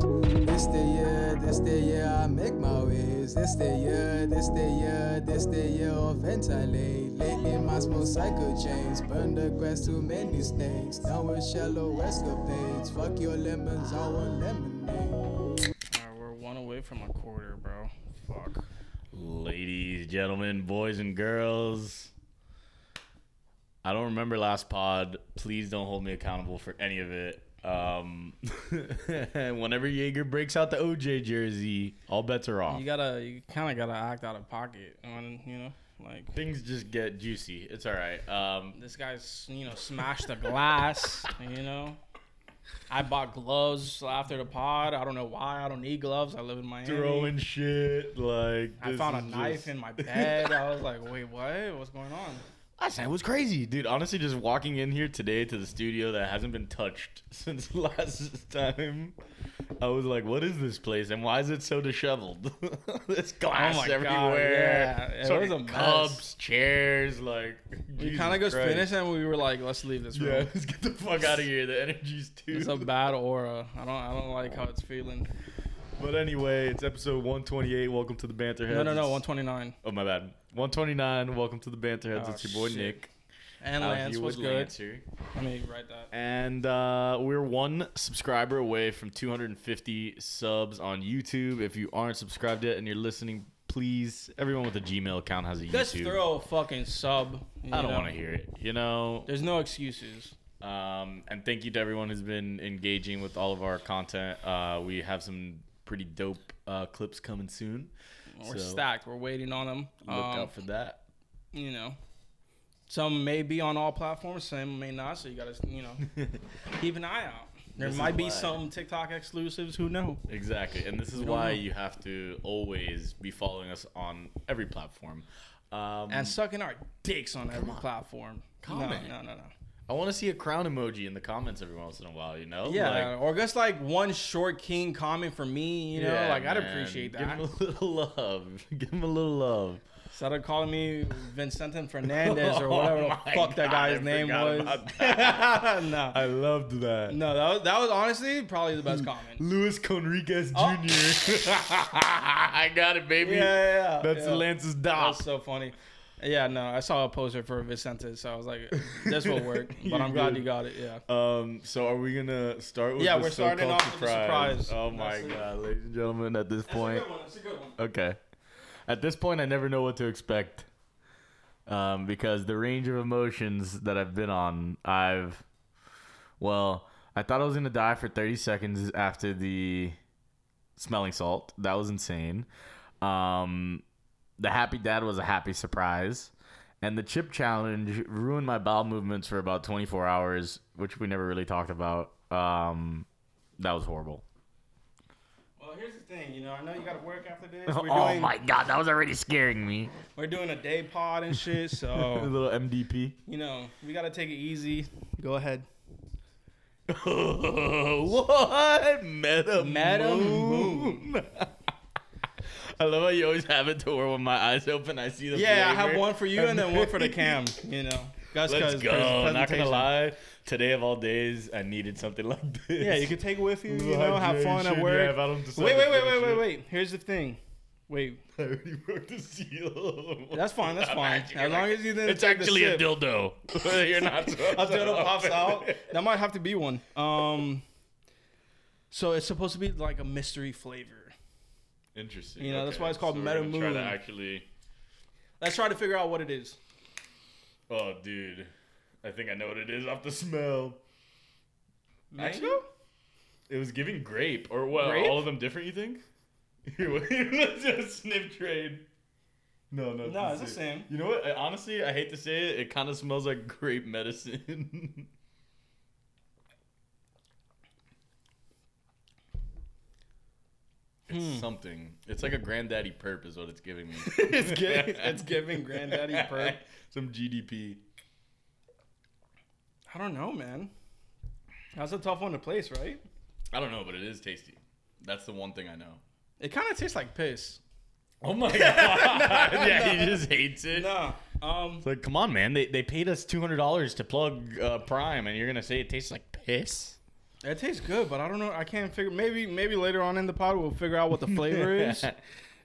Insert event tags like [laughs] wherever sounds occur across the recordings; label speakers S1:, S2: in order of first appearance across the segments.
S1: This the year, this the year I make my ways. This the year, this the year, this the year of ventilate. Lately my small cycle chains burn the grass too many snakes. Down with shallow escapades. Fuck your lemons, I want lemonade.
S2: Alright, we're one away from a quarter, bro. Fuck.
S3: Ladies, gentlemen, boys, and girls. I don't remember last pod. Please don't hold me accountable for any of it. Um, [laughs] whenever Jaeger breaks out the OJ jersey, all bets are off.
S2: You gotta, you kind of gotta act out of pocket when you know, like
S3: Things just get juicy. It's all right. Um,
S2: this guy's, you know, smashed the glass. you know, I bought gloves after the pod. I don't know why. I don't need gloves. I live in Miami.
S3: throwing shit like
S2: I
S3: this
S2: found a
S3: is
S2: knife
S3: just-
S2: in
S3: [laughs]
S2: my bed. I was like, wait, what? What's going on?
S3: Last night was crazy, dude. Honestly, just walking in here today to the studio that hasn't been touched [laughs] since last time, I was like, "What is this place? And why is it so disheveled? [laughs] There's glass
S2: Oh my God,
S3: everywhere.
S2: yeah. It
S3: Sort
S2: was
S3: of
S2: a mess.
S3: cups, chairs, like
S2: We
S3: Jesus
S2: kind of just
S3: Christ.
S2: finished and we were like, let's leave this
S3: Yeah, [laughs]
S2: room.
S3: let's get the fuck out of here. The energy's [laughs] too.
S2: It's a bad aura. I don't, I don't like how it's feeling.
S3: but anyway, it's episode 128. Welcome to the Banterheads.
S2: No, no, no.
S3: It's-
S2: 129
S3: Oh my bad. 129. Welcome to the Banterheads.
S2: Oh,
S3: it's your boy
S2: shit.
S3: Nick.
S2: and
S3: Out
S2: Lance
S3: here
S2: was
S3: with
S2: good.
S3: Lancer.
S2: Let me write that.
S3: And uh, we're one subscriber away from 250 subs on YouTube. If you aren't subscribed yet and you're listening, please, everyone with a Gmail account has a YouTube.
S2: Just throw a fucking sub. you
S3: I don't
S2: know?
S3: want to hear it, you know.
S2: There's no excuses.
S3: Um, and thank you to everyone who's been engaging with all of our content. Uh, we have some pretty dope uh, clips coming soon.
S2: We're
S3: So,
S2: stacked. We're waiting on them.
S3: Look
S2: Um,
S3: out for that.
S2: You know, some may be on all platforms, some may not. So you gotta, you
S3: [laughs]
S2: know, keep an eye out. There
S3: This is
S2: might be
S3: why.
S2: some TikTok exclusives. Who know?
S3: Exactly. And this is
S2: don't
S3: why
S2: know.
S3: you have to always be following us on every platform. Um,
S2: And sucking our dicks on every
S3: on.
S2: platform.
S3: Comment.
S2: No, no, no, no.
S3: I want to see a crown emoji in the comments every once in a while, you know?
S2: Yeah,
S3: Like,
S2: or just like one short king comment from me. You know,
S3: yeah,
S2: like I'd
S3: man.
S2: appreciate that.
S3: Give him a little love. [laughs] Give him a little love.
S2: Instead of calling me Vincenten Fernandez or whatever
S3: [laughs] Oh
S2: the
S3: my
S2: fuck that
S3: God, I
S2: guy's name
S3: forgot
S2: was. [laughs]
S3: about
S2: no.
S3: I loved that.
S2: No, that was that was honestly probably the best comment.
S3: Luis Conriquez
S2: Oh.
S3: Jr. [laughs] I got it, baby. That's
S2: yeah.
S3: Lance's
S2: That
S3: dot.
S2: was so funny. Yeah, no, I saw a poster for Vicente, so I was like, this will
S3: [laughs]
S2: work. But I'm
S3: You
S2: glad
S3: good.
S2: you got it. Yeah.
S3: Um, so are we gonna start with
S2: Yeah,
S3: the
S2: we're starting
S3: so-called
S2: off with the surprise.
S3: Oh my
S2: That's it.
S3: god, ladies and gentlemen, at this point,
S2: one. That's a good one.
S3: okay. At this point, I never know what to expect, um, because the range of emotions that I've been on, I've, well, I thought I was gonna die for 30 seconds after the smelling salt. That was insane. Um, the happy dad was a happy surprise. And the chip challenge ruined my bowel movements for about 24 hours, which we never really talked about. Um, that was horrible.
S2: Well, here's the thing. You know, I know you got to work after this. We're
S3: Oh
S2: doing,
S3: my god, that was already scaring me.
S2: we're doing a day pod and shit,
S3: A [laughs]
S2: so
S3: little MDP.
S2: you know we got to take it easy. Go ahead.
S3: what? Meta,
S2: Meta
S3: moon. [laughs] I love how you always have it to where when my eyes open, I see the
S2: Yeah, I have
S3: flavor.
S2: one for you and then one
S3: [laughs]
S2: for the cam. You know, that's
S3: Let's
S2: 'cause- 'cause
S3: go. Not gonna
S2: presentation.
S3: lie, today of all days, I needed something like this.
S2: Yeah, you can take it with you. You
S3: [laughs]
S2: know, have fun at
S3: Hydration,
S2: work.
S3: yeah, if I don't decide
S2: wait,
S3: to
S2: wait, wait, wait,
S3: finish
S2: wait,
S3: it.
S2: wait. Here's the thing. Wait,
S3: [laughs] I already broke the seal.
S2: that's fine.
S3: [laughs]
S2: That's
S3: I'm
S2: fine.
S3: actually
S2: As
S3: like-
S2: long as you didn't.
S3: It's
S2: take the
S3: actually a
S2: sip.
S3: dildo. [laughs]
S2: [laughs]
S3: You're not.
S2: After
S3: [laughs]
S2: it pops out, that might have to be one. Um, so it's supposed to be like a mystery flavor.
S3: Interesting.
S2: You know, that's why it's called
S3: so we're
S2: Meta
S3: gonna Try to
S2: Moon.
S3: actually.
S2: Let's try to figure out what it is.
S3: Oh, dude. I think I know what it is off the smell.
S2: Mango?
S3: It was giving grape, or what?
S2: Grape?
S3: All of them different? You think? [laughs] Let's just snip trade. No, no,
S2: No, it's the same.
S3: You know what? I, honestly, I hate to say it. It kind of smells like grape medicine. [laughs] it's
S2: Hmm.
S3: something. It's like a granddaddy perp, is what it's giving me.
S2: [laughs] it's, giving,
S3: [laughs]
S2: it's giving granddaddy perp.
S3: Some GDP.
S2: I don't know, man. That's a tough one to place, right?
S3: I don't know, but it is tasty. That's the one thing I know.
S2: It kind of tastes like piss.
S3: Oh my god! yeah, he just hates it.
S2: Nah. Um,
S3: It's like, come on, man. They, they paid us two hundred dollars to plug uh, Prime, and you're gonna say it tastes like piss?
S2: It tastes good, but I don't know. I can't figure. Maybe maybe later on in the pod we'll figure out what the
S3: [laughs]
S2: flavor is.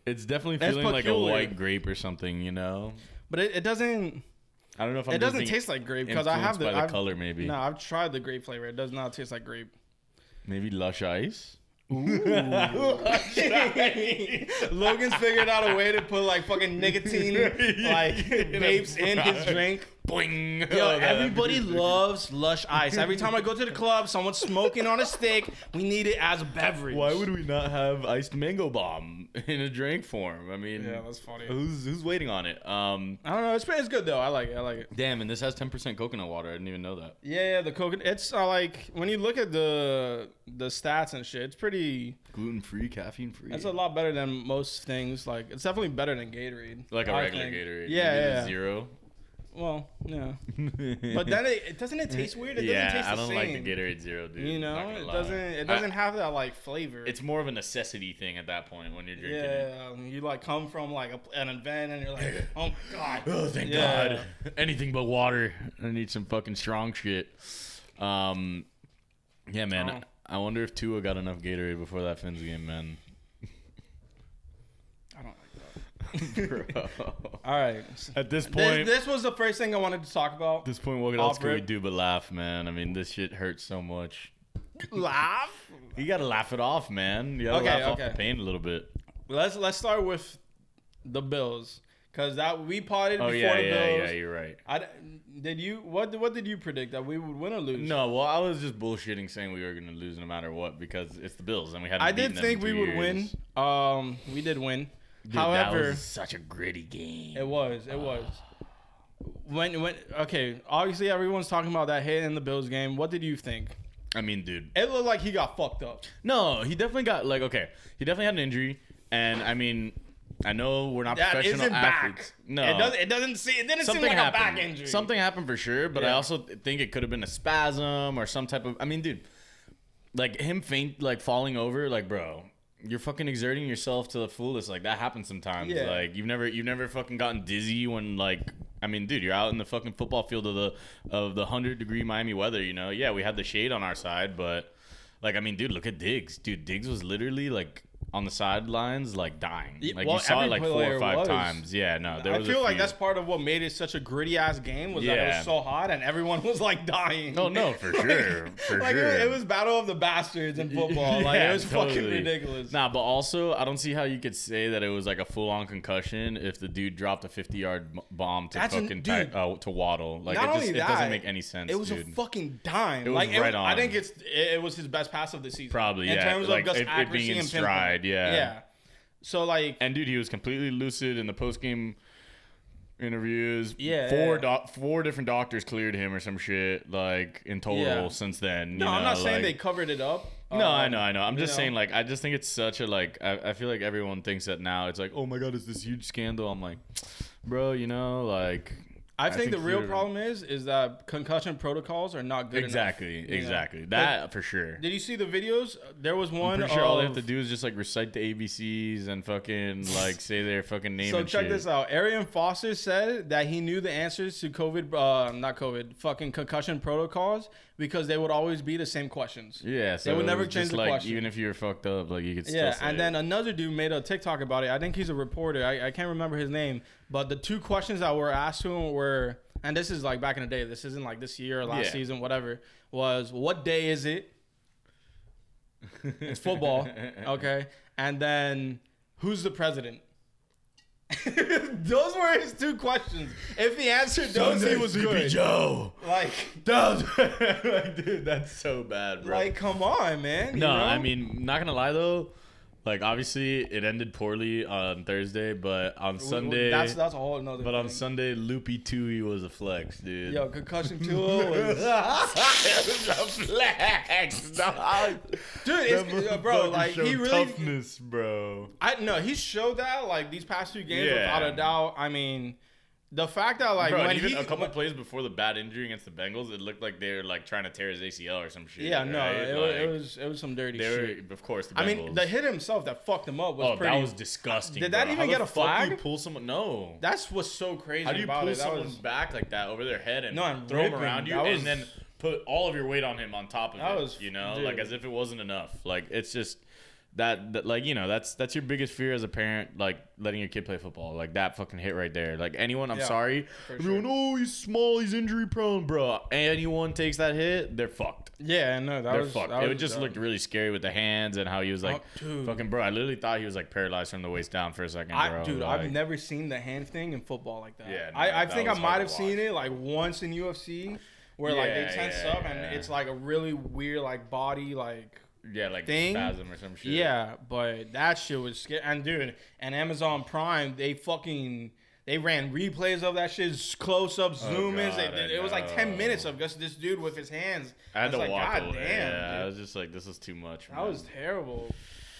S3: It's definitely
S2: That's
S3: feeling like a
S2: peculiar.
S3: white grape or something, you know.
S2: But it, it doesn't.
S3: I don't know if I'm
S2: It
S3: just
S2: doesn't
S3: being
S2: taste like grape because I have
S3: influenced
S2: the,
S3: by the
S2: I've-
S3: color maybe.
S2: No, I've tried the grape flavor. It does not taste like
S3: [laughs]
S2: grape. [laughs]
S3: Maybe lush ice.
S2: Logan's figured out a way to put like fucking
S3: [laughs]
S2: nicotine like vapes in his drink.
S3: [laughs] Boing.
S2: Yo, everybody loves lush ice. Every time I go to the club, someone's smoking on a stick. We need it as a beverage.
S3: Why would we not have iced mango bomb [laughs] in a drink form? I mean,
S2: Yeah, that's funny.
S3: who's who's waiting on it? Um,
S2: I don't know. It's, it's good though. I like it. I like it.
S3: damn, and this has 10% coconut water. I didn't even know that.
S2: Yeah, yeah, the coconut. It's uh, like when you look at the the stats and shit, it's pretty.
S3: Gluten free, caffeine free.
S2: It's a lot better than most things. Like it's definitely better than Gatorade.
S3: like a
S2: I
S3: regular
S2: think.
S3: Gatorade.
S2: Yeah,
S3: Maybe the
S2: yeah.
S3: [laughs] Zero.
S2: Well, yeah. But then it, it
S3: [laughs]
S2: doesn't it taste weird. It
S3: yeah,
S2: doesn't taste the
S3: I don't
S2: same.
S3: like the Gatorade Zero, dude.
S2: You
S3: I'm not
S2: know,
S3: gonna
S2: it
S3: lie.
S2: doesn't. It
S3: I-
S2: doesn't have that like flavor.
S3: it's more of a necessity thing at that point when you're drinking it.
S2: yeah. um, You like come from like a, an event and you're
S3: [laughs]
S2: like, oh my god.
S3: Oh, thank
S2: Yeah.
S3: God. Anything but water. I need some fucking strong shit. Um, yeah, man.
S2: Oh.
S3: I wonder if Tua got enough Gatorade before that Fins
S2: [laughs]
S3: game, man. [laughs]
S2: I don't like that.
S3: Bro.
S2: All right.
S3: At this point,
S2: This,
S3: this,
S2: this was the first thing I wanted to talk about.
S3: point, what else
S2: Off
S3: could we
S2: rip.
S3: do but laugh, man? I mean, this shit hurts so much.
S2: Laugh.
S3: You gotta laugh it off, man. You gotta
S2: Okay,
S3: laugh off
S2: okay.
S3: the pain a little bit.
S2: Let's let's start with the Bills because that we potted
S3: Oh
S2: before
S3: yeah,
S2: the
S3: yeah,
S2: Bills.
S3: yeah. You're right.
S2: I d- did you what what did you predict that we would win or lose?
S3: No, well, I was just bullshitting, saying we were gonna lose no matter what because it's the Bills and we haven't.
S2: I
S3: beaten
S2: did
S3: them in
S2: think we
S3: two
S2: would
S3: years.
S2: win. Um, we did win.
S3: Dude, that
S2: However,
S3: was such a gritty game.
S2: it was it was. When when okay, obviously everyone's talking about that hit in the Bills game. What did you think?
S3: I mean, dude.
S2: It looked like he got fucked up.
S3: No, he definitely got like okay. He definitely had an injury, and I mean, I know we're not
S2: That
S3: professional
S2: isn't
S3: athletes.
S2: back.
S3: No,
S2: It doesn't. It doesn't see. It didn't
S3: something
S2: seem like
S3: happened.
S2: a back injury.
S3: Something happened for sure, but I
S2: Yeah.
S3: also think it could have been a spasm or some type of. I mean, dude, like him faint, like falling over, like bro. You're fucking exerting yourself to the fullest. Like that happens sometimes.
S2: Yeah.
S3: Like you've never, you've never fucking gotten dizzy when like, I mean, dude, you're out in the fucking football field of the of the hundred degree Miami weather. You know, yeah, we had the shade on our side, but like, I mean, dude, look at Diggs. Dude, Diggs was literally like on the sidelines, like dying.
S2: Yeah,
S3: Like
S2: well,
S3: you saw it
S2: every
S3: like four
S2: player
S3: or five
S2: was.
S3: times. Yeah, no, there
S2: I
S3: was. a
S2: feel like
S3: few.
S2: that's part of what made it such a gritty ass game was that it
S3: Yeah.
S2: was so hot and everyone [laughs] was like dying.
S3: Oh
S2: [laughs]
S3: no, for sure, for
S2: like it-
S3: sure.
S2: it, was battle of the bastards in football. like
S3: [laughs] Yeah,
S2: it was fucking
S3: totally.
S2: ridiculous.
S3: Nah, but also I don't see how you could say that it was like a full on concussion if the dude dropped a fifty yard m- bomb to
S2: That's an-
S3: fucking
S2: dude.
S3: ti- uh, to waddle. Like
S2: Not
S3: it just
S2: only
S3: it doesn't
S2: that,
S3: make any sense.
S2: it was
S3: dude.
S2: a fucking dime.
S3: was
S2: like it-
S3: right on.
S2: I think it's it, it was his best pass of the season.
S3: Probably,
S2: in
S3: yeah.
S2: terms
S3: Like,
S2: of just
S3: it- it being
S2: accuracy
S3: in
S2: and
S3: stride,
S2: pinpoint.
S3: yeah.
S2: yeah. So like
S3: and dude, he was completely lucid in the post game interviews.
S2: Yeah,
S3: four
S2: yeah, yeah.
S3: doc- four different doctors cleared him or some shit. Like in total
S2: Yeah.
S3: since then.
S2: no,
S3: you
S2: I'm
S3: know,
S2: not saying
S3: like-
S2: they covered it up.
S3: No,
S2: Um,
S3: I know, I know. I'm
S2: you
S3: just
S2: know?
S3: saying, like, I just think it's such a like. I, I feel like everyone thinks that now. It's like, oh my god, it's this huge scandal. I'm like, bro, you know, like.
S2: I think, the real
S3: you're-
S2: problem is is that concussion protocols are not good
S3: Exactly,
S2: enough. you know?
S3: exactly. That for sure.
S2: Did you see the videos? Uh, There was one.
S3: I'm pretty sure all they have
S2: of-
S3: to do is just like recite the ABCs
S2: [laughs]
S3: and fucking like say their fucking name.
S2: So
S3: and
S2: check
S3: shit.
S2: this out. Arian Foster said that he knew the answers to COVID, uh, not COVID, fucking concussion protocols because they would always be the same questions.
S3: Yeah, so
S2: would
S3: it
S2: never
S3: was just,
S2: change the
S3: like,
S2: question.
S3: Even if you were fucked up, like you could. Still
S2: Yeah,
S3: say
S2: and
S3: it.
S2: then another dude made a TikTok about it. I think he's a reporter. I, I can't remember his name, but the two questions that were asked to him were, and this is like back in the day. This isn't like this year or last
S3: Yeah.
S2: season, whatever. Was what day is it? uh, It's [laughs]
S3: [laughs]
S2: football, okay. And then who's the president? [laughs] those were his two questions. If he answered those, he was good.
S3: Joe.
S2: Like,
S3: [laughs] like, dude, that's so bad, bro.
S2: like, come on, man. you
S3: No,
S2: know?
S3: I mean, not gonna lie though. Like obviously, it ended poorly on Thursday, but on
S2: W- w-
S3: Sunday,
S2: That's that's a whole another.
S3: but on
S2: thing.
S3: Sunday, Loopy Tui was a flex, dude.
S2: Yo, concussion two
S3: [laughs]
S2: was
S3: was a flex, [laughs] dog.
S2: Dude, it's, uh, bro, like he really,
S3: toughness, bro.
S2: I no, he showed that like these past two games
S3: Yeah.
S2: without a doubt. I mean, the fact that like
S3: Bro,
S2: when
S3: and even
S2: he,
S3: a couple plays before the bad injury against the Bengals, it looked like they were like trying to tear his ACL or some shit.
S2: yeah, no,
S3: right?
S2: it,
S3: like,
S2: was, it was it was some dirty
S3: they were,
S2: shit.
S3: of course, the Bengals.
S2: I mean, the hit himself that fucked him up was
S3: oh,
S2: pretty.
S3: that was disgusting.
S2: Did that
S3: bro.
S2: even
S3: How the
S2: get a
S3: fuck
S2: flag?
S3: You pull someone? No.
S2: that's what's so crazy
S3: How do you
S2: about
S3: pull
S2: it. That
S3: someone
S2: was
S3: back like that over their head and
S2: No, and
S3: throw
S2: rip
S3: them around
S2: him.
S3: you
S2: That was-
S3: and then put all of your weight on him on top of
S2: That
S3: it.
S2: was-
S3: you know,
S2: dude.
S3: like as if it wasn't enough. Like it's just that, that like you know that's that's your biggest fear as a parent, like letting your kid play football, like that fucking hit right there. Like anyone, I'm
S2: Yeah,
S3: sorry,
S2: for
S3: everyone, oh he's small, he's injury prone, bro. Anyone takes that hit, they're fucked.
S2: Yeah, no, that
S3: They're
S2: was
S3: fucked.
S2: That
S3: It
S2: was
S3: just
S2: dumb.
S3: looked really scary with the hands and how he was like,
S2: Oh, dude.
S3: fucking bro. I literally thought he was like paralyzed from the waist down for a second, bro.
S2: I, dude,
S3: Like,
S2: I've never seen the hand thing in football like that.
S3: Yeah, no,
S2: I, I
S3: that
S2: think I
S3: was hard
S2: might
S3: to
S2: have seen
S3: watch.
S2: it like once in UFC where like they
S3: Yeah,
S2: tense
S3: yeah,
S2: up
S3: yeah.
S2: and it's like a really weird like body like
S3: yeah, like
S2: thing.
S3: spasm or some shit.
S2: yeah, but that shit was scary. And dude, and Amazon Prime they fucking they ran replays of that shit, close up, zoom ins.
S3: Oh, God, I
S2: It, it was like ten
S3: know.
S2: minutes of just this dude with his hands.
S3: I had
S2: was
S3: to
S2: like,
S3: walk
S2: God
S3: away.
S2: damn,
S3: yeah,
S2: dude."
S3: I was just like, this is too much.
S2: That was terrible.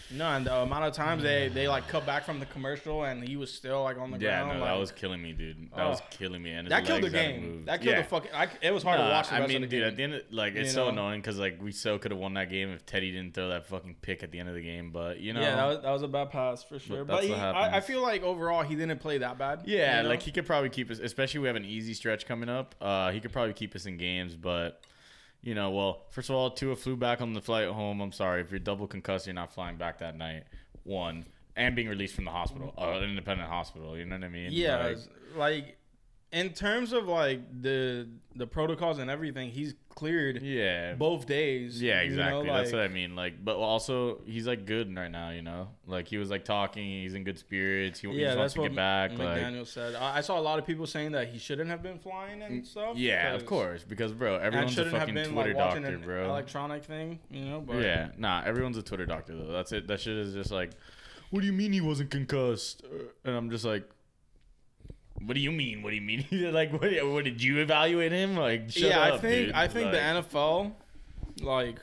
S2: No, and the amount of times they, they like cut back from the commercial and he was still like on the
S3: yeah,
S2: ground.
S3: no,
S2: like,
S3: that was killing me, dude. That was
S2: Ugh.
S3: killing me. And his
S2: that killed the
S3: legs hadn't
S2: game.
S3: moved.
S2: That killed
S3: Yeah.
S2: the fucking. I, it was hard to
S3: Nah,
S2: watch. The
S3: I
S2: rest
S3: mean,
S2: of the
S3: dude,
S2: game.
S3: at the end, of, like
S2: You
S3: it's so
S2: know?
S3: annoying because like we so could have won that game if Teddy didn't throw that fucking pick at the end of the game. But you know,
S2: yeah, that was, that was a bad pass for sure.
S3: But
S2: But,
S3: that's
S2: he,
S3: what
S2: I, I
S3: happens.
S2: feel like overall he didn't play that bad.
S3: Yeah,
S2: you know?
S3: like he could probably keep us, especially we have an easy stretch coming up. Uh, he could probably keep us in games, but you know, well, first of all, Tua flew back on the flight home. I'm sorry if you're double concussed, you're not flying back that night. One and being released from the hospital, uh, an independent hospital. You know what I mean?
S2: yeah,
S3: Like,
S2: it's- like in terms of like the the protocols and everything, he's cleared
S3: yeah,
S2: both days.
S3: yeah,
S2: you know,
S3: exactly. That's what I
S2: like-
S3: mean. Like, but also he's like good right now. You know, like he was like talking. He's in good spirits. He, he
S2: yeah,
S3: just wants
S2: that's
S3: to
S2: what
S3: get back. like,
S2: McDaniel said. I, I saw a lot of people saying that he shouldn't have been flying and stuff.
S3: Mm, yeah, of
S2: 'cause-
S3: course, because bro,
S2: And
S3: everyone's a
S2: shouldn't have
S3: fucking
S2: been
S3: Twitter
S2: like watching
S3: doctor,
S2: an
S3: bro.
S2: electronic thing, you know. But
S3: Yeah, nah, everyone's a Twitter doctor though. That's it. That shit is just like, what do you mean he wasn't concussed? Uh, And I'm just like, what do you mean? What do you mean? [laughs] They're like, what, what did you evaluate him? Like, shut
S2: yeah, I
S3: up,
S2: think
S3: dude.
S2: I think
S3: Like,
S2: the NFL, like,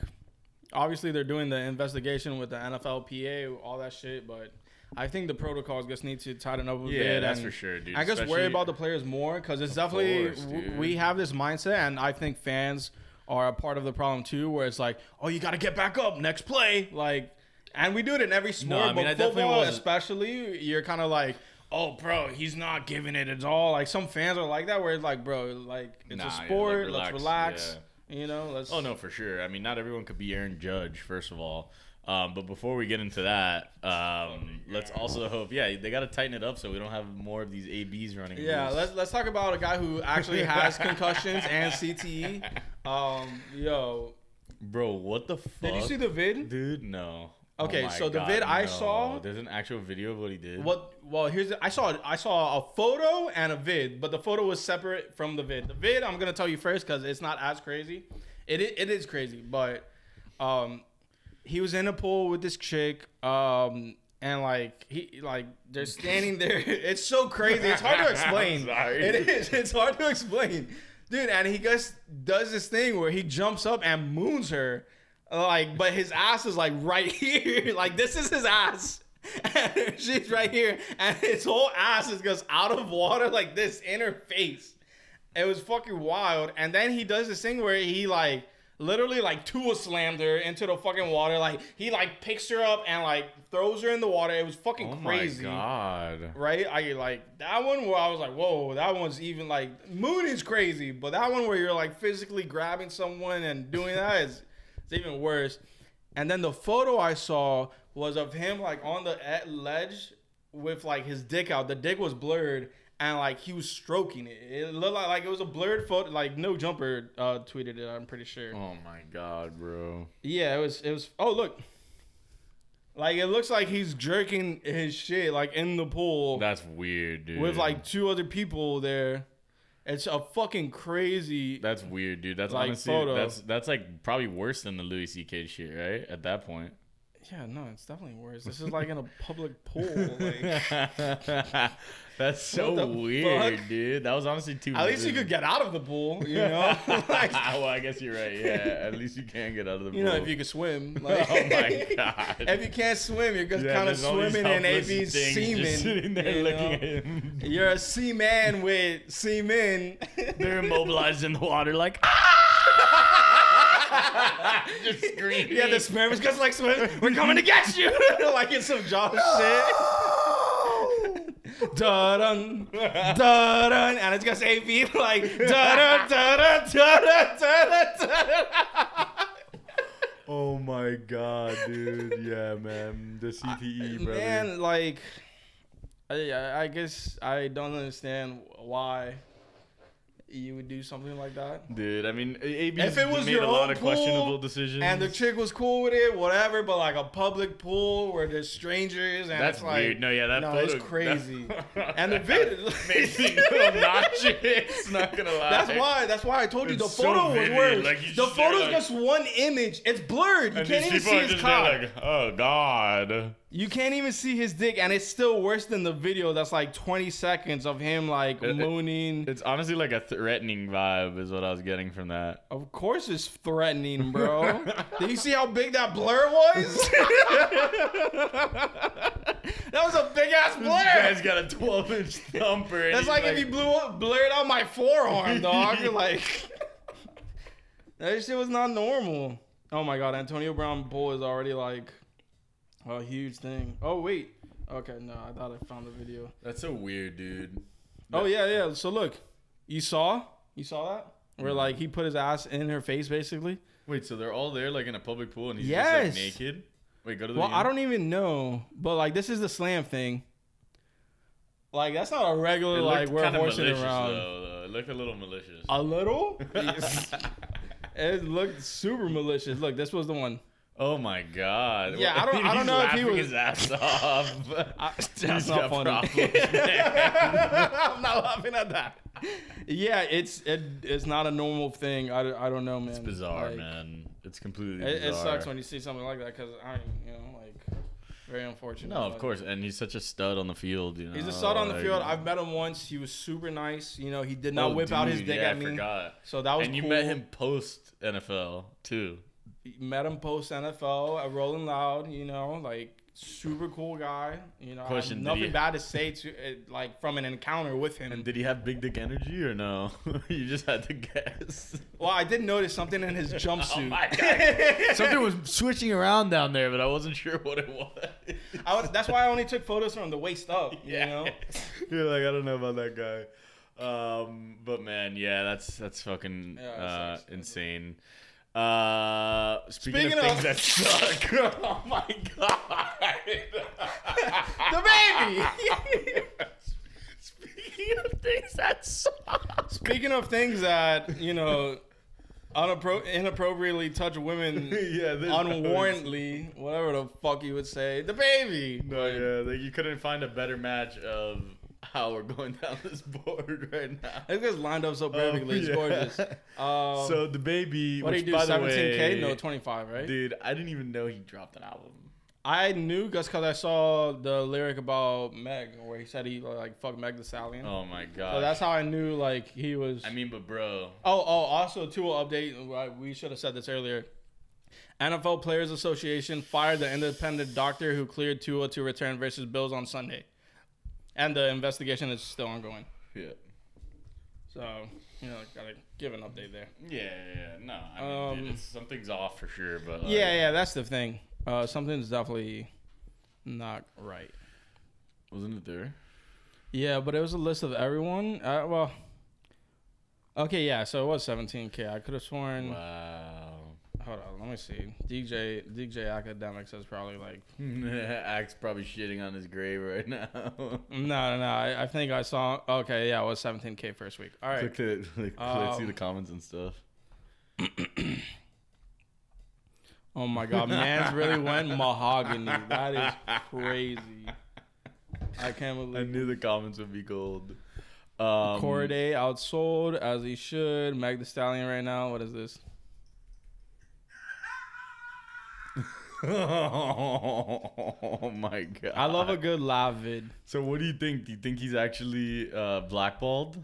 S2: obviously they're doing the investigation with the NFLPA, all that shit, but I think the protocols just need to tighten up a bit.
S3: Yeah, that's
S2: and
S3: for sure, dude.
S2: I just worry
S3: Especially-
S2: about the players more because it's definitely
S3: course,
S2: w-
S3: dude.
S2: we have this mindset, and I think fans are a part of the problem too, where it's like, oh, you got to get back up next play, like, and we do it in every sport,
S3: I mean, I
S2: but
S3: definitely
S2: football
S3: wasn't-
S2: especially, you're kind of like. Oh, bro, he's not giving it at all. Like some fans are like that, where it's like, bro, like it's
S3: Nah,
S2: a
S3: yeah, like,
S2: sport.
S3: relax,
S2: Let's relax.
S3: yeah.
S2: You know, let's.
S3: Oh no, for sure. I mean, not everyone could be Aaron Judge, first of all. Um, but before we get into that, um, let's also hope. Yeah, they got to tighten it up so we don't have more of these ABs running.
S2: Yeah,
S3: loose.
S2: let's let's talk about a guy who
S3: [laughs]
S2: actually has concussions and CTE. Um, yo,
S3: bro. What the fuck?
S2: did you see the vid?
S3: dude? No. Oh
S2: Okay,
S3: my
S2: so the vid I saw-
S3: There's an actual video of what he did.
S2: What? Well, here's the, I saw I saw a photo and a vid, but the photo was separate from the vid. The vid I'm gonna tell you first because it's not as crazy. It i- it is crazy, but um, he was in a pool with this chick. Um. And like he like they're standing there. [laughs] It's so crazy. It's hard to explain.
S3: Sorry.
S2: It is. It's hard to explain, dude. And he just does this thing where he jumps up and moons her, like, but his ass is like right [laughs] here. Like this is his ass. [laughs] And she's right here, and his whole ass is just out of water like this in her face. It was fucking wild. And then he does this thing where he like literally like Tua slammed her into the fucking water. Like he like picks her up and like throws her in the water. It was fucking
S3: Oh
S2: crazy
S3: my god.
S2: right? I like that one where I was like, whoa, that one's even like Moon is crazy, but that one where you're like physically grabbing someone and doing that is it's even worse. And then the photo I saw was of him like on the e- ledge with like his dick out. The dick was blurred and like he was stroking it. It looked like, like it was a blurred photo. Like no jumper uh, tweeted it. I'm pretty sure.
S3: Oh my god, bro.
S2: Yeah, it was. It was. Oh look. Like it looks like he's jerking his shit like in the pool
S3: That's weird, dude.
S2: with like two other people there. It's a fucking crazy.
S3: that's weird, dude. That's
S2: like,
S3: honestly
S2: photo.
S3: that's that's like probably worse than the Louis C.K. shit, right? At that point. [laughs]
S2: Yeah, no, it's definitely worse. This is like in a public
S3: [laughs]
S2: pool. Like.
S3: that's so
S2: What the
S3: weird,
S2: fuck?
S3: dude. That was honestly too.
S2: At least you could get out of the pool, you
S3: [laughs]
S2: know. [laughs] like,
S3: well, I guess you're right. Yeah, at least you can get out of the.
S2: you know,
S3: pool.
S2: if you could swim. Like,
S3: [laughs] oh my god.
S2: [laughs] if you can't swim, you're just
S3: Yeah,
S2: kind of
S3: there's all these
S2: swimming in
S3: helpless
S2: AV
S3: things
S2: semen.
S3: Just sitting there
S2: you
S3: looking
S2: know?
S3: at him.
S2: You're a seaman with [laughs] seamen.
S3: They're immobilized in the water, like ah!
S2: [laughs]
S3: just screaming.
S2: yeah, [laughs] the sperm is [laughs] just like swim. We're coming to get you. like it's some Jaws shit. [laughs] da dun, da dun, and it's gonna say beat [laughs] like da dun, da dun, da dun, da dun, da dun.
S4: Oh my god, dude. Yeah, man. The
S3: E,
S4: CTE, brother.
S2: Man, like, I- I, I guess I don't understand why you would do something like that.
S4: Dude, I mean, AB
S2: If it was
S4: made
S2: your
S4: a lot
S2: own
S4: of
S2: pool
S4: questionable decisions.
S2: And the chick was cool with it, whatever. But like a public pool where there's strangers, and
S3: That's
S2: it's like,
S3: weird. No, yeah, that
S2: no,
S3: photo,
S2: it's
S3: [laughs]
S2: crazy. and the video, [laughs]
S3: amazing, [laughs] obnoxious. [laughs] Not gonna lie.
S2: That's why. That's why I told you the
S3: It's so
S2: photo was
S3: vivid,
S2: worse.
S3: like, you
S2: the
S3: just- they're
S2: photo's
S3: like-
S2: just one image. It's blurred. You
S3: And
S2: can't
S3: these
S2: even
S3: people
S2: see
S3: are
S2: his
S3: just
S2: cock.
S3: there like, oh god.
S2: you can't even see his dick, and it's still worse than the video. That's like 20 seconds of him like
S3: it-
S2: mooning.
S3: It's honestly like a threatening vibe, is what I was getting from that.
S2: of course, it's threatening,
S3: [laughs]
S2: bro. Did you see how big that blur was? [laughs] that was a big ass blur.
S3: This guy's got a 12 inch thumper. and
S2: That's
S3: he's
S2: like, if you blew up, blurred out my [laughs] forearm, dog. like that shit was not normal. Oh my god, Antonio Brown bull is already like a huge thing. Oh wait, okay, no, I thought I found the video.
S3: That's so weird, dude.
S2: Oh yeah, yeah. So look, you saw, you saw that where like he put his ass in her face basically.
S3: Wait, so they're all there like in a public pool and he's
S2: Yes.
S3: just like naked? Wait, go to the.
S2: Well, I
S3: end.
S2: don't even know, but like this is the slam thing. Like that's not a regular
S3: It looked
S2: like we're
S3: kinda
S2: horsing
S3: malicious,
S2: around.
S3: Though, though. It looked a little malicious. [laughs]
S2: A little? [laughs] it looked super malicious. Look, this was the one.
S3: oh my god.
S2: Yeah, I don't- I don't
S3: He's
S2: know if he
S3: laughing
S2: was-
S3: his ass off.
S2: [laughs]
S3: [laughs]
S2: I,
S3: He's
S2: that's not
S3: got
S2: funny. [laughs]
S3: problems,
S2: I'm not laughing at that. Yeah, it's it, it's not a normal thing. I, don't- I don't know, man. It's
S3: bizarre, man. It's completely
S2: It,
S3: bizarre.
S2: it sucks when you see something like that because I, you know, like very unfortunate.
S3: No, of
S2: but-
S3: course, and he's such a stud on the field. You know,
S2: He's a stud on the
S3: like-
S2: field. I've met him once. He was super nice. You know, he did not
S3: Oh,
S2: whip out his
S3: dude,
S2: dick
S3: yeah,
S2: at me.
S3: I forgot.
S2: So that was
S3: and you
S2: cool.
S3: met him post NFL too.
S2: Met him post NFL at Rolling Loud. You know, like super cool guy. You know, I have
S3: Question, did
S2: nothing
S3: he-
S2: bad to say to it, like from an encounter with him.
S3: And did he have big dick energy or no? [laughs] you just had to guess. Oh,
S2: well, I did notice something in
S3: [laughs]
S2: his jumpsuit. [laughs]
S4: Something was switching around down there, but
S3: But I wasn't sure what it was.
S2: I was, that's why I only took photos from the waist up. You know,
S3: [laughs] You're like, I don't know about that guy. Um, but man, yeah, that's that's fucking
S2: Yeah, it
S3: uh,
S2: sucks.
S3: insane. Uh, speaking,
S2: Speaking
S3: of
S2: of-
S3: things that suck, [laughs]
S2: [laughs]
S3: oh my [laughs] god,
S2: the baby. [laughs]
S3: Speaking of things that suck.
S2: Speaking of things that you know, unappro- inappropriately touch women
S3: [laughs] [laughs] yeah, this-
S2: unwarrantedly, whatever the fuck you would say, the baby.
S3: No, yeah, like you couldn't find a better match of how we're going down this [laughs] board right now.
S2: It's just lined up so perfectly. It's
S3: Oh, yeah.
S2: gorgeous. Um,
S3: [laughs] So the baby,
S2: what do
S3: which
S2: you do?
S3: by the
S2: 17K?
S3: way,
S2: no, 25, right?
S3: dude, I didn't even know he dropped an album.
S2: I knew just because I saw the lyric about Meg where he said he like fucked Meg the Stallion.
S3: Oh my god.
S2: So that's how I knew like he was.
S3: I mean, but bro,
S2: Oh, oh, also too will update. uh, We should have said this earlier. NFL Players Association fired the independent doctor who cleared Tua to return versus Bills on Sunday, and the investigation is still ongoing.
S3: yeah.
S2: So you know, gotta give an update there.
S3: Yeah, yeah, no. I mean, dude,
S2: Um,
S3: it's, something's off for sure, but like,
S2: Yeah, yeah, that's the thing. Uh, something's definitely not right.
S3: Wasn't it there?
S2: Yeah, but it was a list of everyone. Uh, well, okay, yeah. So it was 17k. I could have sworn.
S3: Wow. [laughs]
S2: Hold on, let me see. DJ DJ Academics is probably like
S3: Axe probably shitting on his grave right now. [laughs]
S2: No, no, no. I, I think I saw. Okay, yeah, it was 17k first week. All right.
S3: [laughs] Click to like,
S2: Um,
S3: see the comments and stuff.
S2: Oh my God, man's really went mahogany. That is crazy. I can't
S3: I
S2: believe.
S3: [laughs] knew the comments would be gold. Um,
S2: Corday outsold as he should. Meg the Stallion right now. What is this?
S3: Um, [laughs] oh my god!
S2: I love a good live vid.
S3: So, what do you think? Do you think he's actually uh, blackballed?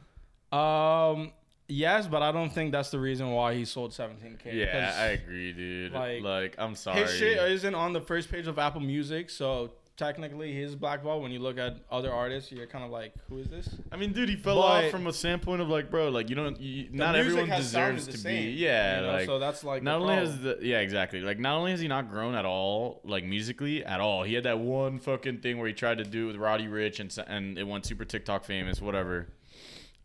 S2: Um, yes, but I don't think that's the reason why he sold 17k.
S3: Yeah,
S2: because
S3: I agree, dude.
S2: like,
S3: Like, I'm sorry.
S2: His shit isn't on the first page of Apple Music, so technically his blackball. When you look at other artists, you're kind of like, who is this?
S3: I mean, dude, he fell
S2: But-
S3: off from a standpoint of like, bro, like you don't, you, not
S2: music
S3: everyone
S2: has sounded
S3: deserves
S2: the
S3: to
S2: same,
S3: be, yeah,
S2: you know,
S3: like
S2: so that's, like, the
S3: not only has the
S2: problem.
S3: yeah exactly like not only has he not grown at all like musically at all. He had that one fucking thing where he tried to do it with Roddy Rich and s- and it went super TikTok famous, whatever.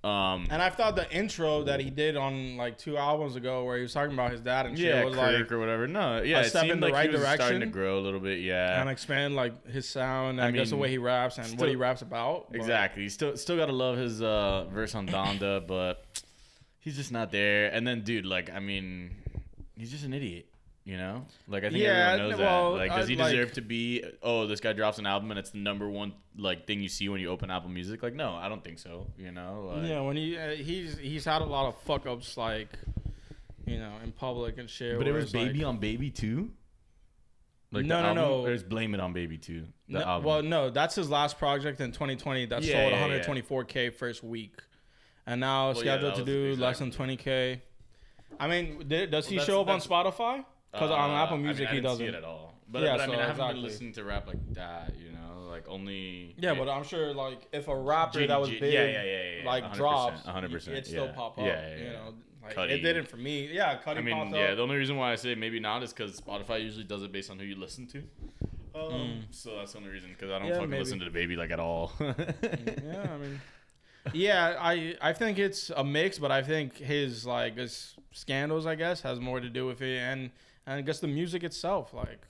S3: Um,
S2: And I thought the intro that he did on like two albums ago, where he was talking about his dad and shit,
S3: yeah,
S2: was
S3: Kirk
S2: like
S3: or whatever. No, yeah, it
S2: step in
S3: seemed
S2: the
S3: like
S2: right
S3: he was starting to
S2: direction.
S3: grow a little bit. Yeah,
S2: and expand like his sound. And I,
S3: I
S2: guess the
S3: mean,
S2: way he raps and what
S3: still-
S2: he raps about. but-
S3: Exactly. You still still gotta love his uh, verse on
S2: [clears throat]
S3: Donda, but he's just not there. And then, dude, like, I mean, he's just an idiot. You know, like I think
S2: Yeah,
S3: everyone knows
S2: well,
S3: that. Like, does
S2: I-
S3: he
S2: like-
S3: deserve to be? Oh, this guy drops an album and it's the number one like thing you see when you open Apple Music. Like, no, I don't think so. You know, like,
S2: yeah, when he uh, he's he's had a lot of fuck ups like, you know, in public and shit.
S3: but it
S2: where
S3: was
S2: it's like-
S3: Baby on Baby too.
S2: No, no, no.
S3: There's Blame It on Baby too. The
S2: No,
S3: album.
S2: Well, no, that's his last project in 2020 that
S3: Yeah,
S2: sold
S3: yeah, yeah.
S2: 124k first week, and now
S3: yeah,
S2: scheduled
S3: that
S2: to
S3: was-
S2: do less than 20k. I mean, th- does he
S3: that's-
S2: show up on
S3: that's-
S2: Spotify? Because on
S3: Uh,
S2: Apple
S3: I mean,
S2: Music
S3: I
S2: he
S3: didn't see
S2: doesn't.
S3: it at all. But,
S2: Yeah,
S3: but I mean,
S2: so
S3: I haven't
S2: exactly.
S3: been listening to rap like that. You know, like only.
S2: Yeah, but I'm sure like if a rapper
S3: G-
S2: that was
S3: G-
S2: big,
S3: yeah, yeah, yeah, yeah,
S2: like
S3: 100%,
S2: drops,
S3: 100%,
S2: it still
S3: yeah.
S2: pop up.
S3: Yeah, yeah,
S2: You
S3: yeah.
S2: know, like, it
S3: Cudi.
S2: didn't for me. Yeah, Cuddy
S3: I mean,
S2: popped
S3: yeah.
S2: up.
S3: The only reason why I say maybe not is because Spotify usually does it based on who you listen to. Um, So that's the only reason because I don't
S2: Yeah,
S3: fucking
S2: maybe.
S3: listen to the baby like at all. [laughs]
S2: yeah, I mean, yeah, I I think it's a mix, but I think his like his scandals, I guess, has more to do with it, and and I guess the music itself, like,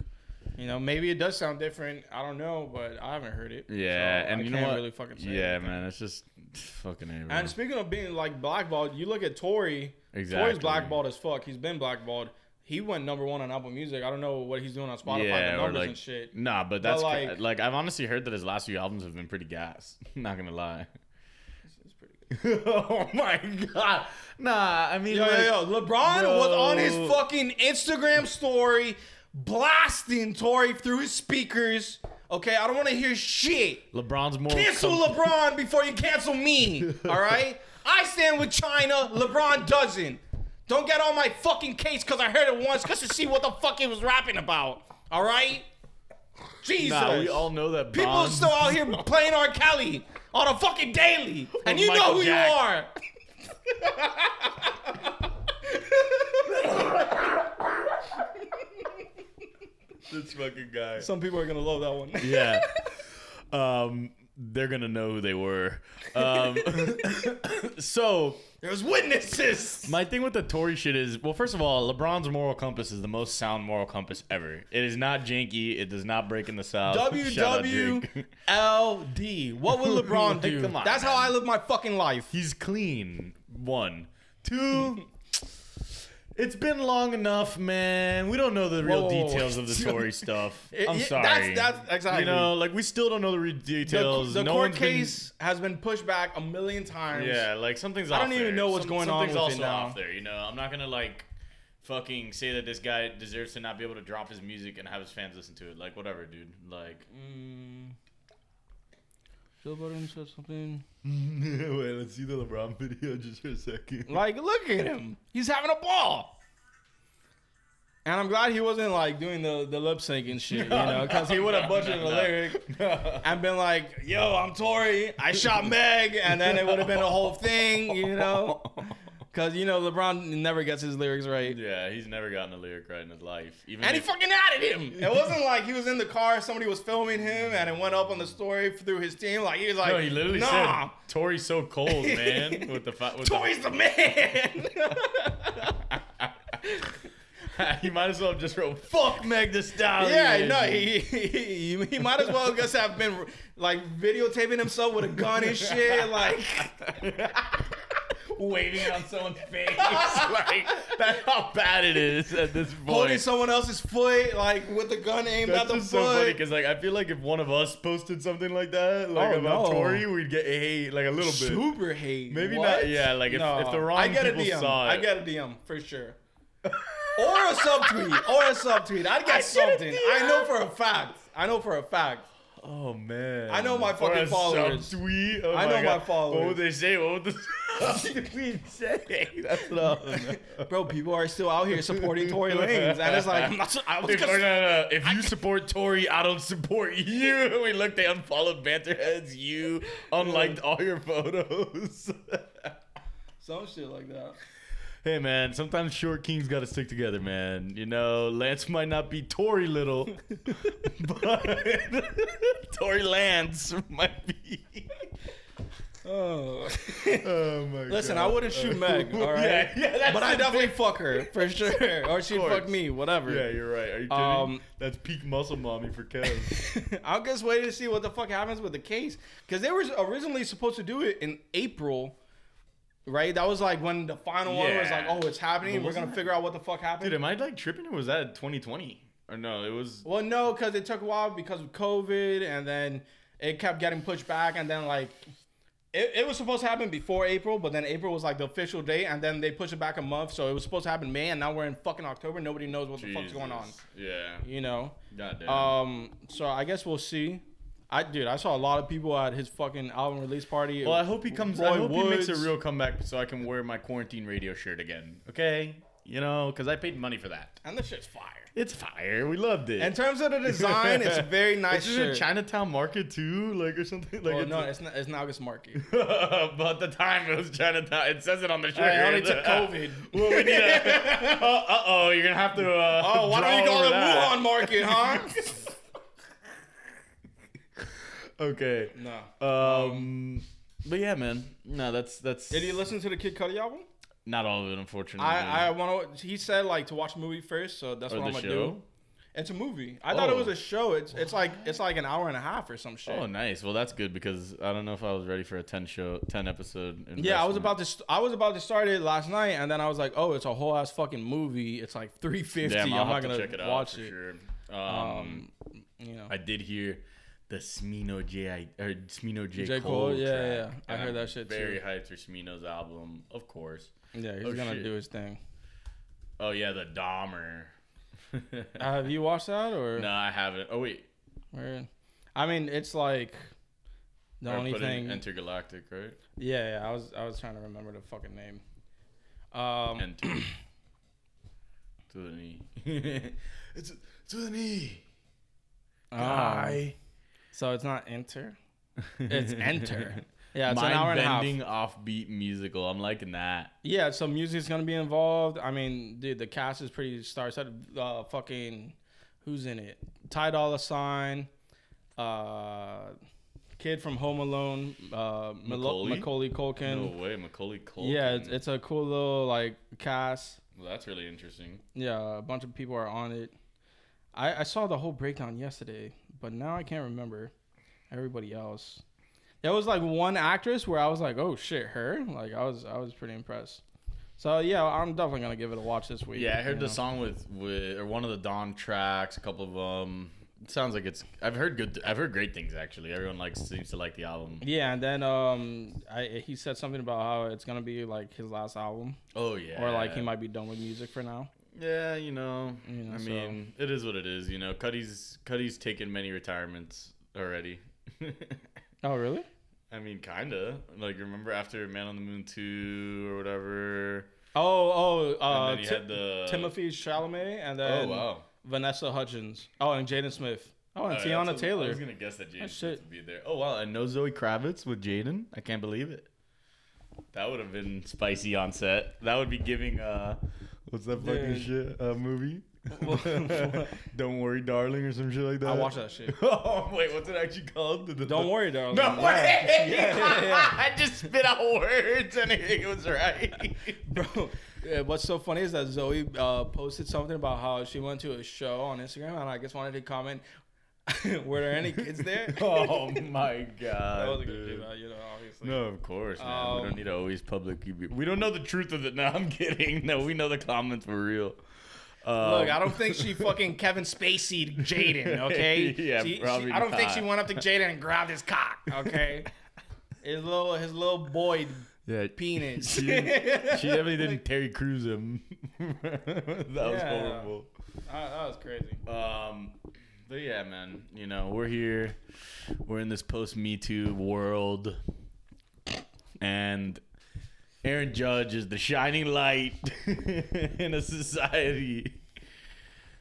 S2: you know, maybe it does sound different. I don't know, but I haven't heard it.
S3: Yeah,
S2: so
S3: and
S2: I
S3: you know
S2: can't
S3: what?
S2: really fucking say
S3: yeah,
S2: anything.
S3: man, it's just [laughs] fucking. A, bro.
S2: And speaking of being like blackballed, you look at Tory. Tory's
S3: Exactly.
S2: blackballed as fuck. He's been blackballed. He went number one on Apple Music. I don't know what he's doing on Spotify, the numbers and shit.
S3: Nah, but that's
S2: like-
S3: like, like I've honestly heard that his last few albums have been pretty gas. [laughs] Not gonna lie.
S2: It's pretty good.
S3: [laughs] oh my god. Nah, I mean,
S2: Yo,
S3: like-
S2: yo, yo. LeBron was on his
S3: Bro.
S2: fucking Instagram story blasting Tory through his speakers. Okay, I don't want to hear shit.
S3: LeBron's more.
S2: Cancel
S3: com-
S2: LeBron before you cancel [laughs] me. All right? I stand with China. LeBron doesn't. Don't get on my fucking case because I heard it once just to see what the fuck he was rapping about. All right? Jesus.
S3: Nah, we all know that.
S2: People are
S3: Bron's-
S2: still out [laughs] here playing R. Kelly on a fucking daily. And you know
S3: Michael
S2: who
S3: Jack.
S2: you are.
S3: this fucking guy.
S2: Some people are going to love that one. [laughs]
S3: yeah. Um, they're gonna know who they were. Um, [laughs] so
S2: There's witnesses.
S3: my thing with the Tory shit is, well, first of all, LeBron's moral compass is the most sound moral compass ever. It is not janky. It does not break in the south. [laughs] Shout out Drake. [laughs]
S2: WWLD. What would LeBron
S3: Like,
S2: do?
S3: come on,
S2: That's how
S3: man.
S2: I live my fucking life.
S3: He's clean. One, two. It's been long enough, man. We don't know the real
S2: Whoa, whoa, whoa. [laughs]
S3: details of the Tory stuff.
S2: It-
S3: I'm
S2: it-
S3: sorry.
S2: that's- that's- exactly.
S3: You know, like we still don't know the real details.
S2: The, the
S3: No
S2: court
S3: one's been-
S2: case has been pushed back a million times.
S3: Yeah, like something's. I
S2: don't even know what's going on
S3: Something's
S2: with it
S3: also
S2: now.
S3: off there. You know, I'm not gonna like fucking say that this guy deserves to not be able to drop his music and have his fans listen to it. Like whatever, dude. Like
S2: Mm. Joe Budden said something.
S3: [laughs] wait, let's see the LeBron video just for a second.
S2: [laughs] Like, look at him. He's having a ball. And I'm glad he wasn't like doing the, the lip sync and shit, you know, because he would have
S3: [laughs]
S2: butchered the lyric and been like, "Yo, I'm Tory. I
S3: [laughs]
S2: shot Meg," and then it would have been a whole thing, you know, because you know LeBron never gets his lyrics right.
S3: Yeah, he's never gotten a lyric right in his life. Even
S2: And he
S3: if-
S2: fucking added him. It wasn't like he was in the car, somebody was filming him, and it went up on the story through his team. Like he was like,
S3: no, he literally
S2: nah,
S3: said Tori's so
S2: [laughs]
S3: cold, man. with the fi- with
S2: Tory's the
S3: [laughs]
S2: man.
S3: the- [laughs] he might as well have just wrote "fuck Meg the Stallion."
S2: Yeah, no, he, he he might as well just have been like videotaping himself with a gun and shit.
S3: [laughs]
S2: Like,
S3: waving it on [laughs] someone's face. like that's how bad it is at this point.
S2: holding someone else's foot, like with the gun aimed
S3: That's
S2: at the
S3: just so funny
S2: foot.
S3: because like I feel like if one of us posted something like that, like
S2: Oh,
S3: about
S2: no.
S3: Tori, we'd get hate like a little bit.
S2: Super hate.
S3: Maybe
S2: What?
S3: not. Yeah, like if, if the wrong
S2: I get
S3: people
S2: a DM.
S3: saw it,
S2: I get a DM for
S3: [laughs]
S2: sure. or a subtweet. Or a subtweet. I'd get
S3: a
S2: something. I
S3: DM.
S2: know for a fact. I know for a
S3: [laughs]
S2: fact.
S3: Oh man,
S2: I know my
S3: Or
S2: fucking
S3: a
S2: followers.
S3: Subtweet. Oh
S2: I know my
S3: God. What
S2: followers.
S3: would they say? What would the [laughs] we say?
S2: [laughs]
S3: That's what I was.
S2: Bro, people are still out here supporting Tory Lanez. And
S3: [laughs]
S2: it's like, I'm not, su- I was
S3: If, oh, no, no,
S2: gonna,
S3: no. if you support Tory, I don't support you. [laughs] We look, they unfollowed
S2: [laughs]
S3: Banterheads. You unliked all your photos. [laughs]
S2: some shit like that.
S3: hey, man, sometimes short kings got to stick together, man. You know, Lance might not be Tory [laughs] Little, but [laughs] Tory Lance might be.
S2: Oh.
S3: Oh, my
S2: Listen, I wouldn't shoot Meg, all right?
S3: [laughs] Yeah, yeah, that's
S2: but I
S3: the
S2: definitely fuck her, for sure. Or she'd
S3: course.
S2: fuck me, whatever.
S3: Yeah, you're right. Are you kidding?
S2: Um,
S3: That's peak muscle mommy
S2: [laughs]
S3: for Kev.
S2: I'm just waiting to see what the fuck happens with the case because they were originally supposed to do it in April, right? That was like when the final one was like,
S3: Yeah.
S2: "Oh, it's happening.
S3: But
S2: We're gonna
S3: wasn't that-
S2: figure out what the fuck happened."
S3: Dude, am I like tripping or was that 2020? Or no, it was.
S2: well, no, because it took a while because of COVID, and then it kept getting pushed back, and then like. It, it was supposed to happen before April, but then April was like the official date, and then they pushed it back a month. So it was supposed to happen May, and now we're in fucking October. Nobody knows what the fuck's going on.
S3: Jesus. Yeah.
S2: You know.
S3: Goddamn.
S2: Um, so I guess we'll see. I dude, I saw a lot of people at his fucking album release party.
S3: well, I hope he comes.
S2: Roy
S3: I hope he makes a
S2: Woods.
S3: real comeback so I can wear my quarantine radio shirt again. Okay, you know, because I paid money for that.
S2: and the shit's fire.
S3: It's fire. We loved it.
S2: In terms [laughs] of the design, it's a very nice.
S3: Is it
S2: shirt.
S3: Chinatown Market too, like or something? Like
S2: Oh,
S3: it's-
S2: no, it's not. It's Nagas [laughs] Market.
S3: [laughs] but the time it was Chinatown. It says it on the shirt.
S2: I only took COVID.
S3: [laughs]
S2: [laughs]
S3: Well, we need a. Oh, uh oh, you're gonna have to. Uh,
S2: Oh, why don't you
S3: draw
S2: call
S3: over
S2: it
S3: that.
S2: Wuhan Market, huh?
S3: Okay.
S2: [laughs] no.
S3: Um, but yeah, man. No, that's that's.
S2: Did you listen to the Kid Cudi album?
S3: Not all of it, unfortunately.
S2: I I want to. He said like to watch the movie first, so that's
S3: or
S2: what
S3: the
S2: I'm gonna
S3: show.
S2: do. It's a movie. I thought
S3: Oh.
S2: it was a show. It's it's like it's like an hour and a half or some shit.
S3: Oh, nice. Well, that's good because I don't know if I was ready for a ten show, ten episode. Investment.
S2: Yeah, I was about to. St- I was about to start it last night, and then I was like, "Oh, it's a whole ass fucking movie. It's like [laughs] three fifty.
S3: Damn,
S2: I'm
S3: I'll
S2: not
S3: have
S2: gonna
S3: to check it out
S2: watch
S3: for
S2: it.
S3: sure. Um,
S2: You know,
S3: I did hear the Smino J I or Smino J,
S2: J.
S3: Cole.
S2: Cole, yeah,
S3: track,
S2: yeah, yeah. I
S3: and
S2: heard
S3: I'm
S2: that shit,
S3: Very
S2: too.
S3: hyped for Smino's album, of course.
S2: yeah, he's
S3: Oh,
S2: gonna
S3: shit.
S2: do his thing.
S3: Oh yeah, the
S2: [laughs]
S3: Dahmer. [laughs]
S2: Uh, have you watched that or?
S3: no, I haven't. Oh wait,
S2: or- I mean, it's like the
S3: I
S2: only
S3: put in
S2: thing.
S3: Intergalactic, right?
S2: yeah, yeah, I was I was trying to remember the fucking name. Um, [clears throat]
S3: Enter. to the knee. [laughs] it's to the knee.
S2: um, so it's not enter. It's
S3: [laughs]
S2: enter. Yeah, it's
S3: Mind
S2: an hour and a half.
S3: bending offbeat musical. I'm liking that.
S2: Yeah, so music's gonna be involved. I mean, dude, the cast is pretty star-studded. Uh, fucking, who's in it? Ty Dolla Sign, uh, kid from Home Alone, uh, Macaulay, Macaulay
S3: No
S2: Culkin.
S3: way, Macaulay Culkin.
S2: Yeah, it's, it's a cool little like cast.
S3: well, that's really interesting.
S2: Yeah, a bunch of people are on it. I, I saw the whole breakdown yesterday, but now I can't remember everybody else. There was like one actress where I was like, "Oh shit, her!" Like I was I was pretty impressed. So yeah, I'm definitely gonna give it a watch this week.
S3: Yeah, I heard
S2: you
S3: the
S2: know.
S3: song with with or one of the Don tracks, a couple of them. It sounds like it's. I've heard good. I've heard great things actually. Everyone likes seems to like the album.
S2: Yeah, and then um, I, he said something about how it's gonna be like his last album,
S3: Oh yeah.
S2: or like he might be done with music for now.
S3: Yeah, you know.
S2: You know,
S3: I
S2: so-
S3: mean, it is what it is. You know, Cuddy's Cuddy's taken many retirements already. [laughs]
S2: Oh really?
S3: I mean, kinda. Like remember after Man on the Moon two or whatever.
S2: Oh oh,
S3: And
S2: uh,
S3: then you
S2: Ti-
S3: had the
S2: Timothy Chalamet, and
S3: Oh
S2: then
S3: wow.
S2: Vanessa Hudgens. Oh, and Jaden Smith. Oh, and
S3: Uh, that's
S2: Tiana
S3: what-
S2: Taylor.
S3: I was gonna guess that Jaden
S2: shit.
S3: Smith would be there. Oh wow, and no Zoe Kravitz with Jaden. I can't believe it. That would have been spicy on set. That would be giving uh, what's that fucking
S2: Dude.
S3: shit
S2: [laughs]
S3: uh, movie?
S2: What?
S3: Don't worry, darling, or some shit like that.
S2: I watched
S3: [laughs]
S2: that shit.
S3: oh wait, what's it actually called? The- the-
S2: Don't worry, darling.
S3: [laughs] No
S2: Yeah.
S3: way!
S2: [laughs] Yeah, yeah, yeah.
S3: [laughs] I just spit out words and it was right.
S2: Bro, yeah, what's so funny is that Zoe uh, posted something about how she went to a show on Instagram, and I just wanted to comment, [laughs] were there any kids
S3: [laughs]
S2: there?
S3: oh my
S2: I
S3: god.
S2: wasn't gonna do
S3: Oh, dude.
S2: that, uh, you know, obviously.
S3: No, of course, man. we
S2: Um,
S3: don't need to always publicly. Be- we don't know the truth of it. No, I'm [laughs] kidding. No, we know the comments were real. Um,
S2: Look, I don't think she fucking Kevin Spacey
S3: [laughs]
S2: Jaden, okay?
S3: Yeah,
S2: She- she-
S3: probably
S2: I don't think
S3: not.
S2: she went up to Jaden and grabbed his cock,
S3: [laughs]
S2: okay? his little his little boy [laughs]
S3: Yeah,
S2: penis.
S3: She, didn't-
S2: [laughs]
S3: she definitely didn't Terry Crews him. [laughs] that
S2: Yeah.
S3: was horrible.
S2: Uh, that was crazy.
S3: Um, but yeah, man. You know, we're here. We're in this post Me Too world, and Aaron Judge is the shining light [laughs] in a society.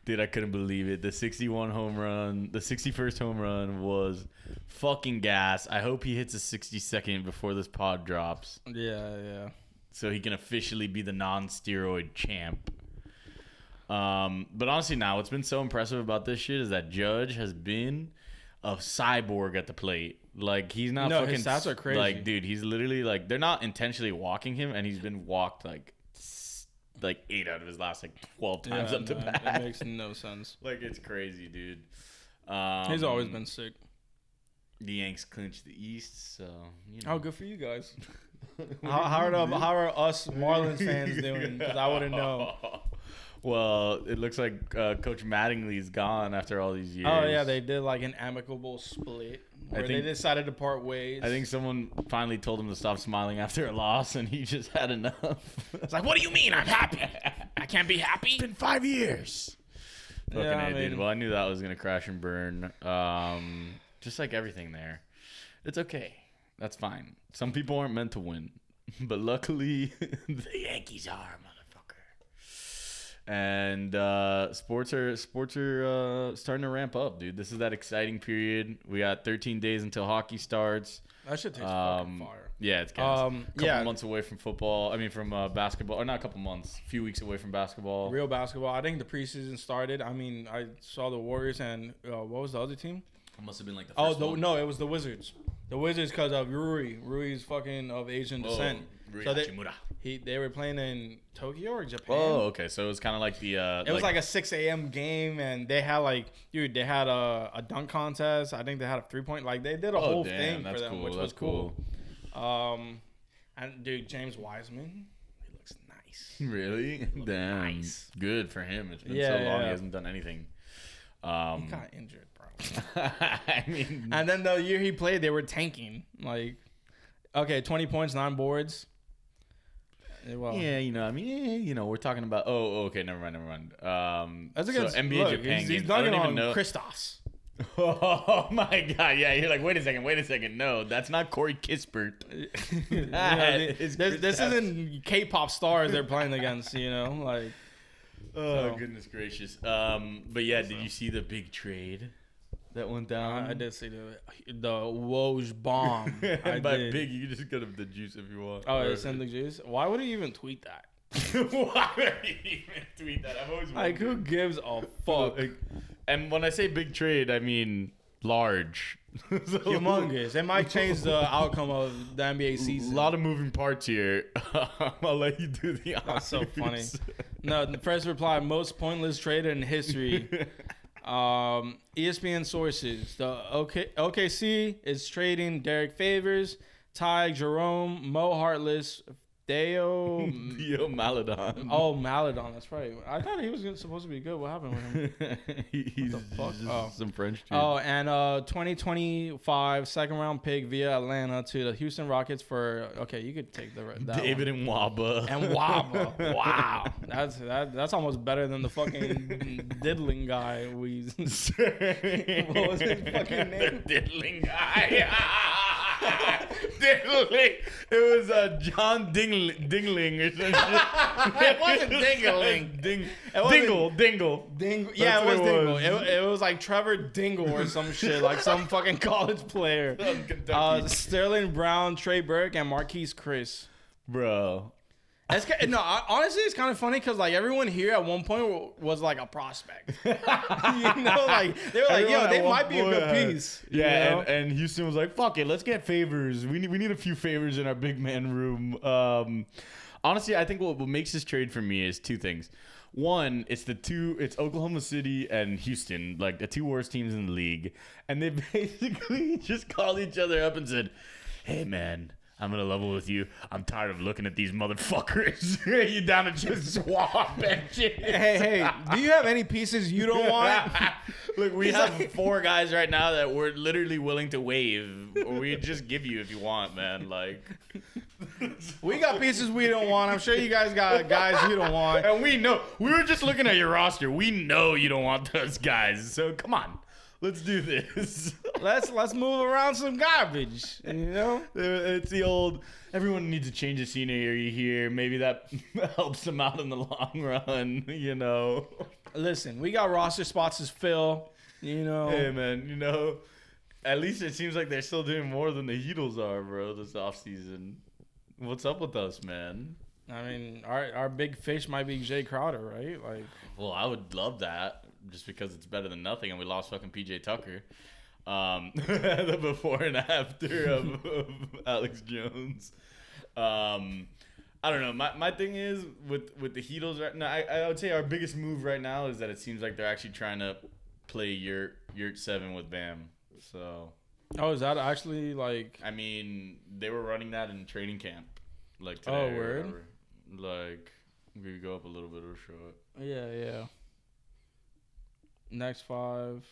S3: Dude, I couldn't believe it. The 61 home run, the 61st home run was fucking gas. I hope he hits a 62nd before this pod drops
S2: Yeah, yeah.
S3: so he can officially be the non-steroid champ. Um, but honestly, now what's been so impressive about this shit is that Judge has been a cyborg at the plate. Like he's not
S2: No,
S3: fucking
S2: his stats are crazy.
S3: Like, dude, he's literally like they're not intentionally walking him, and he's been walked like s- like eight out of his last like twelve times
S2: yeah
S3: up to
S2: no,
S3: bat.
S2: That makes no sense.
S3: [laughs] like it's crazy, dude. Um,
S2: [laughs] He's always been sick.
S3: the Yanks clinched the East, so you know.
S2: How good for you guys. [laughs] how, how, are the, how are us
S3: [laughs]
S2: Marlins fans doing? Because I wouldn't know. [laughs]
S3: Well, it looks like uh, Coach Mattingly's gone after all these years.
S2: Oh yeah, they did like an amicable split where
S3: think-
S2: they decided to part ways.
S3: I think someone finally told him to stop smiling after a loss, and he just had enough. it's like, what do you mean? I'm happy. I can't be happy. It's been five years. Fucking
S2: Yeah,
S3: A,
S2: I
S3: dude.
S2: mean-
S3: Well, I knew that was gonna crash and burn. Um, just like everything there, it's okay. That's fine. Some people aren't meant to win, [laughs] but luckily [laughs] the Yankees are, motherfucker. And uh, sports are sports are uh, starting to ramp up, dude. This is that exciting period. We got 13 days until hockey starts.
S2: that should take fucking
S3: Um,
S2: fire.
S3: Yeah, it's gas.
S2: Um,
S3: a couple
S2: yeah.
S3: months away from football. I mean, from uh, basketball, or not a couple months, a few weeks away from basketball.
S2: Real basketball. I think the preseason started. I mean, I saw the Warriors and uh, what was the other team?
S3: It must have been like the
S2: Oh the, no, it was the Wizards. The Wizards because of Rui. Rui's fucking of Asian
S3: Oh,
S2: descent. so they, he they were playing in Tokyo or Japan.
S3: Oh, okay. So it was kind of like the. Uh,
S2: It was like a 6 a.m. game, and they had like, dude, they had a, a dunk contest. I think they had a three point. Like they did a
S3: oh,
S2: whole
S3: damn,
S2: thing
S3: that's
S2: for them,
S3: cool.
S2: which
S3: that's
S2: was
S3: cool. [laughs]
S2: cool. Um, and dude, James Wiseman, he looks nice.
S3: Really? Damn. Good for him. It's been so
S2: Yeah,
S3: long. He
S2: yeah.
S3: hasn't done anything. Um,
S2: He got injured, bro.
S3: [laughs] I mean,
S2: [laughs] and then the year he played, they were tanking. Like, okay, 20 points, nine boards. Eh, Well,
S3: yeah, you know, I mean, yeah, you know, we're talking about. Oh, okay, never mind, never mind. Um,
S2: that's
S3: so
S2: against
S3: NBA
S2: look,
S3: Japan.
S2: He's,
S3: games.
S2: he's
S3: I
S2: dunking
S3: don't even
S2: on
S3: know.
S2: Kristaps.
S3: [laughs] Oh my god, yeah. You're like, wait a second, wait a second. No, that's not Corey Kispert.
S2: [laughs] You know,
S3: That
S2: this
S3: is
S2: this
S3: Kristaps.
S2: isn't K-pop stars they're playing against. You know, like.
S3: Oh
S2: So-
S3: goodness gracious. Um, but yeah, did you see the big trade that went down?
S2: [laughs] I I did see the the Woj [laughs] bomb. [laughs] I
S3: [laughs] and by
S2: did.
S3: big, you can just go to the juice if you want.
S2: Oh, it's in the juice. Why would he even tweet that?
S3: [laughs] Why would you even tweet that? I've always
S2: Like, who
S3: wondered.
S2: gives a fuck?
S3: Like, and when I say big trade, I mean large, [laughs] So-
S2: Humongous. It might change [laughs] the outcome of the NBA
S3: A
S2: season.
S3: lot of moving parts here. [laughs] I'll let you do the.
S2: That's so funny. [laughs]
S3: honors.
S2: No, the press reply: most pointless trade in [laughs] history.
S3: [laughs]
S2: Um, ESPN sources: the OK, OKC is trading Derek Favors, Ty Jerome, Mo Heartless, Theo.
S3: Theo Maladon.
S2: oh, Maladon. That's right. I thought he was gonna- supposed to be good. What happened with him?
S3: [laughs] He- He's
S2: fuck?
S3: just
S2: Oh.
S3: some French dude.
S2: Oh, and uh, 2025 second round pick via Atlanta to the Houston Rockets for okay, you could take the that
S3: David and Waba.
S2: one. and Waba.
S3: [laughs]
S2: wow, that's that, that's almost better than the fucking diddling guy we.
S3: what
S2: was
S3: [laughs]
S2: his fucking name?
S3: The diddling guy. [laughs] diddling. It was uh, John Dingling, Dingling or
S2: [laughs]
S3: something. [laughs] it
S2: wasn't Dingling.
S3: Ding,
S2: wasn't-
S3: Dingle, Dingle.
S2: Dingle, yeah, it
S3: what
S2: was
S3: it
S2: Dingle.
S3: was.
S2: It, it was like Trevor Dingle or
S3: [laughs]
S2: some shit, like some fucking college player. Uh, Sterling Brown, Trey Burke, and Marquise Chris.
S3: Bro.
S2: That's ki- no, I, honestly, it's kind of funny because like everyone here at one point w- was like a
S3: [laughs]
S2: prospect. [laughs] you know, like they were like,
S3: Everyone
S2: yo,
S3: at
S2: they
S3: one
S2: might be a
S3: point,
S2: good
S3: uh,
S2: piece. you
S3: Yeah,
S2: know?
S3: and, and Houston was like, "Fuck it, let's get favors. We need we need a few favors in our big man room." Um, honestly, I think what, what makes this trade for me is two things. One, it's the two, it's Oklahoma City and Houston, like the two worst teams in the league, and they [laughs] basically just called each other up and said, "Hey, man." I'm gonna level with you. I'm tired of looking at these motherfuckers. [laughs] you down at [laughs] your swamp and shit.
S2: [laughs] hey, hey, do you have any pieces you don't want?
S3: [laughs] Look, we
S2: He's
S3: have
S2: like-
S3: four guys right now that we're literally willing to waive, or we just give you if you want, man. Like,
S2: we got pieces we don't want. I'm sure you guys got guys you don't
S3: [laughs]
S2: want.
S3: and we know we were just looking at your roster. We know you don't want those guys, so come on, Let's do [laughs] this.
S2: Let's let's move around some garbage. You know?
S3: it's the old. Everyone needs to change the scenery here. Maybe that [laughs] helps them out in the long run. [laughs] You know.
S2: Listen, we got roster spots to fill. You know.
S3: Hey man, you know. At least it seems like they're still doing more than the Heatles are, bro. This offseason. What's up with us, man?
S2: I mean, our our big fish might be Jay Crowder, right? Like
S3: Well, I would love that just because it's better than nothing, and we lost fucking PJ Tucker.
S2: [laughs]
S3: Um, [laughs] the before and after of, of Alex Jones. Um, I don't know. My, my thing is with with the Heatles right now. I, I would say our biggest move right now is that it seems like they're actually trying to play yurt yurt seven with Bam. So
S2: Oh, is that actually like
S3: I mean, they were running that in training camp, like today.
S2: Oh,
S3: or
S2: word.
S3: whatever. Like we could go up a little bit or short.
S2: Yeah, yeah. Next five.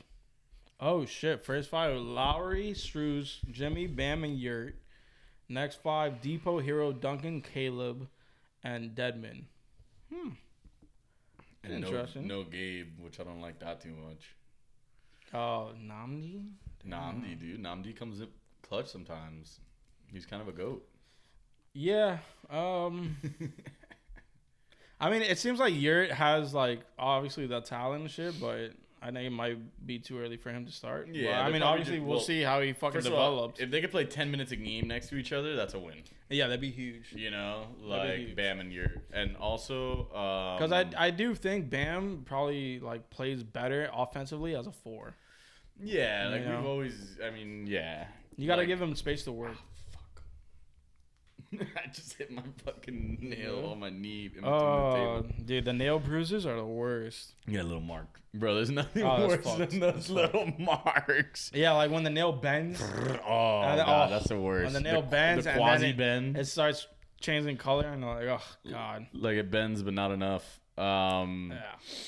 S2: Oh shit. First five Lowry, Struz, Jimmy, Bam, and Yurt. Next five, Depot, Hero, Duncan, Caleb, and Deadman. Hmm.
S3: And no,
S2: Interesting.
S3: no Gabe, which I don't like that too much.
S2: Oh, Namdi?
S3: Namdi, dude. Namdi comes up clutch sometimes. He's kind of
S2: [laughs]
S3: a goat.
S2: Yeah. Um I mean it seems like Yurt has like obviously the talent and shit, but I think it might be too early for him to start. But,
S3: Yeah,
S2: I
S3: they're
S2: mean,
S3: probably
S2: obviously,
S3: just-
S2: we'll,
S3: well,
S2: see how he fucking
S3: First of all,
S2: develops.
S3: if they could play 10 minutes a game next to each other, that's a win.
S2: yeah, that'd be huge.
S3: You know,
S2: That'd be
S3: like
S2: huge.
S3: Bam and Yurt. And also, um,
S2: Because
S3: because
S2: I, I do think Bam probably like plays better offensively as a four.
S3: yeah, like
S2: you know.
S3: we've always, I mean, yeah. [laughs]
S2: You got to
S3: Like,
S2: give him space to work.
S3: Fuck. I just hit my fucking nail on my knee in between the
S2: Oh,
S3: table.
S2: dude, the nail bruises are the worst.
S3: Yeah, little mark, bro. There's nothing
S2: Oh, that's
S3: worse
S2: fucked.
S3: than those little [laughs]
S2: [laughs]
S3: marks.
S2: Yeah, like when the nail bends,
S3: Oh,
S2: then-
S3: God,
S2: oh,
S3: that's the worst.
S2: when the nail bends
S3: the
S2: and then
S3: quasi
S2: it-
S3: bend.
S2: it starts changing color, and I'm like, oh god,
S3: like it bends but not enough um
S2: yeah,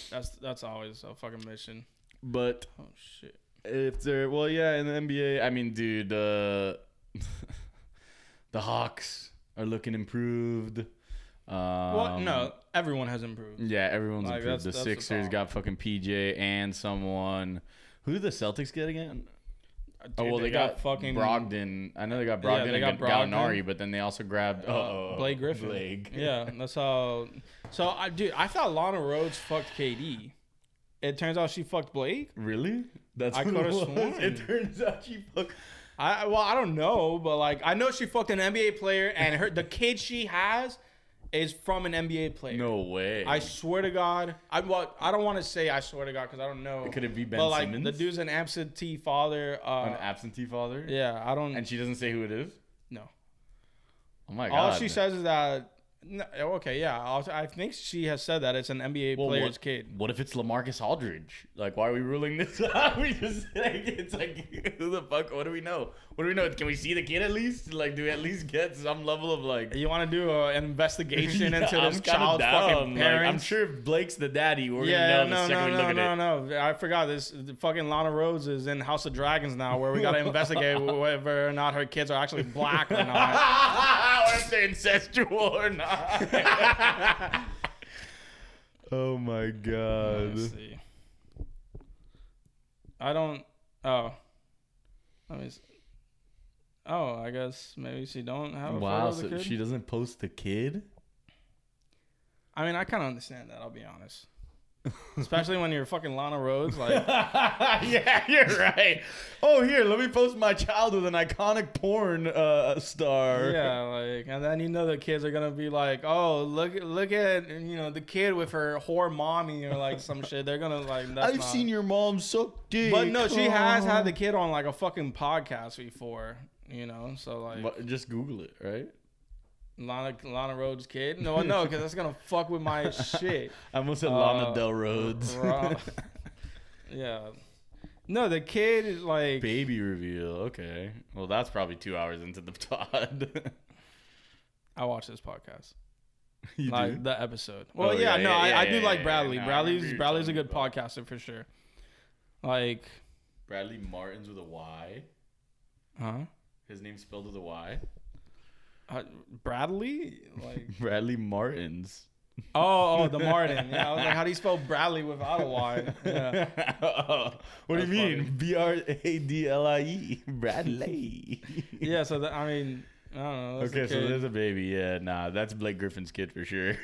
S2: that's that's always a fucking mission.
S3: but
S2: Oh shit.
S3: if they're well yeah in the nba i mean dude uh [laughs] the hawks are looking improved um
S2: Well, no, everyone has improved.
S3: yeah everyone's
S2: Like,
S3: improved
S2: that's-
S3: the
S2: that's the
S3: sixers
S2: problem.
S3: got fucking pj and someone who did the celtics get again
S2: Dude,
S3: oh well they, got,
S2: fucking
S3: brogdon i know they got
S2: Yeah,
S3: brogdon
S2: they got
S3: and got
S2: Brogdon.
S3: Gallinari, but then they also grabbed oh,
S2: uh, Blake Griffin.
S3: Blake.
S2: Yeah, that's how. So I dude, I thought Lana Rhodes fucked KD. It turns out she fucked Blake.
S3: Really? That's
S2: I
S3: what
S2: coulda
S3: it was. [laughs]
S2: sworn.
S3: It turns out she fucked.
S2: I well, I don't know, but like I know she fucked an NBA player, and her the kid she has is from an NBA player.
S3: No way.
S2: I swear to God, I well, I don't want to say I swear to God because I don't know.
S3: Could it be Ben
S2: but like
S3: Simmons?
S2: the dude's an absentee father. Uh,
S3: an absentee father.
S2: yeah, I don't.
S3: And she doesn't say who it is.
S2: no,
S3: Oh my
S2: all
S3: god.
S2: she says is that. No, okay, yeah, I'll- I think she has said that it's an NBA
S3: Well,
S2: player's
S3: what-
S2: kid.
S3: What if it's Lamarcus Aldridge? Like, why are we ruling this [laughs] out? We just like, it's like, [laughs] who the fuck? What do we know? What do we know? Can we see the kid at least? Like, do we at least get some level of [laughs] like
S2: You want to do a, an investigation
S3: [laughs] Yeah,
S2: into
S3: I'm
S2: this
S3: kinda
S2: child's
S3: down.
S2: fucking
S3: Like,
S2: parents?
S3: I'm sure if Blake's the daddy, we're
S2: Yeah,
S3: gonna know
S2: no,
S3: the second
S2: no,
S3: we look
S2: no,
S3: at
S2: no,
S3: it.
S2: no. I forgot this. the Fucking Lana Rhodes is in House of Dragons now, where we
S3: [laughs]
S2: gotta investigate whether or not her kids are actually black or
S3: [laughs]
S2: not.
S3: or if they're incestual or not. [laughs] oh my god.
S2: Let's see. I don't. Oh, let me. s Oh, I guess maybe she don't have a photo
S3: Wow,
S2: of the
S3: so
S2: kid.
S3: she doesn't post the kid?
S2: I mean, I kind of understand that. I'll be honest. Especially when you're fucking Lana Rhodes, like
S3: [laughs] yeah, you're right. Oh, here, let me post my child with an iconic porn uh, star.
S2: yeah, like, and then you know the kids are gonna be like, oh, look, look at you know the kid with her whore mommy or like some shit. They're gonna like. That's
S3: I've
S2: not-
S3: seen your mom suck dick.
S2: But no, she has had the kid on like a fucking podcast before, you know. So like
S3: What- Just Google it, right?
S2: Lana Lana Rhodes' kid. No, no, because that's gonna fuck with
S3: [laughs]
S2: my shit,
S3: I almost said
S2: Uh,
S3: Lana
S2: [laughs]
S3: Del Rhodes.
S2: bro. yeah. No, the kid is like
S3: [laughs] Baby reveal. Okay. Well, that's probably two hours into the [laughs] pod.
S2: I watch this podcast.
S3: you
S2: Like
S3: do?
S2: the episode. Well,
S3: Oh, yeah,
S2: yeah, no,
S3: yeah,
S2: I,
S3: yeah,
S2: I do
S3: yeah,
S2: like
S3: yeah,
S2: Bradley.
S3: no, I remember
S2: Bradley's
S3: you
S2: Bradley's a
S3: telling me
S2: good podcaster for sure. Like,
S3: Bradley Martin's with a Y.
S2: huh?
S3: His name's spelled with a Y.
S2: Uh, Bradley? Like,
S3: Bradley Martin's.
S2: [laughs] Oh, oh, the Martin. Yeah, I was like, how do you spell Bradley without a
S3: [laughs]
S2: Y? Yeah.
S3: what
S2: That's
S3: do you mean? B R A D L I E. Bradley.
S2: Yeah, so that, I mean, I don't know. that's the
S3: [laughs] Okay, so
S2: kid.
S3: there's a baby. Yeah, nah, that's Blake Griffin's kid for sure. [laughs]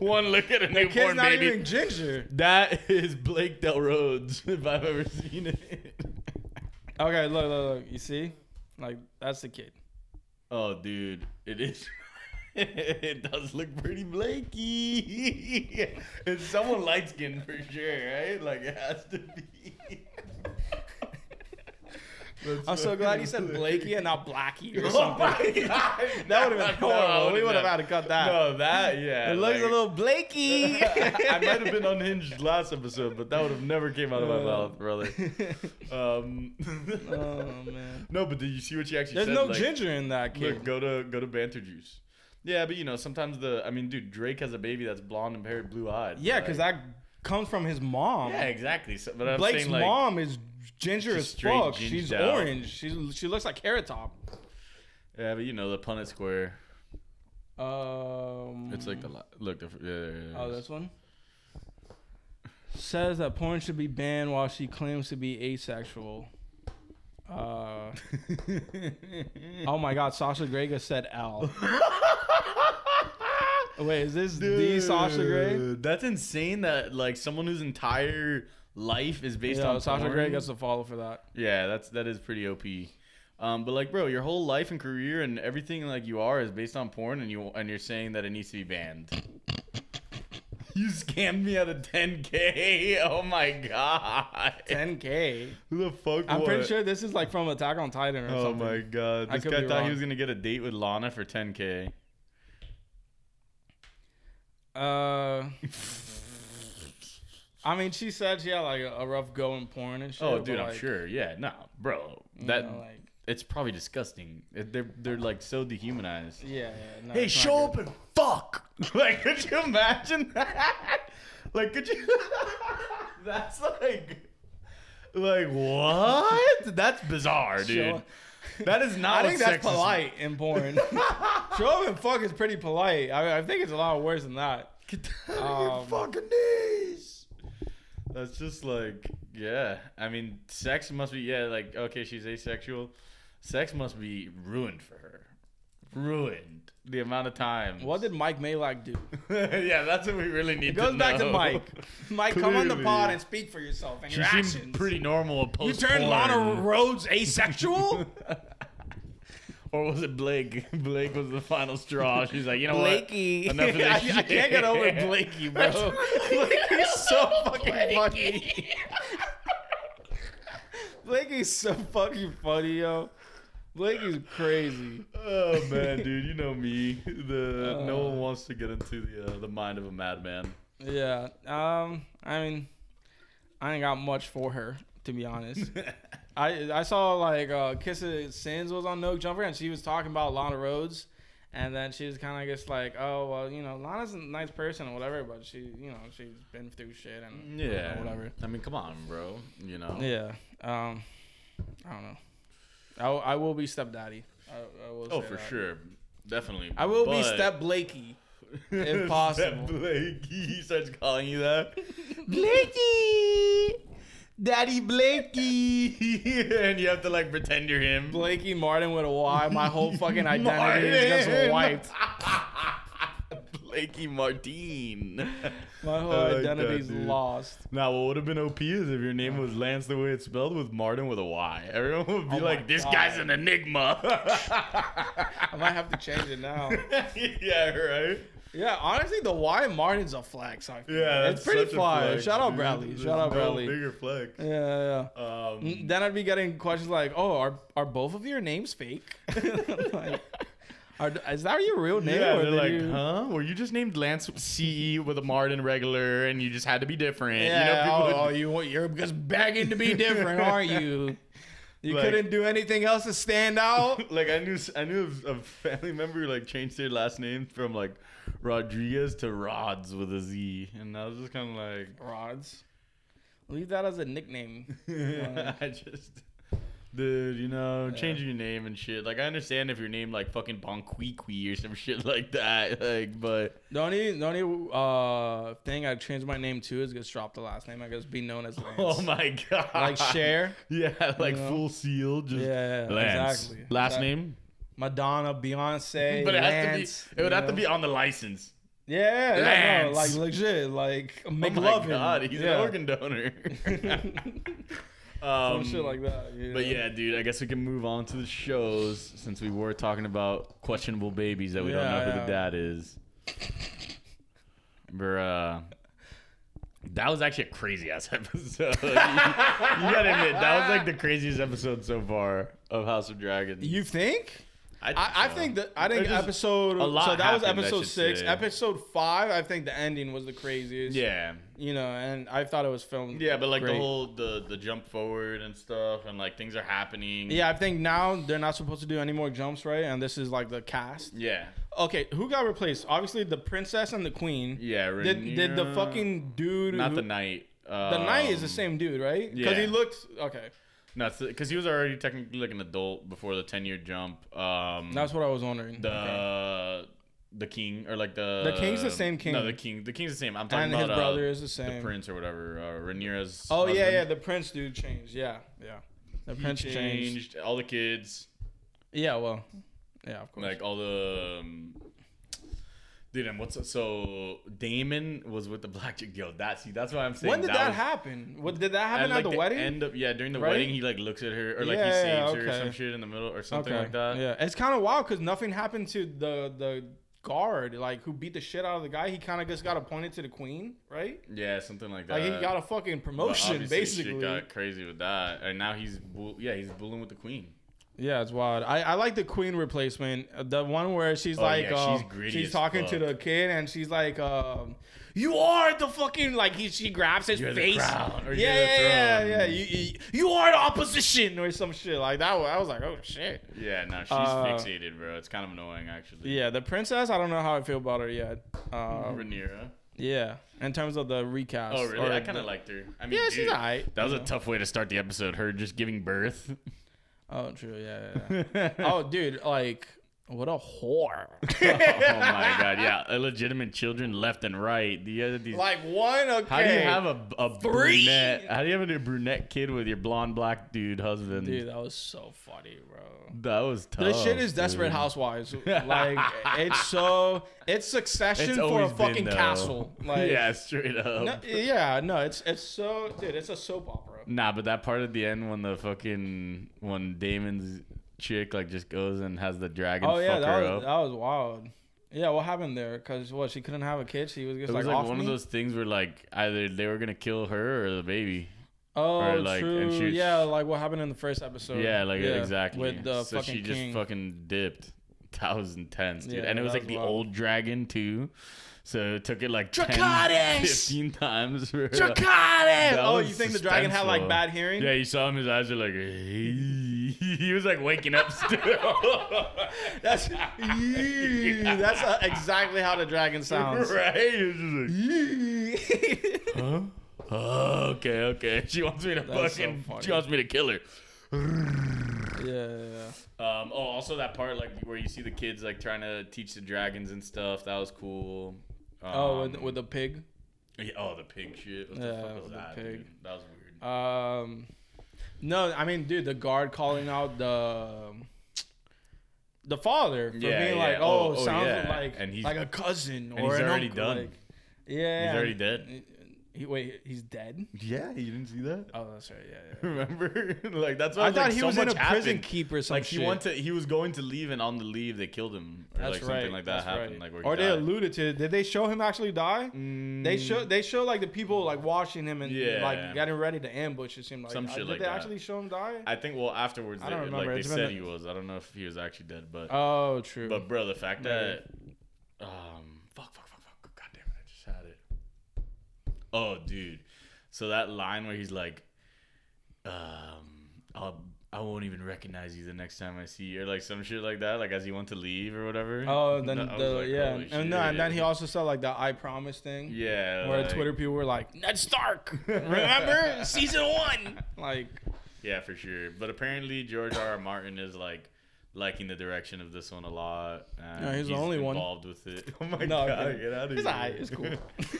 S3: One look at a
S2: kid's
S3: newborn
S2: not
S3: baby.
S2: even ginger.
S3: That is Blake Del Rhodes, [laughs] if I've ever seen it.
S2: Okay, look, look, look. You see? Like, that's the kid.
S3: Oh, dude, it is. [laughs] it does look pretty Blakey. [laughs] it's someone light skinned for sure, right? Like it has to be.
S2: [laughs] I'm so glad you said Blakey and not Blackie or
S3: [laughs] Oh
S2: something.
S3: my god,
S2: [laughs] That would have been
S3: [laughs]
S2: horrible. we would have had to cut that.
S3: No, that yeah.
S2: it looks
S3: like-
S2: a little Blakey.
S3: [laughs]
S2: [laughs]
S3: I might have been unhinged last episode, but that would have never came out of
S2: Uh.
S3: my
S2: [laughs]
S3: mouth, brother. [laughs] Um,
S2: oh, man.
S3: no, but did you see what she actually
S2: There's
S3: said?
S2: no
S3: Like,
S2: ginger in that kid.
S3: Look, go to go to Banter Juice. Yeah, but you know sometimes the I mean, dude, Drake has a baby that's blonde and very blue eyed.
S2: yeah, because that comes from his mom.
S3: Yeah, exactly. So, but I'm
S2: Blake's
S3: saying, like,
S2: mom is ginger
S3: she's
S2: as
S3: straight
S2: fuck.
S3: ginged
S2: She's
S3: out.
S2: orange. She she looks like Carrot Top.
S3: Yeah, but you know the Punnett Square.
S2: Um,
S3: It's like the li- look. The, yeah, yeah,
S2: Mm.
S3: yeah,
S2: [laughs] oh, this one says that porn should be banned while she claims to be asexual. Uh, oh my God, Sasha Grega said
S3: [laughs]
S2: L. Wait, is this the Sasha Grey?
S3: Dude, That's insane. That like someone whose entire life is based
S2: Yeah,
S3: on
S2: Sasha
S3: porn.
S2: Grey gets a follow for that.
S3: Yeah, that's that is pretty op. Um, but like, bro, your whole life and career and everything like you are is based on porn, and you and you're saying that it needs to be banned. [laughs] You scammed me out of 10k. [laughs] Oh my god.
S2: 10K.
S3: Who the fuck?
S2: I'm pretty
S3: wa-
S2: sure this is like from Attack on Titan or
S3: Oh
S2: something.
S3: my god.
S2: I
S3: This
S2: could
S3: guy
S2: be
S3: thought
S2: wrong.
S3: he was gonna get a date with Lana for 10k.
S2: Uh, I mean, she said she had like a, a rough go in porn and shit.
S3: Oh,
S2: but,
S3: dude, I'm
S2: like,
S3: sure. Yeah, no, bro.
S2: you
S3: That
S2: know, like,
S3: it's probably disgusting. It- They're they're like so dehumanized.
S2: yeah, yeah. No,
S3: hey,
S2: it's not
S3: show
S2: good.
S3: up and fuck. [laughs] Like, could you imagine that? Like, could you? [laughs] That's like, like what? That's bizarre, dude.
S2: Show-
S3: That is
S2: I
S3: not.
S2: think
S3: what
S2: that's
S3: sex is-
S2: polite in porn. show up and fuck is pretty polite. I, I think it's a lot worse than that.
S3: [laughs] Get down on your
S2: Um,
S3: fucking knees. That's just like, yeah. I mean, sex must be, yeah, like, okay, she's asexual. Sex must be ruined for her. Ruined. The amount of time.
S2: What did Mike Malak do?
S3: [laughs] yeah, that's what we really need
S2: It goes
S3: to
S2: back to
S3: know.
S2: Mike.
S3: [laughs]
S2: Mike, come on the
S3: Clearly.
S2: pod and speak for yourself and
S3: She
S2: your
S3: seemed
S2: actions. [laughs]
S3: pretty normal
S2: you
S3: post
S2: turned Lana Rhodes asexual?
S3: [laughs] Or was it Blake? [laughs] Blake was the final straw. She's like, you know
S2: Blakey.
S3: what?
S2: [laughs]
S3: Enough of this
S2: I, I can't get
S3: [laughs]
S2: over
S3: shit.
S2: Blakey, bro. [laughs] Blakey's
S3: [laughs]
S2: so fucking [laughs] funny. Blakey's so fucking funny, yo. Blakey's crazy.
S3: Oh man, dude, you know me.
S2: Uh.
S3: The no one wants to get into the uh, the mind of a madman.
S2: Yeah. Um. I mean, I ain't got much for her to be
S3: [laughs]
S2: honest. I I saw like uh, Kiss of Sins was on No Jumper and she was talking about Lana Rhodes, and then she was kind of just like, oh well, you know, Lana's a nice person or whatever, but she, you know, she's been through shit and you know,
S3: [laughs] yeah,
S2: whatever.
S3: I mean, come on, bro. You know.
S2: Yeah. Um. I don't know. I, w- I will be stepdaddy. I, I will.
S3: Oh,
S2: say
S3: for
S2: that.
S3: sure, definitely.
S2: I will be
S3: but-
S2: step Blakey.
S3: Step [laughs]
S2: possible.
S3: Blakey he starts calling you that. Blakey, Daddy Blakey, [laughs] and you have to like pretend you're him.
S2: Blakey Martin with a Y. My whole
S3: [laughs]
S2: fucking identity is just
S3: Martin.
S2: wiped.
S3: [laughs] Blakey Martine.
S2: My whole
S3: I like that,
S2: identity's
S3: dude.
S2: lost.
S3: [laughs] Now, what would have been OP is if your name was Lance the way it's spelled with Martin with a Y. Everyone would be
S2: Oh my
S3: like, this
S2: God.
S3: guy's an enigma. [laughs]
S2: I might have to change it now.
S3: yeah, right?
S2: yeah, honestly, the Y in Martin's a flex. I feel.
S3: Yeah,
S2: it's pretty fire.
S3: fun.
S2: Shout out Bradley. Shout out Bradley.
S3: bigger flex.
S2: yeah, yeah. yeah.
S3: Um,
S2: then I'd be getting questions like, "Oh, are are both of your names fake? [laughs] like, are, is that your real name?
S3: yeah,
S2: or
S3: they're
S2: did
S3: like,
S2: you-
S3: huh? Were you just named Lance CE with a Martin regular and you just had to be different?
S2: Yeah,
S3: you know, people
S2: oh,
S3: would-
S2: you want you're just begging to be different, are
S3: [laughs]
S2: you? You
S3: Like-
S2: couldn't do anything else to stand
S3: [laughs]
S2: out.
S3: like I knew I knew of a family member who like changed their last name from like Rodriguez to Rods with a Z, and I was just kind of like, [laughs]
S2: Rods, leave that as a nickname.
S3: I just dude, you know, changing your name and shit. Like, I understand if your name like fucking Bonquiqui or some shit [laughs] like that. Like, but [laughs]
S2: The only the only uh thing I changed my name to is just drop the last name. I guess be known as Lance.
S3: [laughs] oh my god,
S2: like share.
S3: yeah, like
S2: know?
S3: full seal, just
S2: Yeah,
S3: Lance.
S2: exactly.
S3: Last
S2: Exactly.
S3: name,
S2: Madonna, Beyonce,
S3: [laughs] but it has
S2: Lance.
S3: to be. It would
S2: you
S3: have to
S2: know?
S3: be on the license.
S2: Yeah, yeah, no, like
S3: Lance.
S2: legit, like
S3: Oh my
S2: McLovin.
S3: god, he's
S2: yeah.
S3: an
S2: [laughs]
S3: organ donor. [laughs] um,
S2: Some shit like that. you
S3: But
S2: know?
S3: yeah, dude, I guess we can move on to the shows since we were talking about questionable babies that we don't
S2: Yeah,
S3: know who
S2: yeah.
S3: the dad is. Bruh. That was actually a crazy ass [laughs] episode. you, you gotta admit, that was like the craziest episode so far of House of Dragons.
S2: you think? I, I think that I think
S3: There's just
S2: episode
S3: a lot
S2: so that was
S3: happened, I
S2: episode
S3: should
S2: six.
S3: say.
S2: Episode five, I think the ending was the craziest.
S3: Yeah.
S2: you know, and I thought it was filmed.
S3: Yeah, but like
S2: great.
S3: the whole the the jump forward and stuff and like things are happening.
S2: Yeah, I think now they're not supposed to do any more jumps, right? And this is like the cast.
S3: Yeah.
S2: Okay, who got replaced? Obviously, the princess and the queen.
S3: Yeah,
S2: Did, did the
S3: Rhaenyra-
S2: fucking dude?
S3: not
S2: who-
S3: the knight.
S2: the knight is the
S3: um,
S2: same dude, right? Because
S3: yeah.
S2: he looked okay.
S3: No, because he was already technically like an adult before the ten year jump. Um,
S2: That's what I was wondering.
S3: the
S2: Okay.
S3: the king or like the
S2: The king's the same king.
S3: No, the king. The king's the same. I'm talking
S2: and his
S3: about
S2: brother
S3: uh,
S2: is the same.
S3: the prince or whatever. Uh, Rhaenyra's.
S2: oh yeah,
S3: husband.
S2: yeah. The prince dude changed. Yeah, yeah. The
S3: He
S2: prince
S3: changed,
S2: changed.
S3: all the kids,
S2: Yeah, well, yeah, of course.
S3: like all the. Um, Dude, and what's so? Damon was with the black chick. Yo, that see, that's why I'm saying.
S2: when did that,
S3: was-
S2: happen? What did that happen
S3: and,
S2: at
S3: like,
S2: the, wedding?
S3: End of, yeah, during the
S2: Right?
S3: wedding, he like looks at her, or like he
S2: Yeah, yeah,
S3: saves her or
S2: okay.
S3: some shit in the middle, or something like that.
S2: Yeah, it's kind of wild because nothing happened to the the guard like who beat the shit out of the guy. He kind of just got appointed to the queen, right?
S3: Yeah, something like that.
S2: Like he got a fucking
S3: But
S2: promotion,
S3: obviously
S2: basically.
S3: Shit got crazy with that, and now he's bull- yeah he's bullying with the queen.
S2: Yeah, it's wild. I, I like the queen replacement. Uh, The one where she's
S3: Oh,
S2: like,
S3: yeah,
S2: uh,
S3: she's gritty
S2: she's
S3: as
S2: talking to
S3: fuck.
S2: the kid and she's like, um, "You are the fucking like." He, she grabs his
S3: You're the
S2: face.
S3: crown, or
S2: yeah,
S3: you're the
S2: yeah, yeah,
S3: throne.
S2: yeah. You, you, you are the opposition or some shit like that. I was like, oh shit.
S3: Yeah, no, she's
S2: Uh,
S3: fixated, bro. It's kind of annoying actually.
S2: Yeah, the princess. I don't know how I feel about her yet.
S3: Um,
S2: Uh,
S3: Rhaenyra.
S2: yeah, in terms of the recast.
S3: Oh really?
S2: or
S3: I kind
S2: the-
S3: of liked her. I mean,
S2: Yeah, she's
S3: dude,
S2: alright.
S3: That was
S2: you
S3: a
S2: know.
S3: tough way to start the episode. Her just giving [laughs] birth.
S2: Oh, true. Yeah. [laughs] yeah, yeah. oh, dude, like what a [laughs] whore.
S3: oh my god, yeah, illegitimate children left and right. Do you have these?
S2: like one. Okay.
S3: how do you have a, a
S2: Three?
S3: brunette? How do you have a brunette kid with your blonde black dude husband?
S2: Dude, that was so funny, bro.
S3: that was tough.
S2: This shit is
S3: Oh, dude.
S2: Desperate [laughs] Housewives. Like it's so it's Succession
S3: It's
S2: for a
S3: always been,
S2: fucking
S3: though. [laughs]
S2: castle. Like
S3: yeah, straight up.
S2: no, yeah, no, it's it's so dude, it's a soap opera.
S3: Nah, but that part at the end when the fucking when Damon's chick like just goes and has the dragon
S2: Oh yeah,
S3: fuck
S2: that
S3: her
S2: was,
S3: up.
S2: that was wild. Yeah, what happened there? Cause what she couldn't have a kid. She was just
S3: it was
S2: like,
S3: like,
S2: off
S3: one
S2: me?
S3: of those things where like either they were gonna kill her or the baby.
S2: Oh,
S3: or, like,
S2: true.
S3: and she-
S2: yeah, like what happened in the first episode.
S3: yeah, like exactly.
S2: With the
S3: so
S2: fucking
S3: she just
S2: king.
S3: fucking dipped. That was intense, dude.
S2: Yeah,
S3: and it was
S2: that was
S3: like the
S2: wild.
S3: old dragon too. So it took it like 10,
S2: Dracarys!
S3: 15 times for her. to-
S2: Dracarys!
S3: [laughs] That
S2: Oh,
S3: was
S2: you think the dragon had like
S3: suspenseful.
S2: bad hearing?
S3: Yeah, you saw him. His eyes are like. [laughs] He was like waking up [laughs] still.
S2: That's [laughs] Eee, that's uh, exactly how the
S3: [laughs]
S2: dragon sounds.
S3: Right? It was just like,
S2: Eee.
S3: Huh? Oh, okay, okay. [laughs] She wants me to
S2: That's so
S3: fucking.
S2: funny.
S3: she wants me to kill her.
S2: [laughs] yeah.
S3: Um. Oh, also that part like where you see the kids like trying to teach the dragons and stuff. That was cool. Um,
S2: Oh, with, with the pig.
S3: yeah, oh the pig shit. What the
S2: Yeah,
S3: fuck
S2: with
S3: was
S2: the
S3: that?
S2: pig.
S3: dude? That was weird.
S2: Um, no, I mean, dude, the guard calling out the um, the father for
S3: Yeah,
S2: being
S3: yeah.
S2: like, oh,
S3: Oh, oh,
S2: sounds
S3: yeah.
S2: like
S3: And he's-
S2: like a cousin or
S3: he's
S2: an
S3: already
S2: uncle,
S3: done.
S2: like- yeah,
S3: He's already
S2: and-
S3: dead.
S2: He, wait, he's dead.
S3: Yeah, you didn't see that.
S2: Oh, that's right. Yeah, yeah.
S3: [laughs] Remember? [laughs] like that's why
S2: I,
S3: I, was
S2: thought
S3: like,
S2: he
S3: so
S2: was in a
S3: much happened.
S2: prison keep or something.
S3: Like he went to, he was going to leave, and on the leave they killed him, or
S2: That's
S3: like
S2: right.
S3: something like
S2: that's
S3: that happened.
S2: Right.
S3: Like where he
S2: or they
S3: died.
S2: alluded to. Did they show him actually die? They
S3: Mm,
S2: show they show like the people like watching him and
S3: Yeah.
S2: like getting ready to ambush. It seemed like
S3: Some
S2: Uh,
S3: shit
S2: did
S3: like
S2: they
S3: that.
S2: actually show him die?
S3: I think well afterwards
S2: I
S3: they,
S2: don't
S3: like
S2: remember.
S3: they
S2: It's been
S3: said
S2: a-
S3: he was. I don't know if he was actually dead, but
S2: oh, true.
S3: but bro, the fact
S2: Maybe.
S3: that um fuck fuck fuck fuck god damn it, I just had it. Oh dude, so that line where he's like, um, I'll I won't even recognize you the next time I see you, or like some shit like that, like as he went to leave or whatever. [laughs]
S2: Oh, then
S3: I was
S2: the
S3: like,
S2: yeah,
S3: holy
S2: and no,
S3: shit.
S2: and then he also said like the "I promise" thing,
S3: yeah,
S2: where
S3: like- [laughs]
S2: Twitter people were like, "Ned Stark, remember season one?" Like,
S3: Yeah, for sure. But apparently George R. R. Martin is like liking the direction of this one a lot. and
S2: No, he's the only one.
S3: involved with it. [laughs] Oh my
S2: No, I'm
S3: god,
S2: kidding.
S3: get out of here!
S2: It's alright. It's cool.
S3: [laughs]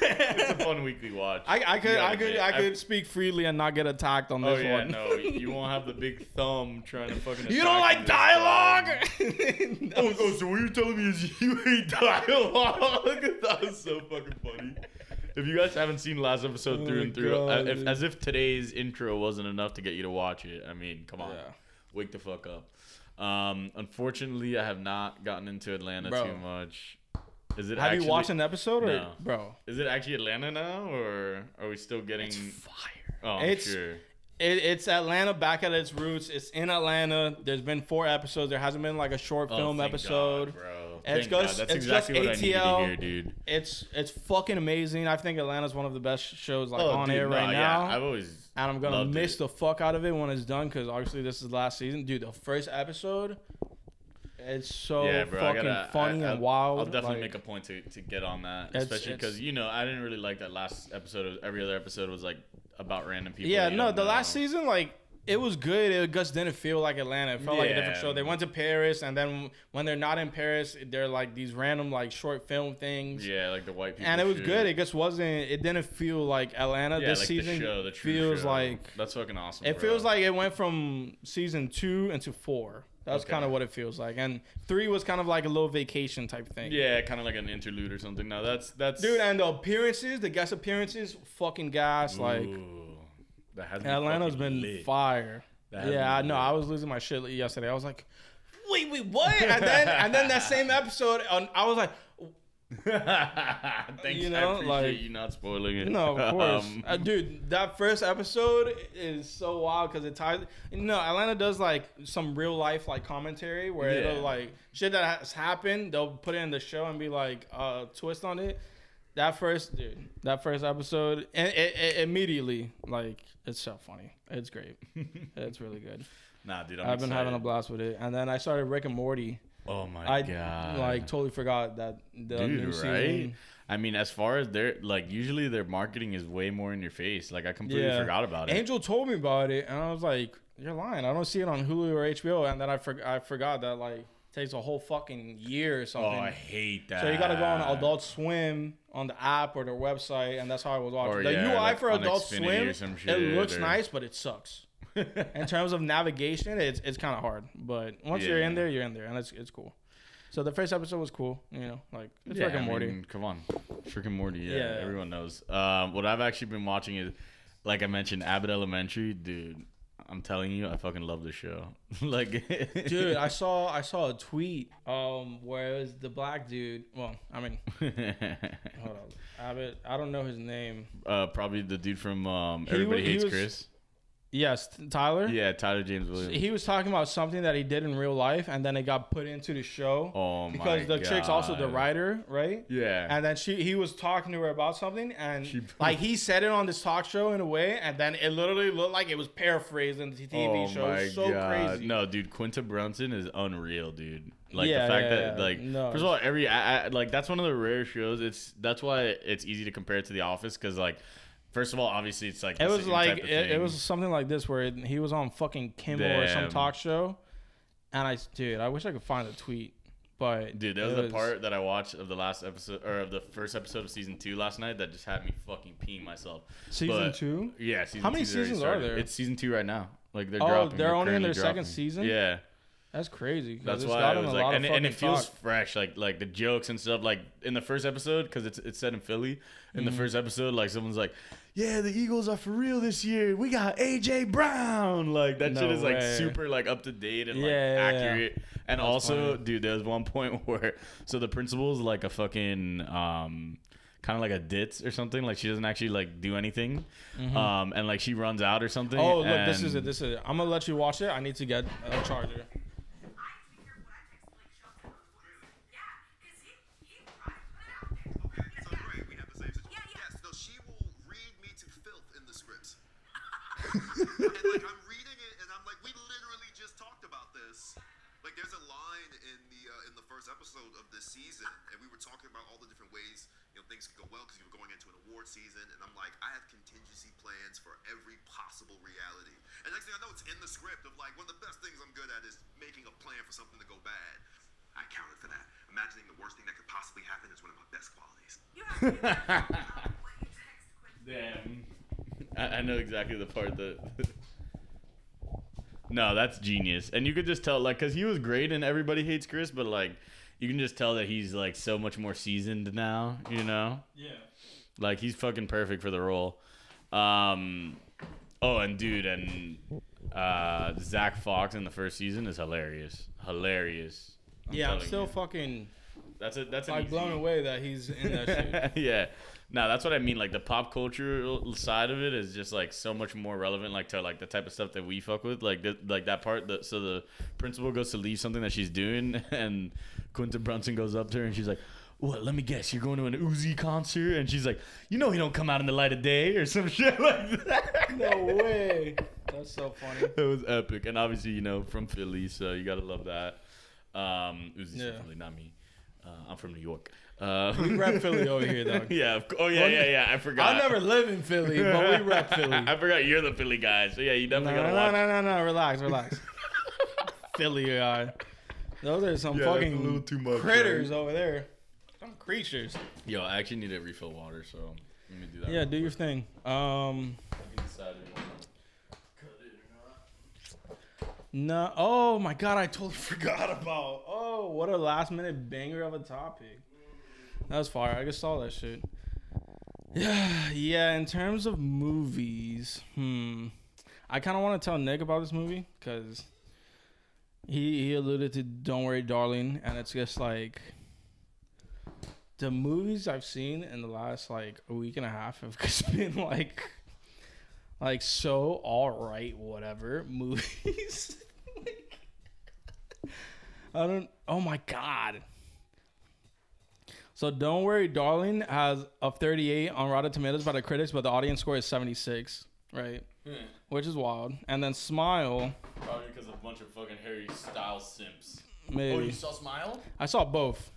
S3: it's a fun weekly watch.
S2: I, I could
S3: You gotta
S2: I could
S3: admit,
S2: I
S3: I've-
S2: could speak freely and not get attacked on
S3: Oh
S2: this
S3: yeah,
S2: one.
S3: no, you won't have the big thumb trying to fucking.
S2: [laughs] You
S3: attack
S2: don't
S3: me
S2: like
S3: this time.
S2: dialogue.
S3: [laughs]
S2: [laughs]
S3: Oh, oh, so what you're telling me is [laughs] you hate dialogue? [laughs] that was so fucking funny. If you guys haven't seen last episode through
S2: Oh my
S3: and through,
S2: God,
S3: uh, if,
S2: dude.
S3: as if today's intro wasn't enough to get you to watch it, I mean, come on,
S2: Yeah.
S3: wake the fuck up. Um, unfortunately, I have not gotten into Atlanta
S2: Bro.
S3: too much. Is it?
S2: Have
S3: actually,
S2: you watched an episode or
S3: No.
S2: bro?
S3: Is it actually Atlanta now, or are we still getting?
S2: Fire.
S3: oh, I'm
S2: It's-
S3: sure.
S2: It, it's Atlanta back at its roots. It's in Atlanta. There's been four episodes. There hasn't been like a short
S3: Oh,
S2: film
S3: thank God,
S2: episode.
S3: bro.
S2: It's
S3: Thank God.
S2: just-
S3: That's
S2: it's
S3: exactly
S2: just
S3: what I
S2: ATL.
S3: needed to hear, dude.
S2: It's it's fucking amazing. I think Atlanta's one of the best shows like
S3: Oh,
S2: on
S3: dude,
S2: air
S3: no,
S2: right
S3: yeah,
S2: now.
S3: I've always
S2: and I'm gonna
S3: loved
S2: miss
S3: it.
S2: the fuck out of it when it's done because obviously this is last season, dude. The first episode, it's so
S3: I
S2: fucking
S3: gotta-
S2: funny
S3: I-
S2: and
S3: I'll-
S2: wild.
S3: I'll definitely
S2: like-
S3: make a point to, to get on that,
S2: It's-
S3: especially
S2: it's-
S3: because you know I didn't really like that last episode. Of, every other episode was like about random people.
S2: Yeah,
S3: you
S2: no,
S3: don't
S2: the last
S3: know.
S2: season, like, it was good. It just didn't feel like Atlanta. It felt like a different
S3: Yeah.
S2: show. They went to Paris, and then when they're not in Paris, they're like these random, like, short film things.
S3: Yeah, like the white people.
S2: And it was
S3: shit.
S2: good. It just wasn't, it didn't feel like Atlanta.
S3: yeah,
S2: this
S3: like
S2: season
S3: the show, the true
S2: feels
S3: show.
S2: like,
S3: that's fucking awesome.
S2: it
S3: bro.
S2: feels like it went from season two into four. That's
S3: Okay.
S2: kind of what it feels like. And three was kind of like a little vacation type thing.
S3: yeah, kind of like an interlude or something. No, that's that's
S2: Dude, and the appearances, the guest appearances, fucking gas. Like,
S3: Ooh, that has been
S2: Atlanta's been
S3: fucking lit.
S2: fire.
S3: That has
S2: yeah, I
S3: been
S2: know.
S3: lit.
S2: I was losing my shit yesterday. I was like, wait, wait, what? And then and then that same episode, on, I was like,
S3: [laughs] Thanks,
S2: You
S3: you
S2: know,
S3: I appreciate
S2: like-
S3: you not spoiling it.
S2: no,
S3: [laughs]
S2: of course,
S3: Um,
S2: Uh, dude. That first episode is so wild because it ties. You know, Atlanta does like some real life like commentary where
S3: Yeah.
S2: it'll like shit that has happened. They'll put it in the show and be like uh twist on it. That first dude, that first episode, and it, it immediately like it's so funny. It's
S3: [laughs]
S2: great. it's really good.
S3: nah, dude, I'm
S2: I've been having a
S3: excited.
S2: blast with it, and then I started Rick and Morty.
S3: Oh my
S2: I
S3: god!
S2: like totally forgot that the
S3: dude,
S2: new
S3: right?
S2: season.
S3: I mean, as far as their like, usually their marketing is way more in your face. Like, I completely
S2: Yeah.
S3: forgot about it.
S2: Angel told me about it, and I was like, "You're lying. I don't see it on Hulu or HBO." And then I forgot. I forgot that like takes a whole fucking year or
S3: oh,
S2: something.
S3: I hate that.
S2: so you gotta go on
S3: [laughs]
S2: Adult Swim on the app or their website, and that's how I was watching.
S3: Or,
S2: the
S3: yeah,
S2: UI
S3: like,
S2: for
S3: on
S2: Adult
S3: Xfinity
S2: Swim,
S3: or some
S2: it
S3: shit,
S2: looks
S3: or-
S2: nice, but it sucks. in terms of navigation, it's it's kind of hard. But once you're in
S3: Yeah.
S2: there, you're in there, and it's it's cool. So the first episode was cool. You know, like it's
S3: Yeah,
S2: Rick and
S3: I
S2: Morty.
S3: mean, [laughs] come on, freaking Morty. Yeah,
S2: Yeah.
S3: everyone knows. Um, what I've actually been watching is, like I mentioned, Abbott Elementary, dude. I'm telling you, I fucking love the show. [laughs] like,
S2: dude i saw i saw a tweet um where it was the black dude well i mean hold on abbott i don't know his name
S3: [laughs] uh, probably the dude from um,
S2: He
S3: Everybody
S2: was- he
S3: Hates
S2: was-
S3: Chris.
S2: yes t- tyler
S3: Yeah, Tyler James Williams.
S2: he was talking about something that he did in real life and then it got put into the show
S3: oh my
S2: because the chick's also the
S3: God.
S2: writer right
S3: Yeah.
S2: and then she he was talking to her about something and
S3: She-
S2: [laughs] like he said it on this talk show in a way and then it literally looked like it was paraphrased in the tv show It was so crazy
S3: Oh No, dude, Quinta Brunson is unreal, dude. Like
S2: Yeah,
S3: the fact
S2: yeah,
S3: that
S2: yeah.
S3: like
S2: No,
S3: first of all, every I, I, like that's one of the rare shows. It's that's why it's easy to compare it to The Office because like first of all, obviously it's like
S2: It
S3: the
S2: was
S3: same
S2: like
S3: type of
S2: it, it
S3: thing.
S2: was something like this where it, he was on fucking Kimmel or some
S3: Damn.
S2: talk show, and I dude, I wish I could find the tweet, but
S3: Dude,
S2: it
S3: that was the part that I watched of the last episode or of the first episode of season two last night that just had me fucking peeing myself.
S2: season
S3: But-
S2: two.
S3: Yeah, season
S2: How many
S3: two's already
S2: seasons are
S3: started.
S2: there?
S3: It's season two right now. Like they're
S2: Oh,
S3: dropping.
S2: they're only in
S3: currently
S2: their second
S3: dropping.
S2: season?
S3: Yeah.
S2: That's crazy. 'cause
S3: That's
S2: it's
S3: why I
S2: gotten
S3: was
S2: a lot
S3: like,
S2: of
S3: and, it- and it
S2: fucking
S3: feels
S2: talk.
S3: fresh, like like the jokes and stuff. Like in the first episode, because it's it's set in Philly. In
S2: Mm-hmm.
S3: the first episode, like someone's like, "Yeah, the Eagles are for real this year. We got AJ Brown." Like that
S2: No
S3: shit is like
S2: way.
S3: super like up to date and like
S2: Yeah, yeah, yeah.
S3: accurate. And also,
S2: funny.
S3: dude, there was one [laughs] point where so the principal's like a fucking um kind of like a ditz or something. Like she doesn't actually like do anything. Um and like she runs out or something.
S2: Mm-hmm. Oh, look, this is
S3: and-
S2: it. This is it. I'm gonna let you watch it. I need to get a charger.
S5: Okay, so great. We have the same situation. Yes, no, she will read me to filth in the [laughs] scripts. and like I'm reading it, and I'm like, we literally just talked about this. Like, there's a line in the uh, in the the first episode of this season, and we were talking about all the different ways you know things could go well because you were going into an award season, and I'm like, I have contingency plans for every possible reality. And next thing I know, it's in the script of like one of the best things I'm good at is making a plan for something to go bad. I counted for that. Imagining the worst thing that could possibly happen is one of my best qualities.
S6: You have to be careful what you text Quincy.
S3: Damn. [laughs] I, I know exactly the part that. [laughs] no, that's genius. And you could just tell, like, because he was great and everybody hates Chris, but, like, you can just tell that he's, like, so much more seasoned now, you know?
S2: Yeah.
S3: Like, he's fucking perfect for the role. Um, oh, and dude, and uh, Zach Fox in the first season is hilarious. Hilarious.
S2: yeah, I'm
S3: telling
S2: still
S3: you.
S2: fucking
S3: That's a, that's an
S2: like
S3: easy-
S2: blown away that he's in
S3: [laughs]
S2: that shit.
S3: yeah. No, that's what I mean. Like the pop cultural side of it is just like so much more relevant, like to like the type of stuff that we fuck with. Like th- like that part. That, so the principal goes to leave something that she's doing, [laughs] and Quinta Brunson goes up to her and she's like. What? Let me guess. You're going to an Uzi concert, and she's like, "You know, he don't come out in the light of day, or some [laughs] shit like that." [laughs]
S2: No way. That's so funny.
S3: That was epic, and obviously, you know, from Philly, so you gotta love that. Um, Uzi's
S2: Yeah.
S3: from Philly, not me. Uh, I'm from New York. Uh, [laughs]
S2: We rep Philly over here, dog.
S3: yeah. Of, cou- oh yeah, yeah, yeah. I
S2: [laughs]
S3: forgot.
S2: I never live in Philly, but we
S3: [laughs]
S2: rep Philly.
S3: I forgot you're the Philly guy. So yeah, you
S2: No,
S3: definitely
S2: no,
S3: gotta
S2: no,
S3: watch.
S2: no, no, no, relax, relax. [laughs] Philly, uh, those are some
S3: Yeah, that's
S2: fucking
S3: a little too much,
S2: critters over there. Some creatures.
S3: Yo, I actually need to refill water, so let me do that.
S2: Yeah,
S3: real
S2: do your thing. Um,
S3: quick. I can decide if I wanna cut it or not.
S2: no. Oh my god, I totally [laughs] forgot about. Oh, what a last minute banger of a topic. That was fire. I just saw that shit. [sighs] Yeah, yeah. In terms of movies, hmm, I kind of want to tell Nick about this movie because he he alluded to "Don't Worry, Darling," and it's just like the movies I've seen in the last like a week and a half have [laughs] just been like like so all right, whatever [laughs] movies. like, I don't. Oh my god. So don't worry, darling has a 38 on Rotten Tomatoes by the critics, but the audience score is 76, right?
S3: Hmm.
S2: Which is wild. And then Smile,
S3: Probably because a bunch of fucking Harry Styles simps.
S2: maybe
S3: Oh, you saw Smile?
S2: I saw both.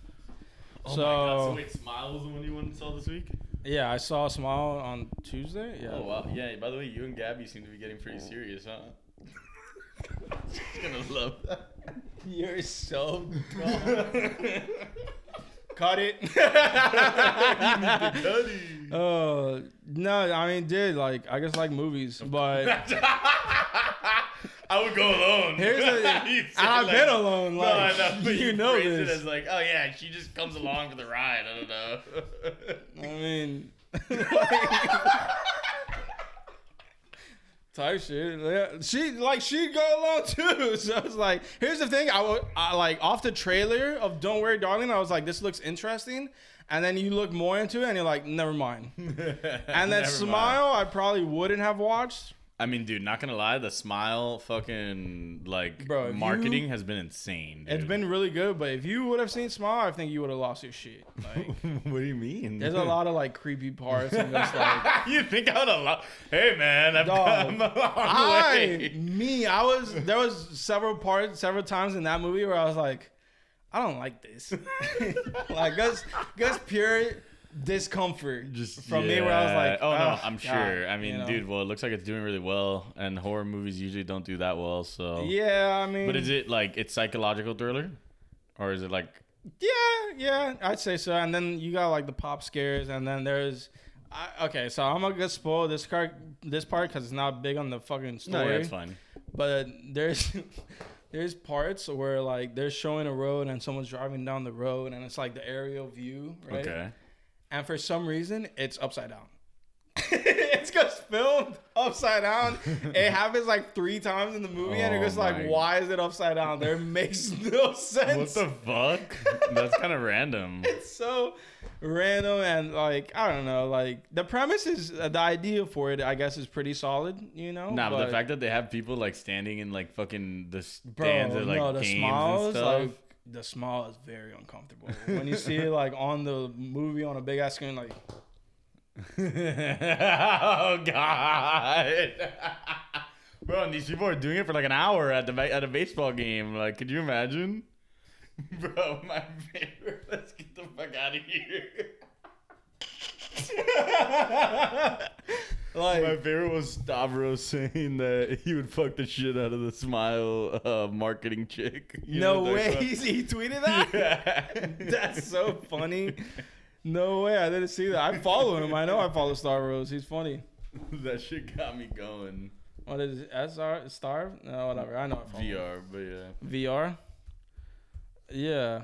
S3: Oh
S2: so
S3: my god. So wait, Smile was the one you went and saw this week?
S2: yeah, I saw Smile on Tuesday. Yeah.
S3: Oh wow. Yeah. By the way, you and Gabby seem to be getting pretty serious, [laughs] huh? She's gonna love [laughs] that.
S2: You're so Cut it. Uh, no, I mean, dude, like, I just like movies,
S3: [laughs]
S2: but
S3: [laughs] I would go alone.
S2: here's
S3: [laughs]
S2: the
S3: You
S2: and
S3: said,
S2: I've
S3: like-
S2: been alone,
S3: No, I
S2: like,
S3: know. [laughs]
S2: [laughs]
S3: but
S2: you know
S3: phrased It
S2: this.
S3: as like, oh yeah, she just comes along for the ride. I don't know. [laughs]
S2: I mean, [laughs] type shit. Yeah. She like she go along too. [laughs] So it's like, here's the thing. I wa- I, like off the trailer of "Don't Worry, Darling." I was like, this looks interesting, and then you look more into it, and you're like, never mind. [laughs] And that smile, I probably wouldn't have watched.
S3: I mean, dude, not gonna lie, the smile, fucking like
S2: Bro, if
S3: marketing
S2: you-
S3: has been insane.
S2: It's been really good, but if you would have seen Smile, I think you would have lost your shit. [laughs] Like,
S3: [laughs] what do you mean?
S2: there's a lot of like creepy parts and just like.
S3: [laughs] you think I would have? Lo- hey man, I've
S2: Dog,
S3: come a long [laughs]
S2: I, [laughs]
S3: way.
S2: me, I was there was several parts, several times in that movie where I was like, I don't like this. [laughs] like that's that's pure discomfort from me where I was
S3: yeah.
S2: like,
S3: oh no,
S2: "Ugh,
S3: I'm
S2: God,"
S3: sure. I
S2: you
S3: mean,
S2: know?
S3: dude, well, it looks like it's doing really well, and horror movies usually don't do that well. So
S2: Yeah, I mean,
S3: But is it like it's psychological thriller, or is it like
S2: Yeah, yeah, I'd say so. And then you got like the pop scares, and then there's. I, okay, so I'm gonna get spoil this car, this part because it's not big on the fucking story.
S3: no? Yeah, it's fine.
S2: but there's [laughs] there's parts where like they're showing a road and someone's driving down the road and it's like the aerial view right
S3: Okay.
S2: and for some reason it's upside down [laughs] it's just filmed upside down
S3: [laughs]
S2: it happens like three times in the movie and
S3: Oh
S2: it goes like
S3: my-
S2: why is it upside down
S3: [laughs]
S2: there makes no
S3: What
S2: sense
S3: the fuck? [laughs] That's kind of random.
S2: [laughs] it's so random and like i don't know like the premise is uh, the idea for it i guess is pretty solid you know
S3: Nah, but,
S2: but-
S3: the fact that they have people like standing in like fucking the
S2: Bro,
S3: stands at like
S2: no, the
S3: games
S2: smile
S3: and
S2: is
S3: stuff.
S2: like the smile is very uncomfortable when you see it like on the movie on a big ass screen. Like,
S3: [laughs] oh god, [laughs] bro! And these people are doing it for like an hour at the ba- at a baseball game. Like, could you imagine? [laughs] Bro, my favorite. [laughs] Let's get the fuck out of here. [laughs] my favorite was Stavros [laughs] saying that he would fuck the shit out of the smile uh, marketing chick. You know
S2: no
S3: what I'm
S2: way.
S3: talking
S2: He, [laughs] he
S3: [laughs]
S2: tweeted that?
S3: about? Yeah. [laughs]
S2: That's so funny. No way. I didn't see that. I follow him. I know I follow Star Rose. He's funny.
S3: that shit got me going.
S2: What is it? SR? Star? No, whatever. I know I follow him.
S3: VR, but yeah.
S2: VR? Yeah.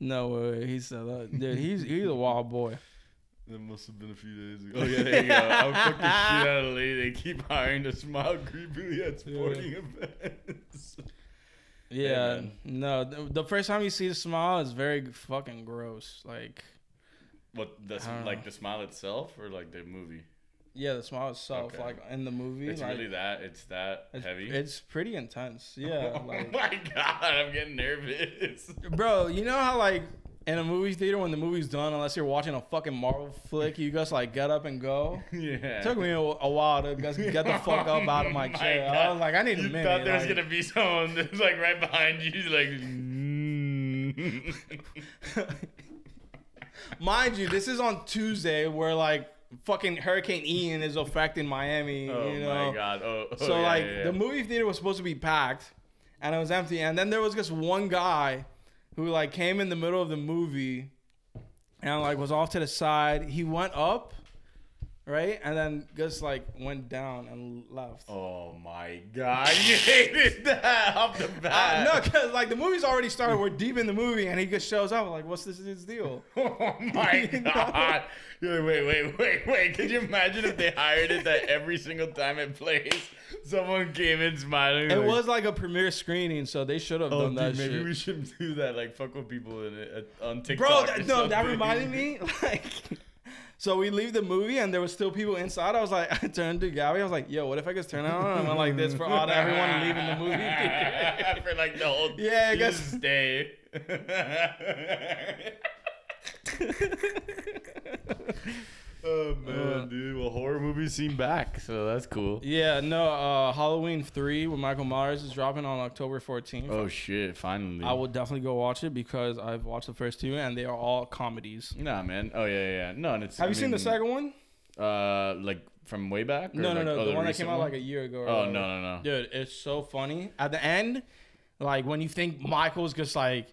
S2: No way. He said that. Dude, he's, he's a wild boy.
S3: That must have been a few days ago. Oh yeah,
S2: [laughs]
S3: there you go. I fucked the shit out of the lady. They keep hiring to smile creepily at sporting events.
S2: Yeah.
S3: man.
S2: no, the, the first time you see the smile is very fucking gross. Like,
S3: What? That's
S2: I don't
S3: like
S2: know.
S3: the smile itself, or like the movie?
S2: yeah, the smile itself,
S3: Okay.
S2: like in the movie,
S3: It's
S2: like,
S3: really that. It's that
S2: it's,
S3: heavy.
S2: it's pretty intense.
S3: [laughs]
S2: Yeah.
S3: oh
S2: like-
S3: my god, I'm getting nervous. [laughs]
S2: Bro, you know how like in a movie theater when the movie's done, unless you're watching a fucking Marvel flick, you just like get up and go.
S3: yeah. Oh
S2: It took me a, a while to just get the
S3: [laughs]
S2: fuck up out of my chair. I
S3: God.
S2: was like, I need a
S3: You
S2: minute.
S3: thought there was
S2: like-
S3: gonna be someone that's like right behind you, like. [laughs]
S2: [laughs]
S3: mm.
S2: Mind you, this is on Tuesday where like fucking Hurricane Ian is affecting Miami.
S3: Oh
S2: you know?
S3: my god! Oh, oh,
S2: So
S3: yeah,
S2: like
S3: yeah, yeah.
S2: the movie theater was supposed to be packed, and it was empty. And then there was just one guy who like came in the middle of the movie, and like was off to the side. He went up, right, and then just like went down and left.
S3: Oh my god! You [laughs] hated that off the
S2: Uh, no,
S3: bat.
S2: because like the movie's already started. We're deep in the movie, and he just shows up. Like, what's this dude's deal?
S3: [laughs] Oh
S2: [laughs]
S3: my god! You're like, wait, wait, wait, wait. Could you imagine if they hired it that every single time it plays, someone came in smiling?
S2: It
S3: like,
S2: was like a premiere screening, so they should have
S3: Oh,
S2: done
S3: dude,
S2: that
S3: maybe
S2: shit.
S3: we should do that. Like, fuck with people in it, uh, on TikTok.
S2: Bro,
S3: or
S2: that, no, that
S3: something.
S2: reminded me. [laughs] Like, so we leave the movie and there was still people inside. I was like, [laughs] I turned to Gabby. I was like, Yo, what if I just turn it on and went like this for all the
S3: [laughs]
S2: everyone leaving the movie? [laughs] theater?
S3: for like the whole
S2: Yeah, I
S3: you
S2: guess- [laughs]
S3: just stay. oh man,
S2: Uh.
S3: dude! Well, horror movies seem back, so that's cool.
S2: yeah, no. Uh, Halloween three with Michael Myers is dropping on October fourteenth.
S3: Oh shit! Finally,
S2: I will definitely go watch it because I've watched the first two and they are all comedies.
S3: Nah, man. Oh yeah, yeah. yeah. No, and it's.
S2: Have
S3: I
S2: you seen the
S3: mean,
S2: second one?
S3: Uh, like from way back. Or
S2: No, no,
S3: like,
S2: no.
S3: oh,
S2: The one that came
S3: recent
S2: out
S3: one?
S2: like a year ago. or
S3: Oh
S2: whatever.
S3: no, no, no.
S2: Dude, it's so funny. At the end, like when you think Michael's just like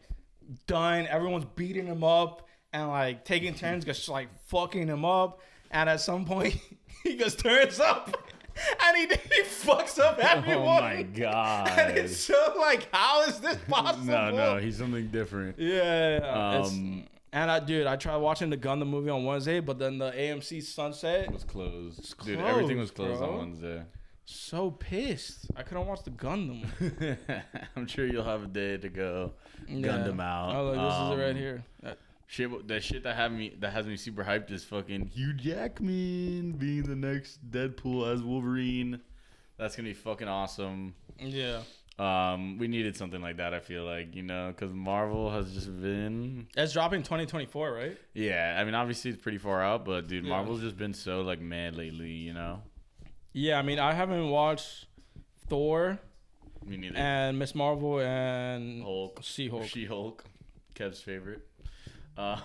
S2: done, everyone's beating him up and like taking turns just like fucking him up. And at some point, [laughs] he just turns up [laughs] and he, he fucks up
S3: [laughs]
S2: everyone. [laughs]
S3: Oh my god.
S2: And it's so like, how is this possible?
S3: [laughs] no, no. He's something different.
S2: Yeah, yeah, yeah. It's-
S3: Um,
S2: and I, dude, I tried watching the Gun the movie on Wednesday, but then the AMC Sunset
S3: was closed. Dude,
S2: closed,
S3: everything was closed
S2: bro.
S3: on Wednesday.
S2: so pissed. I couldn't watch the Gun the movie.
S3: [laughs] I'm sure you'll have a day to go gun them out.
S2: Oh, look, this is it right
S3: Um,
S2: here. Uh,
S3: Shit, that shit that have me that has me super hyped is fucking Hugh Jackman being the next Deadpool as Wolverine. That's gonna be fucking awesome.
S2: Yeah.
S3: Um, we needed something like that. I feel like you know, because Marvel has just been
S2: That's dropping 2024, right?
S3: yeah. I mean, obviously it's pretty far out, but dude, Marvel's just been so like mad lately. You know,
S2: Yeah, I mean, I haven't watched Thor
S3: we needed
S2: and Miss Marvel and
S3: Hulk,
S2: She Hulk.
S3: She Hulk, Kev's favorite. Uh,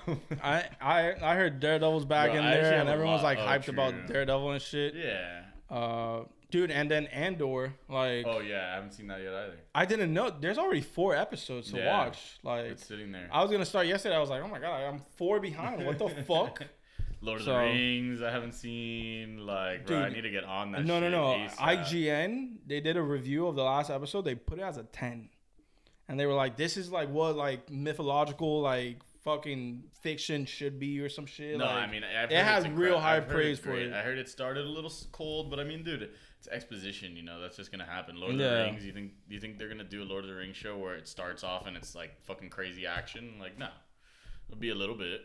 S2: I, I I heard Daredevil's back
S3: Bro,
S2: in
S3: I actually
S2: there,
S3: have
S2: and
S3: a
S2: everyone's
S3: lot-
S2: like
S3: oh,
S2: hyped
S3: true.
S2: about Daredevil and shit.
S3: [laughs] yeah.
S2: Uh, dude, and then Andor, like
S3: Oh yeah, I haven't seen that yet either.
S2: I didn't know there's already four episodes to
S3: Yeah.
S2: watch. Like
S3: It's sitting there.
S2: I was gonna start yesterday, I was like, oh my god, I'm four behind. What
S3: [laughs]
S2: the fuck?
S3: Lord of
S2: So-
S3: the Rings, I haven't seen. Like, bro, I
S2: Dude,
S3: need to get on that.
S2: No, no,
S3: shit
S2: no.
S3: ASAP.
S2: IGN, they did a review of the last episode. They put it as a 10. And they were like, this is like what like mythological like fucking fiction should be or some shit.
S3: No,
S2: like,
S3: I mean, uh, I've
S2: it
S3: heard
S2: had
S3: it's incre-
S2: real high
S3: I've heard
S2: praise
S3: it's
S2: for
S3: great.
S2: it.
S3: I heard it started a little s- cold, but I mean, dude, it's exposition. You know, that's just gonna happen. Lord of
S2: Yeah.
S3: the Rings. You think you think they're gonna do a Lord of the Rings show where it starts off and it's like fucking crazy action? Like, no, it'll be a little bit.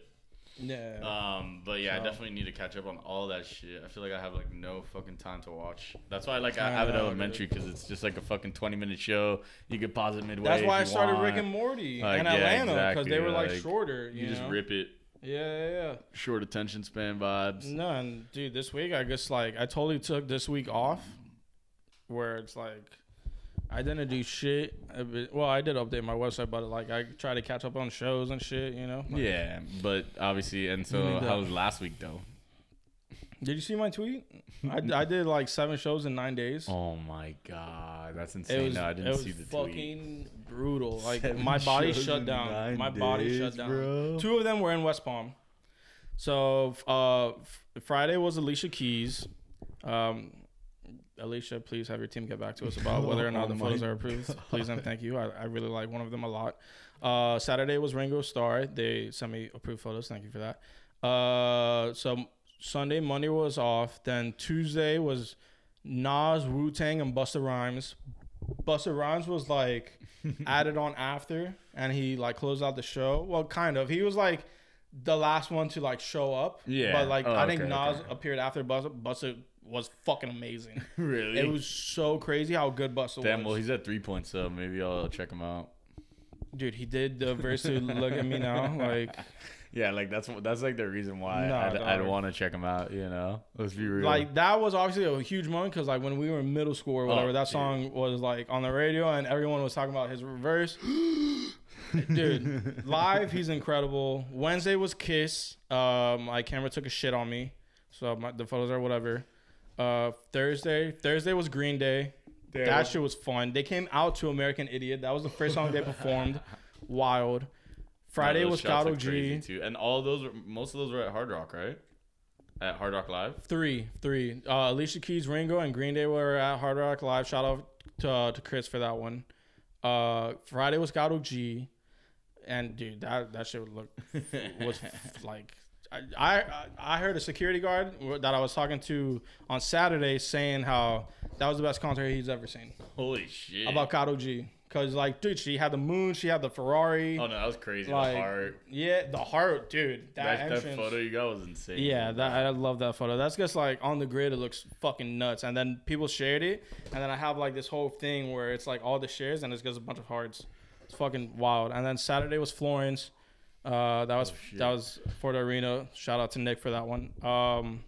S2: yeah.
S3: Um, but yeah,
S2: So-
S3: I definitely need to catch up on all that shit. I feel like I have like no fucking time to watch. That's why like I
S2: I
S3: have it
S2: know,
S3: elementary because it's just like a fucking twenty minute show. You could pause it midway.
S2: That's
S3: if
S2: why I
S3: you
S2: started
S3: want.
S2: Rick and Morty
S3: Like,
S2: in
S3: yeah,
S2: Atlanta because they
S3: exactly,
S2: were like,
S3: like,
S2: shorter. You,
S3: You just
S2: know?
S3: rip it.
S2: Yeah, yeah, yeah.
S3: Short attention span vibes.
S2: No, and dude, this week I guess like I totally took this week off, where it's like I didn't do shit. A bit- Well, I did update my website, but like I try to catch up on shows and shit. You know. Like,
S3: Yeah, but obviously, and so
S2: need that.
S3: how was last week though?
S2: Did you see my tweet? I, I did like seven shows in nine days.
S3: Oh my god, that's insane!
S2: It was,
S3: no, I
S2: it
S3: didn't
S2: was
S3: see the
S2: fucking
S3: tweet.
S2: brutal. Like
S3: Seven
S2: my body
S3: shows in
S2: shut
S3: nine
S2: down. My body
S3: days,
S2: shut down.
S3: bro.
S2: Two of them were in West Palm. So uh, f- Friday was Alicia Keys. Um, Alicia, please have your team get back to us
S3: [laughs]
S2: about whether or not the photos are approved. Please and thank you. I, I really like one of them a lot. Uh, Saturday was Ringo Starr. They sent me approved photos. Thank you for that. Uh, so Sunday, Monday was off. Then Tuesday was Nas, Wu Tang, and Busta Rhymes. Busta Rhymes was
S3: [laughs]
S2: like added on after, and he like closed out the show. Well, kind of. He was like the last one to like show up.
S3: Yeah.
S2: But like
S3: Oh,
S2: I think
S3: okay,
S2: Nas
S3: okay.
S2: appeared after Busta. Busta was fucking amazing.
S3: [laughs] [laughs] Really?
S2: It was so crazy how good Busta
S3: Damn,
S2: was.
S3: well, he's at three points, so maybe I'll check him out.
S2: Dude, he did the verse to "Look at Me
S3: [laughs]
S2: Now." Like,
S3: Yeah, like that's that's like the reason why
S2: Nah,
S3: I'd, I'd
S2: dog.
S3: want to check him out. You know, let's be real.
S2: like that was obviously a huge moment because like when we were in middle school or whatever,
S3: Oh,
S2: that
S3: dude.
S2: song was like on the radio and everyone was talking about his
S3: [gasps]
S2: reverse.
S3: [laughs]
S2: Dude, live, he's incredible. Wednesday was Kiss. Um, my camera took a shit on me, so my, the photos are whatever. Uh, Thursday, Thursday was Green Day. That shit was fun. They came out to American Idiot. That was the first song they
S3: [laughs]
S2: performed. Wild.
S3: Wow,
S2: Friday
S3: those
S2: was
S3: shots
S2: Gato
S3: look crazy,
S2: G.
S3: too. and all those were most of those were at Hard Rock, right? At Hard Rock Live.
S2: Three, three. Uh, Alicia Keys, Ringo, and Green Day were at Hard Rock Live. Shout out to, uh, to Chris for that one. Uh, Friday was Gato G, and dude, that that shit
S3: [laughs]
S2: would look was like. I, I I heard a security guard that I was talking to on Saturday saying how that was the best concert he's ever seen
S3: Holy shit!
S2: about Gato G. Cause like, dude, she had the moon, she had the Ferrari,
S3: oh no, that was crazy.
S2: like,
S3: the heart.
S2: yeah, the heart, dude. That,
S3: That, that
S2: entrance,
S3: photo you got was insane.
S2: yeah, that I love that photo. That's just like on the grid. It looks fucking nuts. And then people shared it, and then I have like this whole thing where it's like all the shares and it's just a bunch of hearts. It's fucking wild. And then Saturday was Florence. Uh, that was
S3: Oh,
S2: that was for the arena. Shout out to Nick for that one. Um,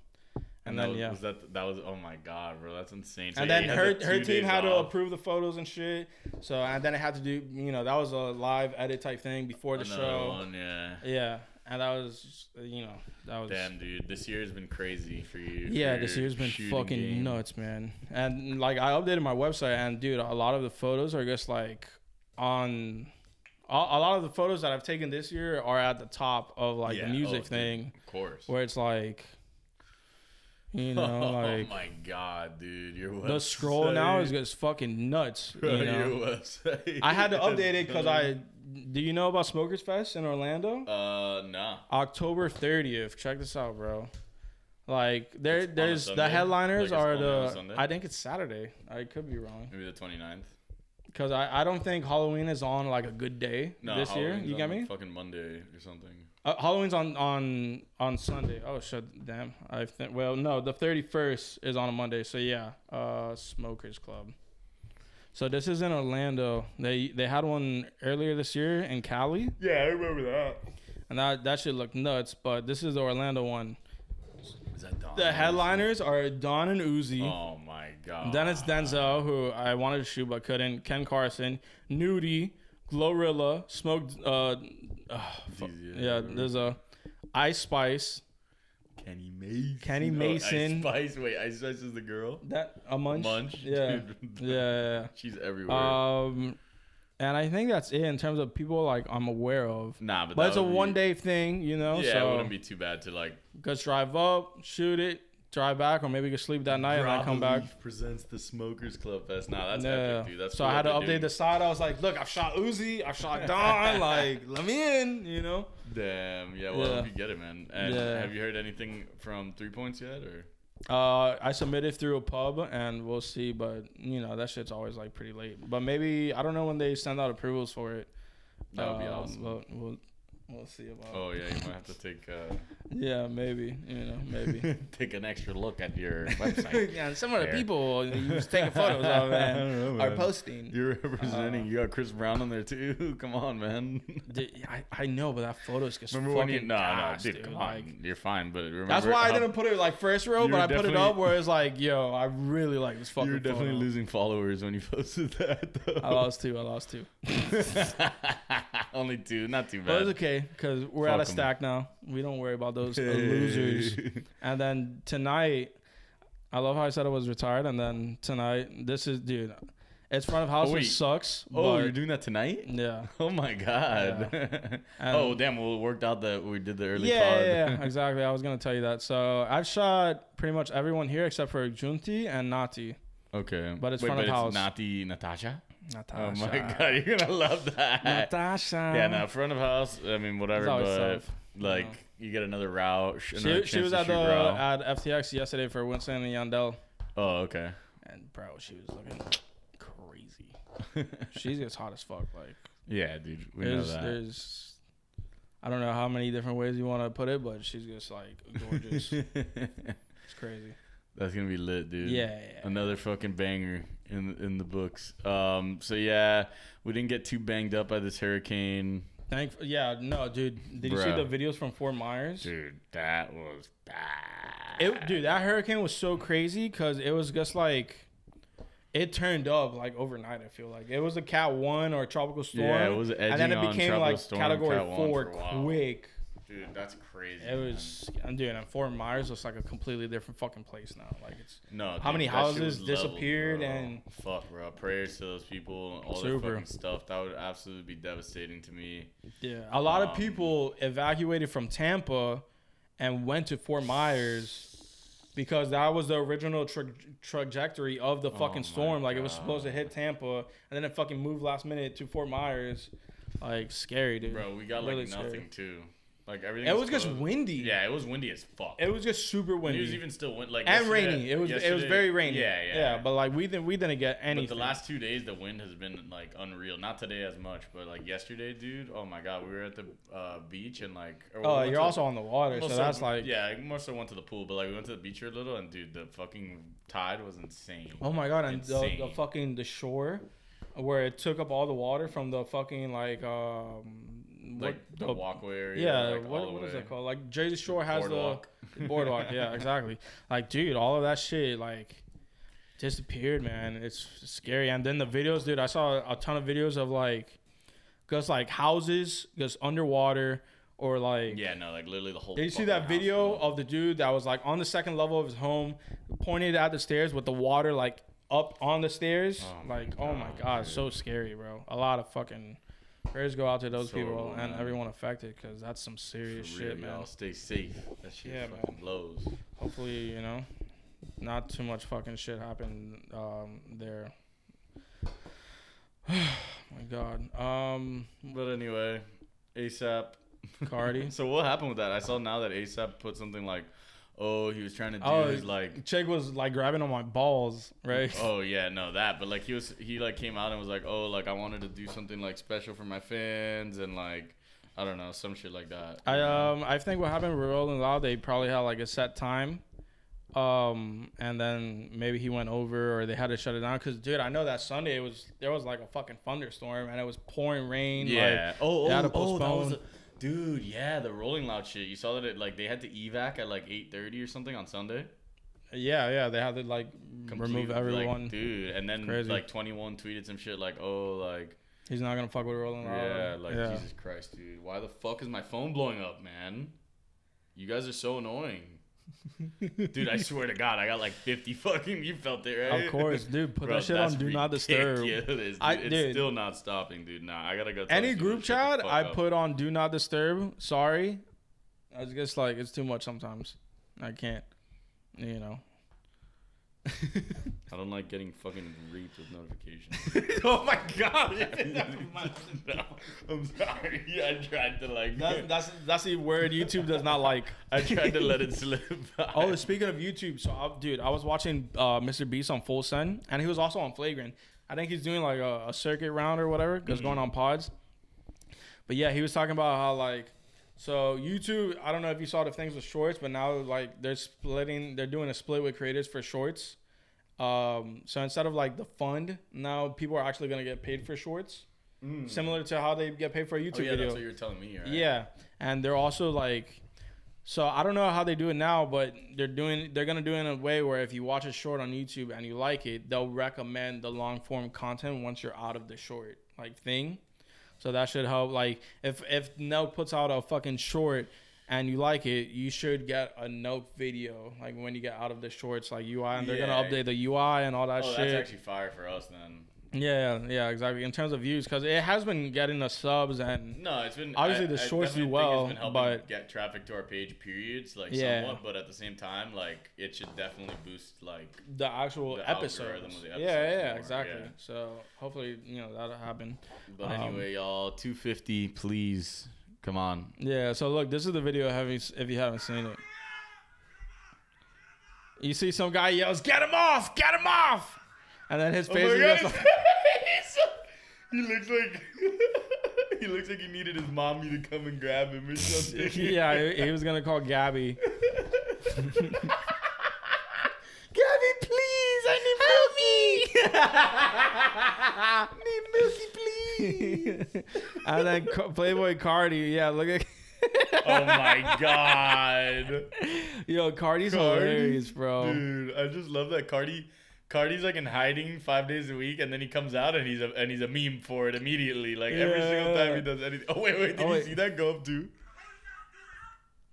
S2: and,
S3: And
S2: then
S3: that was,
S2: yeah,
S3: was that that was oh my god, bro, that's insane. So
S2: and
S3: yeah,
S2: then
S3: you had
S2: her
S3: the
S2: her
S3: two
S2: team
S3: days
S2: had to
S3: off.
S2: approve the photos and shit. So and then I had to do you know that was a live edit type thing before the
S3: Another
S2: show.
S3: one, yeah.
S2: Yeah, and that was you know that was
S3: Damn, dude, this year's been crazy for you.
S2: Yeah,
S3: for
S2: this
S3: your
S2: year's been
S3: shooting
S2: fucking
S3: game.
S2: nuts, man. And like I updated my website, and dude, a lot of the photos are just like on. A a lot of the photos that I've taken this year are at the top of like
S3: Yeah,
S2: the
S3: oh,
S2: music
S3: dude,
S2: thing,
S3: Of course.
S2: where it's like,
S3: [laughs]
S2: you know,
S3: oh
S2: like
S3: my god, dude, your website.
S2: the scroll now is just fucking
S3: [laughs]
S2: nuts. You
S3: Bro,
S2: know?
S3: your website
S2: I had to
S3: [laughs] is
S2: update it because
S3: nuts.
S2: I. Do you know about Smokers Fest in Orlando?
S3: Uh, nah.
S2: October 30th. Check this out, bro. Like there,
S3: a
S2: there's the
S3: Sunday?
S2: headliners
S3: Like, it's
S2: are
S3: only on a
S2: the.
S3: Sunday?
S2: I think it's Saturday. I could be wrong
S3: Maybe the 29th.
S2: because I, I don't think Halloween is on like a good day
S3: No,
S2: this
S3: Halloween's
S2: year. You get
S3: on
S2: me?
S3: Fucking Monday or something.
S2: Uh, Halloween's on on on Sunday. Oh shit, damn. I think well no, the 31st is on a Monday. So yeah, uh, Smokers Club. So this is in Orlando. They they had one earlier this year in Cali.
S3: Yeah, I remember that.
S2: And that that shit looked nuts, but this is the Orlando one.
S3: Is that Don?
S2: The headliners are Don and Uzi.
S3: Oh my god.
S2: Then it's Denzel, who I wanted to shoot but couldn't. Ken Carson, Nudie, Glorilla, Smoke. Uh, ah, fu-
S3: Easy,
S2: yeah, there's a Ice Spice.
S3: Kenny Mason.
S2: Kenny
S3: Oh,
S2: Mason.
S3: Ice Spice. Wait, Ice Spice is the girl.
S2: That a munch.
S3: Munch.
S2: Yeah.
S3: Dude.
S2: yeah.
S3: [laughs]
S2: yeah,
S3: She's everywhere.
S2: yeah. Um, and I think that's it in terms of people like I'm aware of.
S3: nah, but,
S2: But
S3: that
S2: it's a
S3: would be-
S2: one day thing, you know.
S3: Yeah, it
S2: so
S3: wouldn't be too bad to like.
S2: just drive up, shoot it, drive back, or maybe you can sleep that night and then come back.
S3: Rob Leaf presents the Smokers Club Fest. Nah, that's
S2: Yeah.
S3: epic, dude. That's
S2: so I
S3: cool
S2: had to
S3: what
S2: update
S3: they're
S2: the side. I was like, look, I've shot Uzi, I've [laughs] shot Don, like, let me in, you know?
S3: doing. Damn. Yeah. Well,
S2: Yeah.
S3: if you get it, man. And
S2: Yeah.
S3: have you heard anything from Three Points yet, or?
S2: Uh, I submitted through a pub and we'll see, but you know, that shit's always like pretty late. But maybe, I don't know when they send out approvals for it.
S3: That would be
S2: Um,
S3: awesome.
S2: But we'll, We'll see about.
S3: Oh yeah, you might have to take uh,
S2: Yeah, maybe. You know, [laughs] maybe.
S3: take an extra look at [laughs] your website.
S2: yeah, some of the
S3: Fair.
S2: people you was taking photos of [laughs] man,
S3: know,
S2: are
S3: man.
S2: posting.
S3: You're representing. you got Chris Brown on there too. [laughs] Come on,
S2: [laughs]
S3: man.
S2: Dude, I, I know, but that photos gets
S3: Remember when
S2: fucking
S3: you? No,
S2: gosh,
S3: no, dude, come on.
S2: like-
S3: You're fine, but remember
S2: that's why I
S3: how-
S2: didn't put it like first row,
S3: You
S2: but
S3: were
S2: I put it
S3: definitely-
S2: up where it's like, yo, I really like this fucking.
S3: You were definitely
S2: photo.
S3: losing followers when you [laughs] posted that. Though.
S2: I lost two. I lost two.
S3: [laughs] Only two, not too
S2: But it's
S3: bad.
S2: okay because we're at a
S3: Fuck 'em.
S2: stack now. We don't worry about those uh,
S3: [laughs]
S2: losers. And then tonight, I love how I said I was retired. And then tonight, this is dude, it's front of house,
S3: wait.
S2: which sucks.
S3: Oh,
S2: but-
S3: you're doing that tonight?
S2: yeah, Um,
S3: Oh my god. [laughs] oh damn, well it worked out that we did the early
S2: yeah,
S3: pod.
S2: yeah,
S3: [laughs]
S2: yeah, exactly. I was gonna tell you that. So I've shot pretty much everyone here except for Junti and Nati.
S3: okay.
S2: But it's
S3: Wait,
S2: front
S3: but
S2: of house.
S3: It's not the Natasha.
S2: Natasha.
S3: Oh my god, you're gonna love that.
S2: Natasha.
S3: Yeah, no, front of house. I mean, whatever,
S2: Um, always
S3: but
S2: tough.
S3: like you get another route. sh- another
S2: She, she
S3: chance
S2: was
S3: to
S2: at
S3: shoot
S2: the uh,
S3: route.
S2: at FTX yesterday for Winston and Yandel, [laughs]
S3: oh, okay.
S2: and bro, she was looking crazy. She's just hot as fuck. Like
S3: Yeah, dude, we know
S2: there's
S3: that.
S2: there's I don't know how many different ways you want to put it, but she's just like gorgeous. it's crazy.
S3: [laughs] That's gonna be lit, dude.
S2: Yeah, yeah, yeah.
S3: Another fucking banger in in the books. Um, so yeah, we didn't get too banged up by this hurricane,
S2: Thank yeah no dude. Did you see the
S3: Bruh.
S2: videos from Fort Myers?
S3: dude. That was bad.
S2: It, dude, that hurricane was so crazy because it was just like it turned up like overnight. I feel like it was a Cat One or a tropical storm.
S3: Yeah, it was
S2: and then
S3: edging
S2: it
S3: on
S2: became
S3: tropical
S2: like
S3: storm,
S2: Category
S3: Cat 1
S2: Four
S3: for a while.
S2: quick.
S3: dude, that's crazy.
S2: It was, I'm doing. And Fort Myers was like a completely different fucking place now. Like it's
S3: no.
S2: how many
S3: that shit was
S2: houses
S3: leveled,
S2: disappeared
S3: bro.
S2: and-
S3: fuck, bro. Prayers to those people, and all
S2: Super.
S3: their fucking stuff. That would absolutely be devastating to me.
S2: yeah, a lot
S3: Um,
S2: of people evacuated from Tampa and went to Fort Myers because that was the original tra- trajectory of the fucking
S3: Oh my
S2: storm. Like it was supposed to hit Tampa and then it fucking moved last minute to Fort Myers. Like scary, dude.
S3: Bro, we got like
S2: Really
S3: nothing
S2: scary.
S3: too. Like everything.
S2: It was just
S3: closed.
S2: windy.
S3: Yeah, it was windy as fuck.
S2: It was just super
S3: And
S2: windy.
S3: It was even still wind like
S2: and
S3: yesterday-
S2: rainy. It was it was
S3: yesterday-
S2: very rainy.
S3: Yeah, yeah.
S2: Yeah, but like we didn't we didn't get anything.
S3: But the last two days, the wind has been like unreal. Not today as much, but like yesterday, dude. Oh my god, we were at the uh, beach and like. or we
S2: Oh,
S3: went
S2: you're
S3: to-
S2: also on the water, so
S3: most
S2: that's
S3: of-
S2: like
S3: Yeah, I more so went to the pool, but like we went to the beach for a little, and dude, the fucking tide was insane.
S2: Oh my god, and the, the
S3: Insane.
S2: fucking the shore where it took up all the water from the fucking like um
S3: Like
S2: what-
S3: the walkway area.
S2: yeah
S3: like, all
S2: what,
S3: the
S2: what is
S3: way.
S2: that called like Jersey Shore has
S3: Boardwalk.
S2: the [laughs] boardwalk
S3: [laughs]
S2: yeah exactly like dude all of that shit like disappeared man it's scary and then the videos dude I saw a ton of videos of like just like houses just underwater or like
S3: Yeah, no, like literally the whole.
S2: did you see
S3: fucking
S2: that
S3: house
S2: video
S3: was-
S2: of the dude that was like on the second level of his home, pointed at the stairs with the water like up on the stairs?
S3: my
S2: like, oh my
S3: God,
S2: god, so scary, bro. A lot of fucking prayers go out to those
S3: So
S2: people
S3: horrible,
S2: and
S3: man.
S2: everyone affected because that's some serious
S3: For real,
S2: Oh, shit,
S3: man.
S2: man.
S3: I'll stay safe. That shit
S2: Yeah, man.
S3: fucking blows.
S2: Hopefully, you know, not too much fucking shit happened um, there. [sighs] Oh my god, um,
S3: But anyway, ASAP. [laughs]
S2: Cardi.
S3: So what happened with that? I saw now that ASAP put something like, "Oh, he was trying to do
S2: Oh,
S3: his
S2: [laughs]
S3: like."
S2: Chick was like grabbing on my balls, right?
S3: Oh yeah, no that, but like he was he like came out and was like, "Oh, like I wanted to do something like special for my fans and like I don't know, some shit like that."
S2: I um I think what happened with Rolling Loud, they probably had like a set time, um, and then maybe he went over or they had to shut it down. Cause dude, I know that Sunday it was there was like a fucking thunderstorm and it was pouring rain.
S3: yeah.
S2: Like,
S3: oh,
S2: they had
S3: oh,
S2: to
S3: oh, that was
S2: postpone.
S3: a, dude, yeah, the Rolling Loud shit. You saw that it like they had to evac at like 8:30 or something on Sunday.
S2: yeah, yeah. They had to like remove
S3: Completely, like,
S2: everyone.
S3: dude, and then
S2: Crazy.
S3: like 21 tweeted some shit like, "Oh, like
S2: He's not gonna fuck with Rolling Loud.
S3: Yeah, like Jesus Christ, dude. Why the fuck is my phone blowing up, man? You guys are so annoying.
S2: [laughs]
S3: dude, I swear to God, I got like 50 fucking. You felt it, right?
S2: Of course, dude. Put
S3: Bro,
S2: that shit on
S3: that's
S2: Do Not Disturb.
S3: ridiculous, Dude.
S2: I-
S3: it's
S2: dude.
S3: still not stopping, dude. Nah, I gotta go. tell
S2: Any
S3: this dude
S2: group
S3: to shut the
S2: chat,
S3: fuck
S2: I
S3: up.
S2: put on Do Not Disturb. Sorry, I was just like it's too much sometimes. I can't, you know.
S3: I don't like getting fucking reaped with notifications.
S2: [laughs]
S3: [laughs]
S7: oh my god.
S3: no, I'm sorry. Yeah, I tried to like.
S2: That's, that's that's the word YouTube does not like.
S3: [laughs] I [laughs] tried to let it slip. by.
S2: [laughs] Oh, speaking of YouTube, so I, dude, I was watching uh, Mr. Beast on Full Sun, and he was
S3: Mm-hmm.
S2: also on Flagrant. I think he's doing like a, a circuit round or whatever that's going on pods. But yeah, he was talking about how like so YouTube. I don't know if you saw the things with shorts, but now like they're splitting. They're doing a split with creators for shorts. Um, so instead of like the fund, now people are actually gonna get paid for shorts, similar to how they get paid for a YouTube
S3: [laughs] Mm. Oh, yeah,
S2: video.
S3: that's what you were telling me. Right?
S2: Yeah, and they're also like, so I don't know how they do it now, but they're doing they're gonna do it in a way where if you watch a short on YouTube and you like it, they'll recommend the long form content once you're out of the short like thing. So that should help. Like if if Note puts out a fucking short and you like it, you should get a Note video like when you get out of the shorts like UI, and they're gonna
S3: Yeah.
S2: update the UI and all that
S3: Oh,
S2: shit.
S3: that's actually fire for us then.
S2: yeah, yeah, exactly. In terms of views, because it has been getting the subs and
S3: No, it's been
S2: Obviously,
S3: I-
S2: the
S3: I
S2: shorts do
S3: definitely think it's
S2: well,
S3: been helping
S2: but-
S3: get traffic to our page. Periods, like
S2: Yeah.
S3: somewhat, but at the same time, like it should definitely boost like
S2: the actual
S3: The
S2: episode.
S3: algorithm of the
S2: Yeah,
S3: episodes
S2: yeah, yeah,
S3: more,
S2: exactly.
S3: yeah.
S2: So hopefully, you know, that'll happen.
S3: But anyway, y'all, 250, please. Come on.
S2: Yeah. So look, this is the video. Have you, if you haven't seen it, you see some guy yells, "Get him off! Get him off!" And then
S3: Oh
S2: his face. is just
S3: [laughs]
S2: like- [laughs]
S3: he looks like [laughs] he looks like he needed his mommy to come and grab him
S2: [laughs]
S3: or something.
S2: yeah, he, he was gonna call Gabby.
S8: Gabby, please, I need
S2: [laughs]
S8: milky. need milky, please.
S3: [laughs]
S2: And then Ca- Playboy Cardi. Yeah, look at.
S3: [laughs] Oh my
S2: [laughs]
S3: god,
S2: Yo, Cardi's
S3: Cardi,
S2: hilarious, bro.
S3: dude! I just love that Cardi. Cardi's like in hiding five days a week, and then he comes out and he's a and he's a meme for it immediately. Like every single time
S2: Yeah.
S3: he does anything. Oh wait, wait, did
S2: Oh,
S3: you
S2: wait.
S3: see that go up too?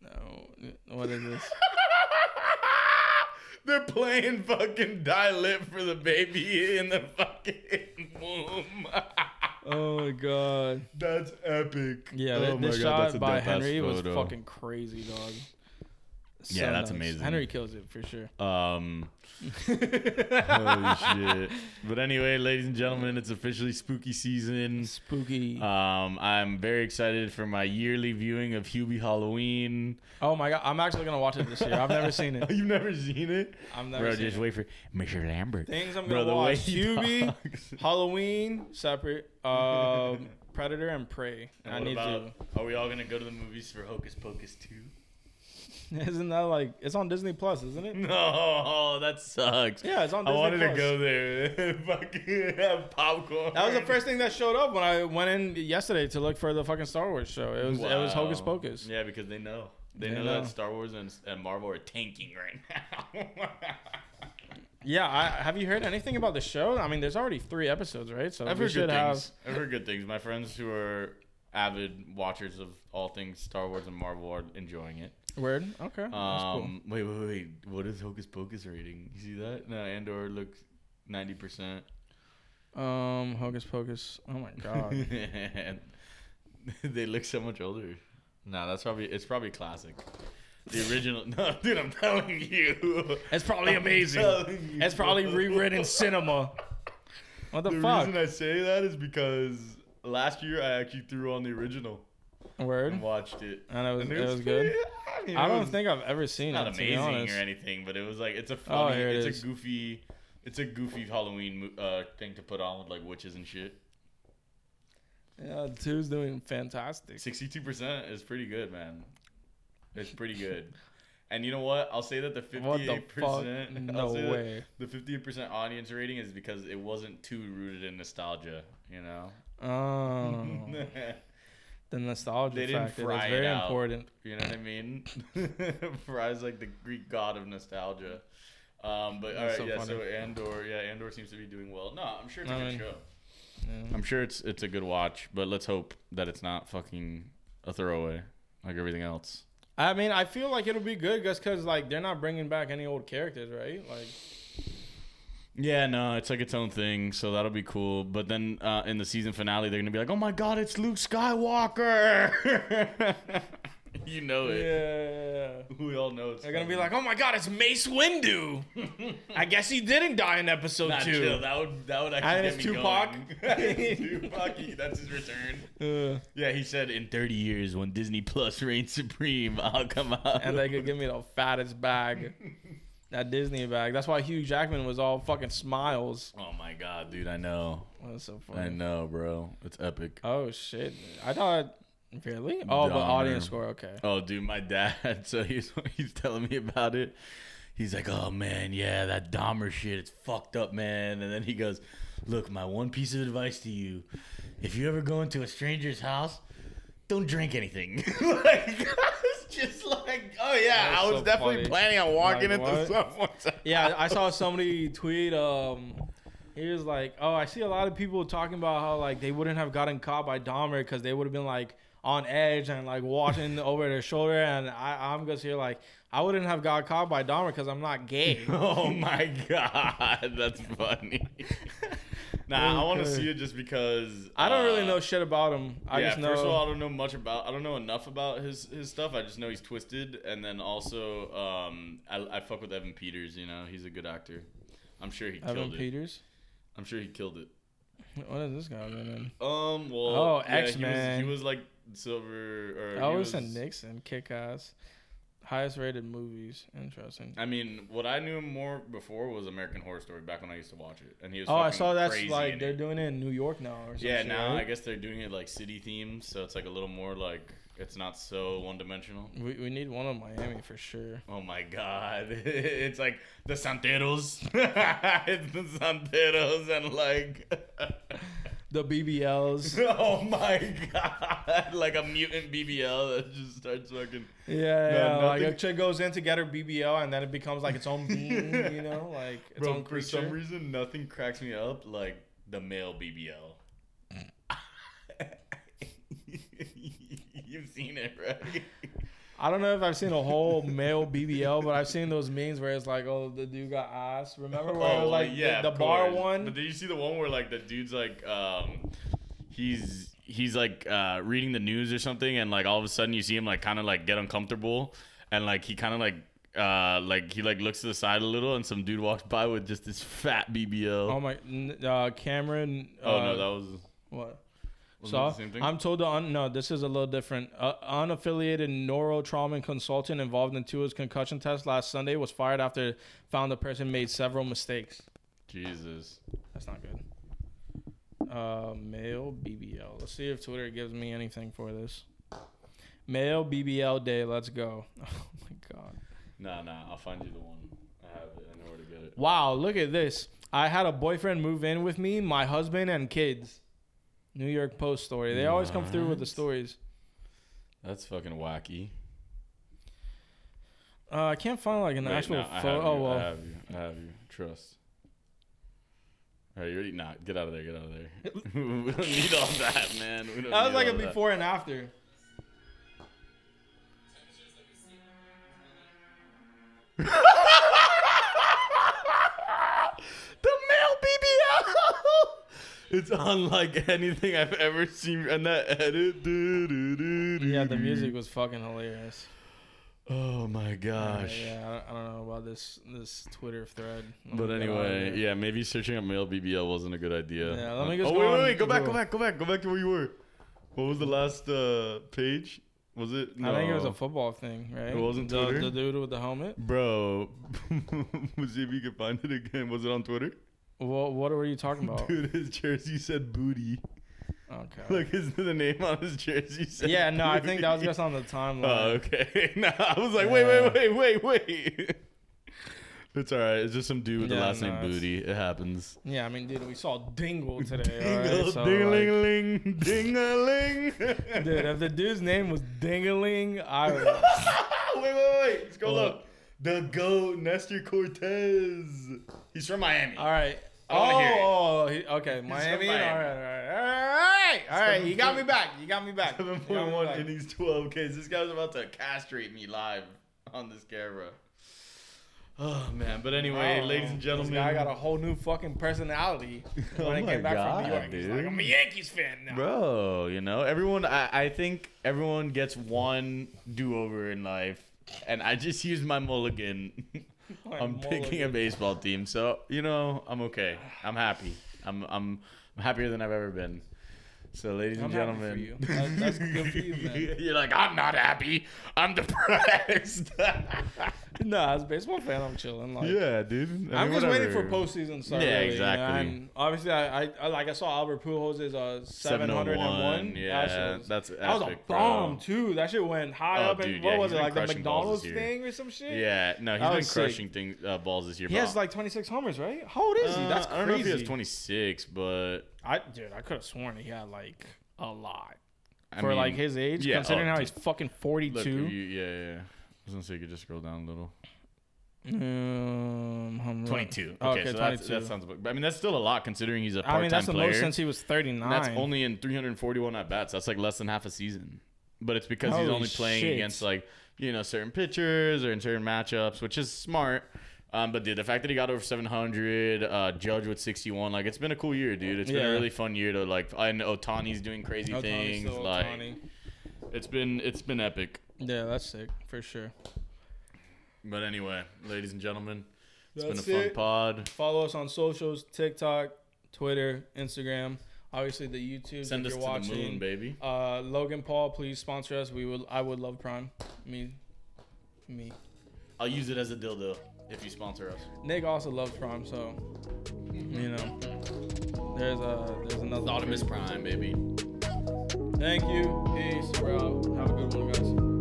S2: No, what is this?
S3: They're playing fucking dial it for the baby in the fucking [laughs] womb.
S2: Oh my god.
S3: that's epic.
S2: Yeah, th- this shot by Henry was fucking crazy, dog.
S3: Yeah, that's amazing.
S2: Henry kills it for sure.
S3: Um, holy shit! But anyway, ladies and gentlemen, it's officially spooky season.
S2: Spooky.
S3: Um, I'm very excited for my yearly viewing of Hubie Halloween.
S2: oh my god, I'm actually gonna watch it this year. I've never seen it.
S3: [laughs] You've never seen it,
S2: I've never
S3: bro?
S2: seen
S3: Just
S2: it.
S3: wait for Mr. Lambert.
S2: Things I'm
S3: Bro,
S2: gonna
S3: the way
S2: watch:
S3: he
S2: Hubie,
S3: talks.
S2: Halloween, separate,
S3: [laughs]
S2: um, Predator, and Prey. [laughs] I
S3: What
S2: need
S3: about- Are we all gonna go to the movies for Hocus Pocus
S2: [laughs]
S3: two?
S2: to. [laughs] Isn't that like it's on Disney Plus, isn't it?
S3: No, that sucks.
S2: Yeah, it's on
S3: I
S2: Disney
S3: wanted to
S2: Plus. [laughs]
S3: go there. Fucking have popcorn.
S2: That was the first thing that showed up when I went in yesterday to look for the fucking Star Wars show. It was it was Hocus
S3: Wow.
S2: Pocus.
S3: Yeah, because they know. They,
S2: They
S3: know,
S2: know.
S3: that Star Wars and, and Marvel are tanking right now. [laughs]
S2: Yeah, I, have you heard anything about the show? I mean, there's already three episodes, right? So
S3: I've
S2: we
S3: heard
S2: should
S3: good
S2: have.
S3: things. I've heard good things. My friends who are avid watchers of all things Star Wars and Marvel are enjoying it.
S2: Word. Okay. That's cool.
S3: Um, Wait, wait, wait. What is Hocus Pocus rating? You see that? No, Andor looks 90%.
S2: Um, Hocus Pocus. Oh my
S3: [laughs]
S2: god.
S3: And they look so much older. Nah, that's probably it's probably classic. The original, [laughs] no, dude, I'm telling you,
S2: It's probably amazing. it's probably rewritten in cinema. What the,
S3: The
S2: fuck?
S3: reason I say that is because last year I actually threw on the original
S2: Word.
S3: and watched it.
S2: And it was,
S3: And
S2: it was good.
S3: pretty- I, mean,
S2: I
S3: it
S2: don't
S3: was
S2: think I've ever seen
S3: not
S2: it. To be
S3: amazing
S2: honest. Oh,
S3: or anything, but it was like it's a funny,
S2: here it
S3: it's
S2: is.
S3: a goofy, it's a goofy Halloween mo- uh, thing to put on with like witches and shit.
S2: Yeah, two's doing
S3: [laughs]
S2: fantastic.
S3: Sixty-two percent is pretty good, man. It's
S2: [laughs]
S3: pretty good. And you know what? I'll say that the
S2: What the
S3: fifty-eight
S2: fuck?
S3: percent.
S2: No way.
S3: The fifty-eight percent audience rating is because it wasn't too rooted in nostalgia. You know.
S2: Oh,
S3: [laughs]
S2: the nostalgia
S3: They didn't
S2: factor.
S3: fry
S2: That's
S3: it
S2: very
S3: out.
S2: important.
S3: You know what I mean? [laughs] Fry's like the Greek god of nostalgia. Um, but all right,
S2: That's so
S3: yeah.
S2: funny.
S3: So Andor, yeah, Andor seems to be doing well. No, I'm sure it's a
S2: I
S3: good
S2: mean,
S3: show.
S2: yeah.
S3: I'm sure it's it's a good watch, but let's hope that it's not fucking a throwaway like everything else.
S2: I mean, I feel like it'll be good just because like they're not bringing back any old characters, right? Like,
S3: Yeah, no, it's like its own thing, so that'll be cool. But then uh, in the season finale, they're gonna be like, "Oh my God, it's Luke Skywalker!" [laughs] you know
S2: yeah,
S3: it.
S2: yeah, yeah.
S3: We all know it's.
S2: They're gonna be like, oh my god, it's Mace Windu. [laughs] I guess he didn't die in episode
S3: Nah,
S2: two.
S3: chill. That would that would actually
S2: And
S3: get
S2: it's
S3: me
S2: Tupac.
S3: [laughs] going. Tupac, he- that's his return.
S2: Uh,
S3: Yeah, he said in 30 years when [laughs] Disney Plus reigns supreme, I'll come out. [laughs]
S2: and they could give me the fattest bag. that Disney bag. That's why Hugh Jackman was all fucking smiles.
S3: Oh my god, dude! I know,
S2: That's so
S3: I
S2: funny.
S3: know, bro. It's epic.
S2: Oh shit! I thought really. Oh, but
S3: Dumber.
S2: audience score. Okay.
S3: Oh, dude, my dad. [laughs] So he's he's telling me about it. He's like, "Oh man, yeah, that Dahmer shit. It's fucked up, man." And then he goes, "Look, my one piece of advice to you: if you ever go into a stranger's house, don't drink anything." [laughs] like, I was just like, "Oh yeah,
S2: That's
S3: I was
S2: so
S3: definitely
S2: funny.
S3: planning on walking
S2: Like,
S3: into
S2: what?
S3: someone's." house.
S2: Yeah, I saw somebody tweet. Um, he was like, "Oh, I see a lot of people talking about how like they wouldn't have gotten caught by Dahmer because they would have been like on edge and like watching [laughs] over their shoulder." And I, I'm just here like, I wouldn't have got caught by Dahmer because I'm not gay.
S3: [laughs] Oh my god, [laughs] that's
S2: [laughs]
S3: funny. nah, I want to
S2: Okay.
S3: see it just because
S2: I don't really
S3: uh,
S2: know shit about him. I
S3: yeah,
S2: just know.
S3: first of all, I don't know much about. I don't know enough about his his stuff. I just know he's twisted, and then also, um, I, I fuck with Evan Peters. You know, he's a good actor. I'm sure he
S2: Evan
S3: killed it.
S2: Peters.
S3: I'm sure he killed it.
S2: What is this guy doing? in?
S3: Um, well,
S2: Oh,
S3: yeah, he was-
S2: X-Men.
S3: He, was like silver. Or
S2: Oh,
S3: he
S2: it's a Nixon kick ass. Highest rated movies. Interesting.
S3: I mean, what I knew him more before was American Horror Story back when I used to watch it, and he was.
S2: Oh, I
S3: fucking
S2: saw that's
S3: crazy in
S2: like
S3: it.
S2: they're doing it in New York now. Or some
S3: Yeah,
S2: shit,
S3: now I
S2: right?
S3: guess they're doing it like city themed, so it's like a little more like it's not so one dimensional.
S2: we, we need one on Miami for sure.
S3: Oh my god. [laughs] It's like the Santeros. [laughs] it's the Santeros and like [laughs]
S2: The BBLs.
S3: Oh my god. [laughs] Like a mutant BBL that just starts fucking
S2: Yeah, yeah. like
S3: nothing-
S2: a chick goes in to get her BBL, and then it becomes like its own being, you
S3: [laughs]
S2: know, like its
S3: Bro,
S2: own
S3: for
S2: creature.
S3: some reason nothing cracks me up like the male BBL. [laughs] You've seen it, right? [laughs]
S2: I don't know if I've seen a whole male BBL, but I've seen those memes where it's like, oh, the dude got ass. Remember where it was like the,
S3: Oh, of
S2: the bar
S3: course.
S2: one?
S3: But did you see the one where like the dude's like um he's he's like uh reading the news or something and like all of a sudden you see him like kind of like get uncomfortable and like he kind of like uh like he like looks to the side a little and some dude walks by with just this fat BBL.
S2: oh my, n- uh, Cameron. Uh,
S3: oh no, that was
S2: what?
S3: wasn't that
S2: So
S3: the same thing?
S2: I'm told the un- no, this is a little different. Uh, unaffiliated neurotrauma consultant involved in Tua's concussion test last Sunday was fired after found the person made several mistakes.
S3: Jesus.
S2: That's not good. Uh, male BBL. Let's see if Twitter gives me anything for this. Male BBL day. Let's go. [laughs] Oh my god.
S3: Nah, nah, I'll find you the one. I have it. I know where to get it.
S2: Wow. Look at this. I had a boyfriend move in with me, my husband, and kids. New York Post story. They always come through with the stories.
S3: That's fucking wacky.
S2: Uh, I can't find like an
S3: Wait,
S2: actual
S3: no, I have
S2: photo.
S3: you,
S2: Oh
S3: I
S2: well.
S3: have you. I have you. Trust. All right, you ready? Nah, get out of there. Get out of there. [laughs] we don't need all that, man. We don't
S2: That was
S3: need
S2: like a
S3: all
S2: before and after.
S3: The male BBL. [laughs] it's unlike [laughs] anything I've ever seen. And that edit. Do, do, do, do,
S2: Yeah, the
S3: do.
S2: music was fucking hilarious.
S3: Oh my gosh.
S2: Yeah, I, I don't know about this this Twitter thread. Oh Let
S3: But
S2: me get out of
S3: anyway,
S2: here.
S3: yeah, maybe searching up male BBL wasn't a good idea.
S2: Yeah, let me just
S3: oh,
S2: go
S3: wait,
S2: on
S3: wait, wait, go back, go
S2: Google.
S3: back, go back, go back to where you were. What was the last uh, page? Was it? No.
S2: I think it was a football thing, right?
S3: It wasn't
S2: the,
S3: Twitter?
S2: the dude with the helmet.
S3: Bro, [laughs] let's see if you can find it again. Was it on Twitter?
S2: Well, what were you talking about?
S3: Dude, his jersey said booty. [laughs]
S2: Okay.
S3: Like, his the name on his jersey said
S2: yeah, no, I think that was
S3: booty. [laughs]
S2: just on the timeline.
S3: Oh, okay. [laughs] no, I was like, wait, wait, wait, wait, wait. [laughs] it's all right. It's just some dude with the
S2: Yeah,
S3: last
S2: no,
S3: name
S2: it's-
S3: Booty.
S2: [laughs]
S3: It happens.
S2: Yeah, I mean, dude, we saw
S3: [laughs]
S2: Dingle today.
S3: Dingle,
S2: alright? So, like,
S3: ding-a-ling, ding-a-ling. [laughs]
S2: dude, if the dude's name was Dingaling, I would.
S3: wait, wait, wait. Let's go
S2: What?
S3: look. The GOAT, Nestor Cortez. He's from Miami.
S2: All right.
S3: I wanna hear it.
S2: oh, he- okay, Miami.
S3: Miami.
S2: All right, all right, all right, all right. You got me back. You got me back. You got me
S3: Seven point one
S2: back.
S3: innings, twelve Ks. This guy's about to castrate me live on this camera. Oh man! But anyway,
S2: Oh,
S3: ladies and gentlemen,
S2: This guy got a whole new fucking
S3: [laughs]
S2: personality when
S3: Oh
S2: he
S3: my
S2: came back from New
S3: God,
S2: York. He's like,
S3: dude.
S2: I'm a Yankees fan now.
S3: bro. You know, everyone. I, I think everyone gets one do-over in life, and I just used my mulligan.
S2: [laughs] My
S3: I'm picking a
S2: mulligan.
S3: baseball team, so you know I'm okay. I'm happy. I'm I'm, I'm happier than I've ever been. So, ladies
S2: I'm
S3: and
S2: happy for
S3: gentlemen,
S2: you. [laughs] That-
S3: [laughs]
S2: that's good for you, man.
S3: You're like, I'm not happy. I'm depressed.
S2: [laughs]
S3: [laughs]
S2: nah, as a baseball fan, I'm chilling. Like,
S3: Yeah, dude. I mean,
S2: I'm just waiting for
S3: whatever.
S2: postseason to start.
S3: Yeah,
S2: really, you know?
S3: exactly.
S2: I'm- obviously, I, I, I like I saw Albert Pujols is uh, 701.
S3: 701, yeah,
S2: shit was-
S3: that's
S2: that was a
S3: epic, bro.
S2: bomb too. That shit went high
S3: Oh,
S2: up and
S3: dude,
S2: what
S3: yeah,
S2: was
S3: he's
S2: it
S3: been
S2: like the
S3: crushing balls
S2: McDonald's
S3: this year.
S2: thing or some shit?
S3: Yeah, no, he's
S2: That
S3: been
S2: was sick.
S3: crushing things uh, balls this year.
S2: He
S3: bro.
S2: has like 26 homers, right? How old is he?
S3: Uh,
S2: That's
S3: I don't know if he has
S2: crazy.
S3: 26, but
S2: I dude, I could have sworn he had like a lot
S3: I
S2: for like
S3: mean,
S2: his age,
S3: yeah,
S2: considering
S3: oh,
S2: how
S3: dude.
S2: he's fucking
S3: look,
S2: 42.
S3: you- yeah, yeah. yeah. I was gonna say you could just scroll down a little.
S2: um, home run.
S3: 22.
S2: Okay,
S3: Okay, so that's,
S2: 22.
S3: that sounds. about- But I mean, that's still a lot considering he's a part-time
S2: I mean, that's the
S3: player.
S2: most since he was 39.
S3: And that's only in 341 at bats. That's like less than half a season. But it's because he's
S2: Holy
S3: only playing
S2: shit.
S3: against like you know certain pitchers or in certain matchups, which is smart. Um, but dude, the fact that he got over 700, uh, Judge with 61, like it's been a cool year, dude. It's been
S2: Yeah.
S3: a really fun year to like. And Otani's doing crazy
S2: Otani's
S3: things.
S2: still
S3: like
S2: Otani.
S3: it's been it's been epic.
S2: Yeah, that's sick for sure.
S3: But anyway, ladies and gentlemen, it's
S2: That's
S3: been a fun
S2: it.
S3: pod.
S2: Follow us on socials: TikTok, Twitter, Instagram. Obviously, the YouTube.
S3: Send
S2: if
S3: us to
S2: you're watching.
S3: the moon, baby.
S2: Uh, Logan Paul, please sponsor us. We will. I would love Prime. Me, me.
S3: I'll use it as a dildo if you sponsor us.
S2: Nick also loves Prime, so
S3: Mm-hmm.
S2: you know. There's a there's another.
S3: Optimus Prime, baby.
S2: Thank you. Peace. We're out. Have a good one, guys.